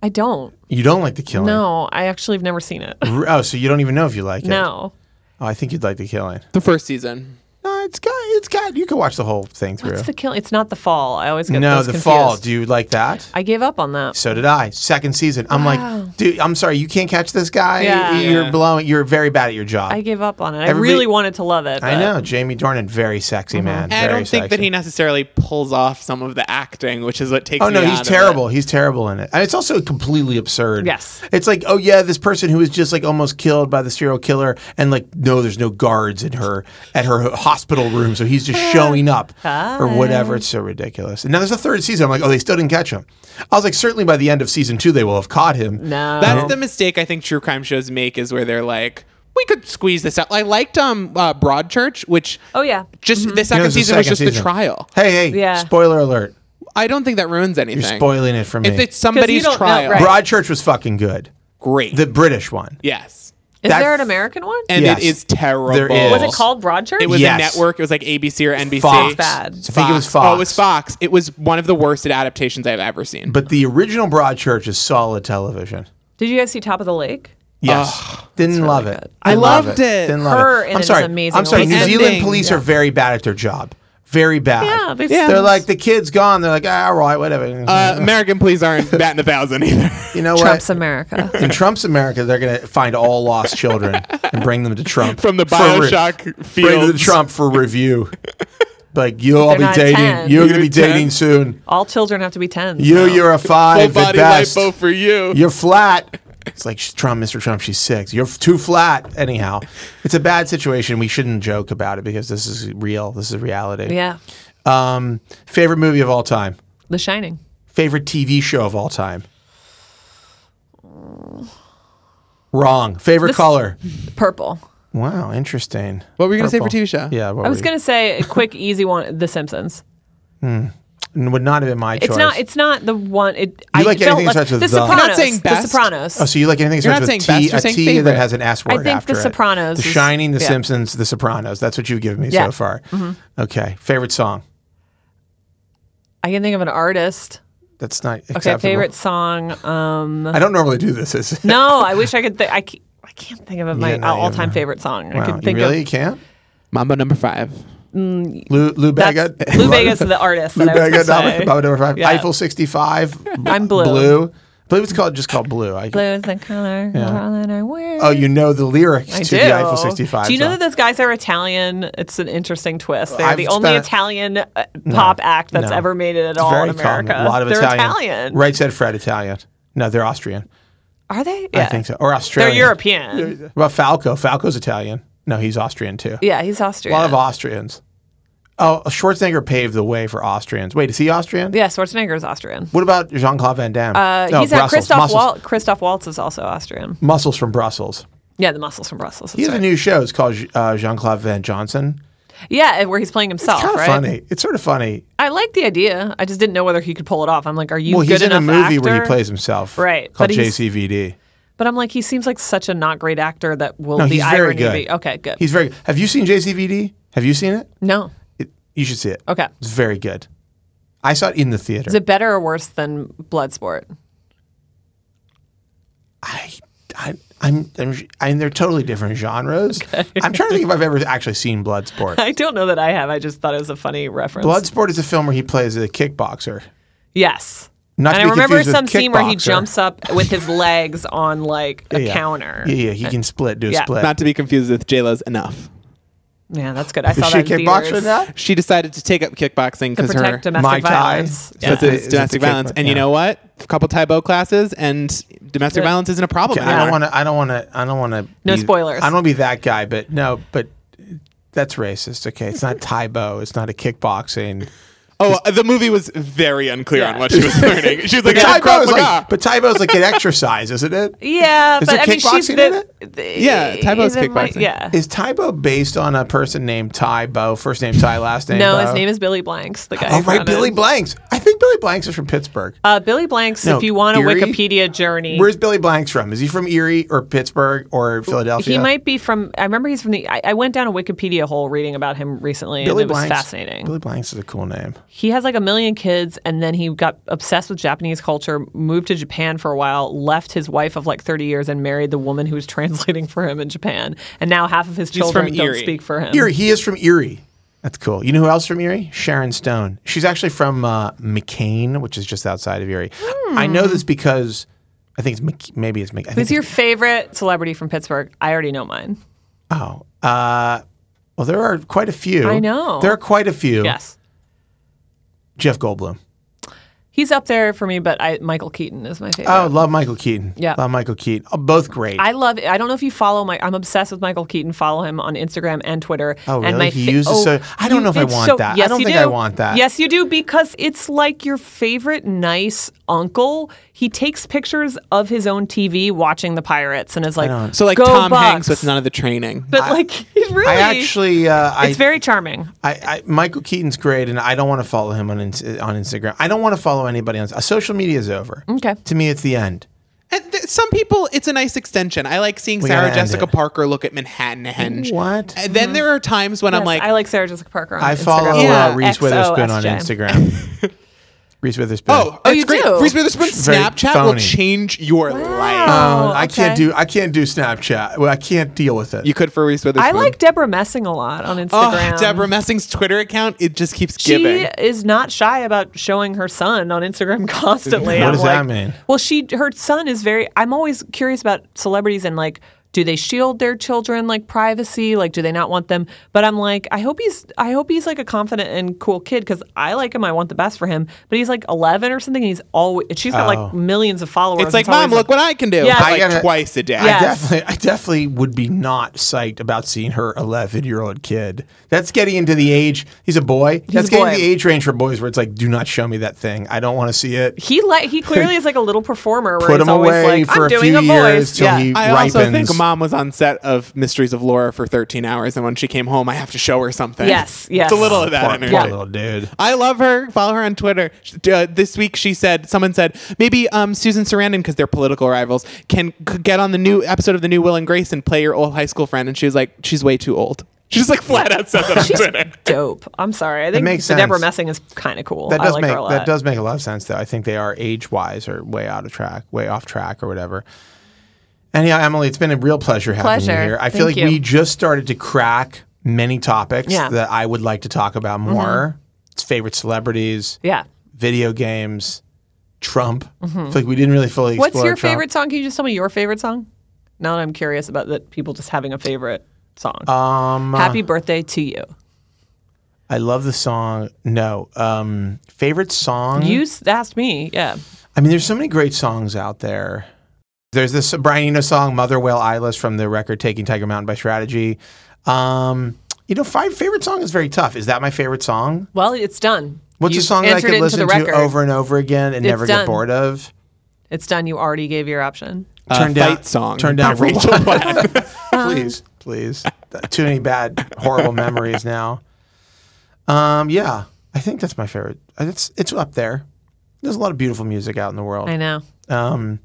S2: I don't.
S1: You don't like the killing.
S2: No, I actually have never seen it.
S1: R- Oh, so you don't even know if you like it.
S2: No.
S1: Oh, I think you'd like the killing.
S3: The first season.
S1: No, it's got. It's got. You can watch the whole thing through.
S2: It's the kill. It's not the fall. I always get
S1: no,
S2: those
S1: the
S2: confused.
S1: fall. Do you like that?
S2: I gave up on that.
S1: So did I. Second season. I'm like, dude. I'm sorry. You can't catch this guy.
S2: Yeah.
S1: You're
S3: Yeah.
S1: blowing. You're very bad at your job.
S2: I gave up on it. I
S1: Everybody-
S2: really wanted to love it.
S1: I
S2: but-
S1: know Jamie Dornan, very
S2: Mm-hmm.
S1: sexy man.
S3: And I
S1: very
S3: don't think that
S1: sexy.
S3: he necessarily pulls off some of the acting, which is what takes.
S1: Oh no,
S3: me
S1: he's
S3: out of it.
S1: terrible. He's terrible in it. And it's also completely absurd.
S2: Yes.
S1: It's like, oh yeah, this person who was just like almost killed by the serial killer, and like, no, there's no guards in her at her hospital room, so he's just showing up or whatever. It's so ridiculous. And now there's a third season. I'm like, oh, they still didn't catch him. I was like, certainly by the end of season two, they will have caught him.
S2: No.
S3: That's
S1: Um,
S3: the mistake I think true crime shows make is where they're like, we could squeeze this out. I liked um uh, Broadchurch, which
S2: oh yeah.
S3: just the
S1: You know,
S3: second
S1: there's a
S3: season was
S1: second
S3: just the
S1: season.
S3: trial.
S1: Hey, hey,
S2: Yeah.
S1: spoiler alert!
S3: I don't think that ruins anything.
S1: You're spoiling it for me.
S3: if it's somebody's
S2: don't know,
S3: trial,
S2: right.
S1: Broadchurch was fucking good.
S3: great.
S1: The British one.
S3: yes,
S2: Is
S1: that-
S2: there an American one?
S3: and
S1: Yes.
S3: it is terrible.
S1: There is.
S2: was it called Broadchurch?
S3: It was
S1: Yes.
S3: a network. It was like ABC or NBC.
S1: Fox.
S2: It's bad.
S1: I think it was Fox.
S3: Oh, it was Fox. It was one of the worst adaptations I've ever seen.
S1: But the original Broadchurch is solid television.
S2: Did you guys see Top of the Lake?
S1: Yes. Didn't love it.
S2: good.
S1: Didn't
S3: I
S1: love
S3: loved it.
S1: Didn't love
S2: Her
S1: it.
S2: in
S1: I'm
S2: it is
S1: sorry.
S2: amazing.
S1: I'm sorry.
S2: The
S1: New
S3: ending.
S1: Zealand police are very bad at their job. very bad.
S2: Yeah, they-
S1: they're
S2: Yeah.
S1: like the kid's gone. They're like, ah, all right, whatever.
S3: Uh, American police aren't batting a thousand either.
S1: you know what?
S2: Trump's America.
S1: In Trump's America, they're gonna find all lost children and bring them to Trump
S3: From the
S1: for re-
S3: Bioshock
S1: Bring them to
S3: fields.
S1: Trump for review. like you'll all be
S2: They're not
S1: dating.
S2: 10.
S1: You're gonna be
S3: You're 10.
S1: dating soon.
S2: All children have to be 10.
S1: You,
S2: so.
S1: you're a five
S3: Full
S1: at
S3: body
S1: best.
S3: lipo for you.
S1: You're flat. It's like she's Trump, Mr. Trump. She's six. You're f- too flat. Anyhow, it's a bad situation. We shouldn't joke about it because this is real. This is reality.
S2: Yeah.
S1: Um, favorite movie of all time.
S2: The Shining.
S1: Favorite TV show of all time. Wrong. Favorite color.
S2: Purple.
S1: Wow, interesting.
S3: What were you gonna say for
S1: Purple.
S3: TV show?
S1: Yeah, what
S2: I was going to say a quick, easy one The Simpsons.
S1: gonna. Would not have been my choice.
S2: It's not. It's not the one. It, I
S1: like
S2: don't
S1: anything that starts with
S2: the
S1: the. You're
S2: Sopranos.
S1: not
S3: saying
S2: the
S3: best.
S2: Sopranos.
S1: Oh, so you like anything that
S3: You're
S1: starts
S3: not
S1: with
S3: saying
S1: T,
S3: best, you're
S1: a
S3: saying
S1: T that
S3: favorite.
S1: has an S word
S2: I think
S1: after
S2: The
S1: it.
S2: Sopranos
S1: The
S2: is-
S1: Shining, The
S2: yeah.
S1: Simpsons, The Sopranos. That's what you've given me
S2: Yeah. Mm-hmm.
S1: so far. Okay, favorite song.
S2: I can think of an artist.
S1: That's not
S2: Okay,
S1: acceptable.
S2: favorite song. Um,
S1: I don't normally do this. Is it?
S2: no, I wish I could. Th- I can't. I can't think of my
S1: Yeah, no, you
S2: all-time
S1: haven't.
S2: favorite song. I
S1: Wow,
S2: could think
S1: you really
S2: of
S1: can't.
S3: Mambo number five.
S1: Lou, Lou
S2: that's,
S1: Bega.
S2: Lou Vega's the artist
S1: Lou
S2: that I
S1: Bega.
S2: was gonna say.
S1: Number, number five.
S2: Yeah.
S1: Eiffel 65.
S2: I'm blue.
S1: Blue. I believe it's called just called Blue. I,
S2: Blue is the color that I wear.
S1: Oh, you know the lyrics
S2: I
S1: to
S2: do.
S1: the Eiffel 65.
S2: Do you know
S1: song.
S2: that those guys are Italian? It's an interesting twist. They're
S1: I've
S2: the only
S1: spent-
S2: Italian uh, pop act that's
S1: no.
S2: ever made it at
S1: It's
S2: all
S1: very
S2: in America.
S1: common. A lot of
S2: they're
S1: Italian.
S2: Italian.
S1: Right said Fred Italian. No, they're Austrian.
S2: Are they? Yeah.
S1: I think so. Or
S2: They're
S1: Australian.
S2: European.
S1: What about Falco? Falco's Italian. No, he's Austrian too.
S2: Yeah, he's Austrian.
S1: A lot of Austrians. Oh, Schwarzenegger paved the way for Austrians. Wait, is he Austrian?
S2: yeah, Schwarzenegger is Austrian.
S1: What about Jean Claude Van Damme?
S2: Uh,
S1: No,
S2: he's at
S1: Brussels.
S2: Christoph
S1: Muscles.
S2: Waltz. Christoph Waltz is also Austrian.
S1: Muscles from Brussels.
S2: Yeah, the muscles from Brussels.
S1: He
S2: That's
S1: has a
S2: right.
S1: new show. It's called uh, Jean Claude Van Johnson.
S2: Yeah, and where he's playing himself.
S1: It's kind of
S2: Oh, right?
S1: funny. It's sort of funny.
S2: I like the idea. I just didn't know whether he could pull it off. I'm like, are you
S1: Well,
S2: good
S1: he's in a
S2: enough
S1: movie
S2: actor?
S1: where he plays himself.
S2: Right,
S1: Called
S2: but he's-
S1: JCVD.
S2: But I'm like, he seems like such a not great actor that will
S1: No,
S2: the
S1: he's very
S2: irony
S1: good.
S2: be okay, good.
S1: He's very. Have you seen JCVD? Have you seen it?
S2: no.
S1: it you should see it.
S2: Okay.
S1: It's very good. I saw it in the theater.
S2: Is it better or worse than Bloodsport?
S1: I, I, I'm, I'm, I'm, they're totally different genres. I'm trying to think if I've ever actually seen Bloodsport.
S2: I don't know that I have. I just thought it was a funny reference.
S1: Bloodsport is a film where he plays a kickboxer.
S2: Yes.
S1: Not to be
S2: and I remember
S1: confused with
S2: some scene where he
S1: Kickboxer.
S2: jumps up with his legs on like a
S1: Yeah.
S2: counter.
S1: Yeah, yeah, he can split, do a
S2: Yeah.
S1: split.
S3: Not to be confused with J-Lo's Enough.
S2: Yeah, that's good. I
S1: is
S2: saw
S1: she a
S2: that in
S1: kickboxer
S2: theaters.
S1: now?
S3: She decided to take up kickboxing
S2: To
S3: because her
S2: protect domestic
S1: Muay Thai?
S2: violence.
S1: So
S3: because
S1: Yeah.
S3: it's
S1: Is it the
S3: domestic
S1: kickbox-
S3: violence. And you
S1: yeah.
S3: know what? A couple Taibo classes and domestic
S2: Good.
S3: violence isn't a problem
S1: I don't
S3: anymore.
S1: want to. I don't want to. I don't want to.
S2: No spoilers.
S1: I don't want to be that guy, but no, but that's racist. Okay, it's not Taibo. It's not a kickboxing.
S3: Oh, uh, the movie was very unclear
S2: Yeah.
S3: on what she was learning. She was
S1: Taibo
S3: like, "Yeah, Krav
S1: is
S3: Maga."
S1: like, but Taibo's like an exercise, isn't it?
S2: Yeah,
S1: Is
S2: but
S1: there
S2: I mean, she's
S1: kickboxing
S2: the, the-
S3: Yeah, Taibo's
S2: isn't my-
S3: kickboxing.
S2: Yeah.
S1: Is Taibo based on a person named Taibo? First name Ty, last name.
S2: No,
S1: Bo?
S2: his name is Billy Blanks, the guy.
S1: uh, Oh,
S2: from
S1: right, Billy
S2: it.
S1: Blanks. I think Billy Blanks is from Pittsburgh.
S2: Uh, Billy Blanks,
S1: No,
S2: if you want a
S1: Erie?
S2: Wikipedia journey,
S1: Where's Billy Blanks from? Is he from Erie or Pittsburgh or Philadelphia?
S2: he might be from. I remember he's from the. I, I went down a Wikipedia hole reading about him recently,
S1: Billy
S2: and it was
S1: Blanks.
S2: fascinating.
S1: Billy Blanks is a cool name.
S2: He has like a million kids, and then he got obsessed with Japanese culture, moved to Japan for a while, left his wife of like 30 years, and married the woman who was translating for him in Japan. And now half of his children
S3: from
S2: don't
S3: Erie.
S2: speak for him.
S1: Erie. He is from Erie. That's cool. You know who else from Erie? Sharon Stone. She's actually from uh, McCain, which is just outside of Erie. I know this because I think it's Mc- maybe it's McCain.
S2: Hmm. Who's your favorite celebrity from Pittsburgh? I already know mine.
S1: Oh, uh, well, there are quite a few.
S2: I know.
S1: There are quite a few.
S2: Yes.
S1: Jeff Goldblum.
S2: He's up there for me, but I, Michael Keaton is my favorite.
S1: Oh, love Michael Keaton.
S2: Yeah.
S1: Love Michael Keaton. Oh, both great.
S2: I love. I don't know if you follow my. I'm obsessed with Michael Keaton. Follow him on Instagram and Twitter.
S1: Oh,
S2: And
S1: really?
S2: my
S1: He
S2: fa-
S1: uses
S2: oh,
S1: so- I don't know if I
S2: it's
S1: want that. I
S2: Yes,
S1: don't
S2: you
S1: think
S2: do.
S1: I want that.
S2: Yes, you do because it's like your favorite nice uncle. He takes pictures of his own TV watching the Pirates and is like,
S3: So like
S2: Go
S3: Tom
S2: Bucks.
S3: Hanks with none of the training.
S2: But like, he's really.
S1: I actually, uh, I,
S2: It's very charming.
S1: I, I, Michael Keaton's great, and I don't want to follow him on ins- on Instagram. I don't want to follow anybody on uh, social media. Is over.
S2: Okay.
S1: To me, it's the end.
S3: And th- some people, it's a nice extension. I like seeing
S1: gotta
S3: Sarah
S1: end
S3: Jessica
S1: it.
S3: Parker look at Manhattan Henge.
S1: What?
S3: And then there are times when I'm
S2: Mm-hmm. Yes,
S3: like,
S2: I like Sarah Jessica Parker on
S1: I uh,
S2: Instagram.
S1: follow
S3: Yeah,
S1: uh, Reese Witherspoon on
S2: XOSJ.
S1: Instagram. Reese Witherspoon.
S3: Oh, it's
S2: you
S3: great.
S2: do?
S3: Reese Witherspoon's
S1: very
S3: Snapchat will
S1: phony.
S3: change your life.
S2: Oh,
S1: Um, I can't
S2: okay.
S1: do I can't do Snapchat. Well, I can't deal with it.
S3: You could for Reese Witherspoon.
S2: I like Deborah Messing a lot on Instagram.
S3: Oh, Deborah Messing's Twitter account, it just keeps
S2: she
S3: giving.
S2: is not shy about showing her son on Instagram constantly.
S1: What
S2: I'm
S1: does
S2: like,
S1: that mean?
S2: Well, she her son is very. I'm always curious about celebrities and like, do they shield their children like privacy? Like, do they not want them? But I'm like, I hope he's I hope he's like a confident and cool kid because I like him. I want the best for him. But he's like 11 or something. And he's always she's
S1: Oh.
S2: got like millions of followers.
S3: It's like,
S2: always,
S3: Mom, look what I can do.
S2: Yeah.
S3: It's
S2: I
S3: like
S1: gotta-
S3: twice a day.
S1: I
S2: Yeah. Yes.
S1: definitely, I definitely would be not psyched about seeing her 11 year old kid. That's getting into the age. He's a boy. That's
S2: a
S1: getting
S2: boy.
S1: the age range for boys where it's like, do not show me that thing. I don't want to see it.
S2: He le- he clearly is like a little performer. Where
S1: Put
S2: he's
S1: him
S2: always
S1: away
S2: like,
S1: for
S2: I'm
S1: a
S2: doing
S1: few
S2: a
S1: years
S2: voice.
S1: till
S2: yeah.
S1: he
S3: I
S1: ripens.
S3: also think mom was on set of Mysteries of Laura for 13 hours, and when she came home, I have to show her something.
S2: Yes, yes.
S3: It's a little of that
S1: Poor-
S3: energy.
S1: poor little dude.
S3: I love her. Follow her on Twitter. Sh- Uh, this week, she said, someone said, maybe um, Susan Sarandon, because they're political rivals, can c- get on the new episode of the new Will and Grace and play your old high school friend. And she was like, she's way too old. She just like flat out said that on
S2: She's
S3: Twitter.
S2: dope. I'm sorry. I think
S1: makes
S2: the Deborah
S1: sense.
S2: Messing is kind of cool.
S1: That
S2: I
S1: does
S2: like
S1: make
S2: her a lot.
S1: that does make a lot of sense though. I think they are age wise or way out of track, way off track or whatever. Anyhow, Emily, it's been a real pleasure having you
S2: Pleasure.
S1: here. I feel
S2: Thank
S1: like we
S2: you.
S1: just started to crack many topics
S2: Yeah. Mm-hmm.
S1: that I would like to talk about more. It's favorite celebrities,
S2: Yeah. Mm-hmm.
S1: video games, Trump. I feel like we didn't really fully explore
S2: What's your
S1: Trump.
S2: favorite song? Can you just tell me your favorite song? Now that I'm curious about that, people just having a favorite song.
S1: Um,
S2: Happy birthday to you.
S1: I love the song. No, um, favorite song.
S2: You s- asked me. Yeah.
S1: I mean, there's so many great songs out there. There's this Brian Eno song, Mother Whale Eyeless, from the record Taking Tiger Mountain by Strategy. Um, you know, five favorite song is very tough. Is that my favorite song?
S2: Well, it's done.
S1: What's
S2: You've
S1: a song that I
S2: entered
S1: could
S2: it into the
S1: listen to
S2: record.
S1: over and over again and never get
S2: done.
S1: bored of?
S2: It's done. You already gave your option.
S3: Uh,
S1: Turn down-
S3: fight song.
S1: turn down
S3: by
S1: for a
S3: Rachel
S1: while.
S3: Black.
S2: Uh-huh.
S1: please, please. Too many bad, horrible memories now. Um, yeah, I think that's my favorite. Uh, It's it's up there. There's a lot of beautiful music out in the world.
S2: I know.
S1: Um,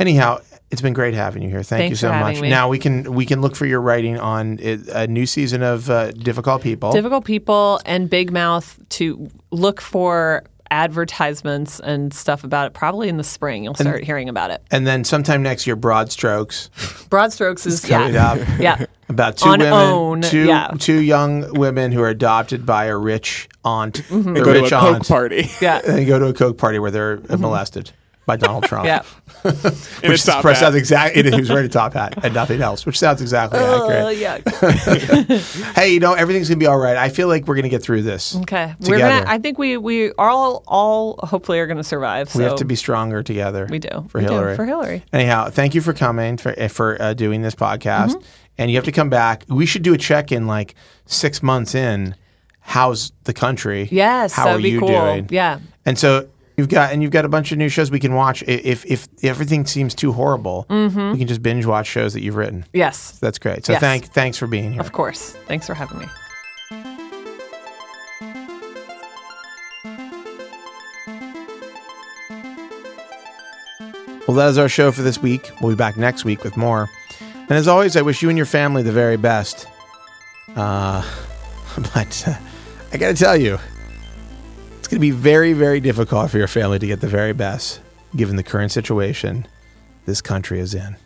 S1: anyhow, it's been great having you here. Thank you
S2: Thanks
S1: so
S2: for having
S1: much.
S2: me.
S1: Now we can we can look for your writing on it, a new season of uh, Difficult People.
S2: Difficult people and Big Mouth to look for advertisements and stuff about it. Probably in the spring, you'll start hearing about it.
S1: and then sometime next year, Broad Strokes.
S2: Broad Strokes is
S1: Cut it
S2: yeah.
S1: up.
S2: Yeah.
S1: About two
S2: On
S1: women,
S2: own,
S1: two
S2: yeah.
S1: two young women who are adopted by a rich aunt.
S2: Mm-hmm.
S3: They
S1: The
S3: go to a
S1: rich
S3: Coke
S1: aunt.
S3: party.
S2: Yeah.
S1: and they go to a coke party where they're molested by Donald Trump.
S2: Mm-hmm. Yeah.
S3: In a
S1: Which is-
S3: top
S1: sounds
S3: hat.
S1: exactly. He was wearing a top hat and nothing else, which sounds exactly
S2: Uh,
S1: accurate.
S2: yeah.
S1: Hey, you know everything's gonna be all right. I feel like we're gonna get through this.
S2: Okay, we're
S1: together.
S2: gonna. I think we we are all all hopefully are gonna survive. So
S1: we have to be stronger together.
S2: We do
S1: for
S2: we do,
S1: Hillary.
S2: for Hillary.
S1: Anyhow, thank you for coming for eh, for uh, doing this podcast.
S2: Mm-hmm.
S1: And you have to come back. We should do a check in like six months in. How's the country?
S2: Yes,
S1: How
S2: that'd
S1: are
S2: be
S1: you
S2: cool.
S1: doing?
S2: Yeah.
S1: And so you've got and you've got a bunch of new shows we can watch. I- If if everything seems too horrible, we can just binge watch shows that you've written.
S2: Yes,
S1: That's great. So
S2: Mm-hmm. Yes.
S1: thank thanks for being here.
S2: of course. Thanks for having me.
S1: Well, that is our show for this week. We'll be back next week with more. And as always, I wish you and your family the very best. Uh, but uh, I got to tell you, it's going to be very, very difficult for your family to get the very best given the current situation this country is in.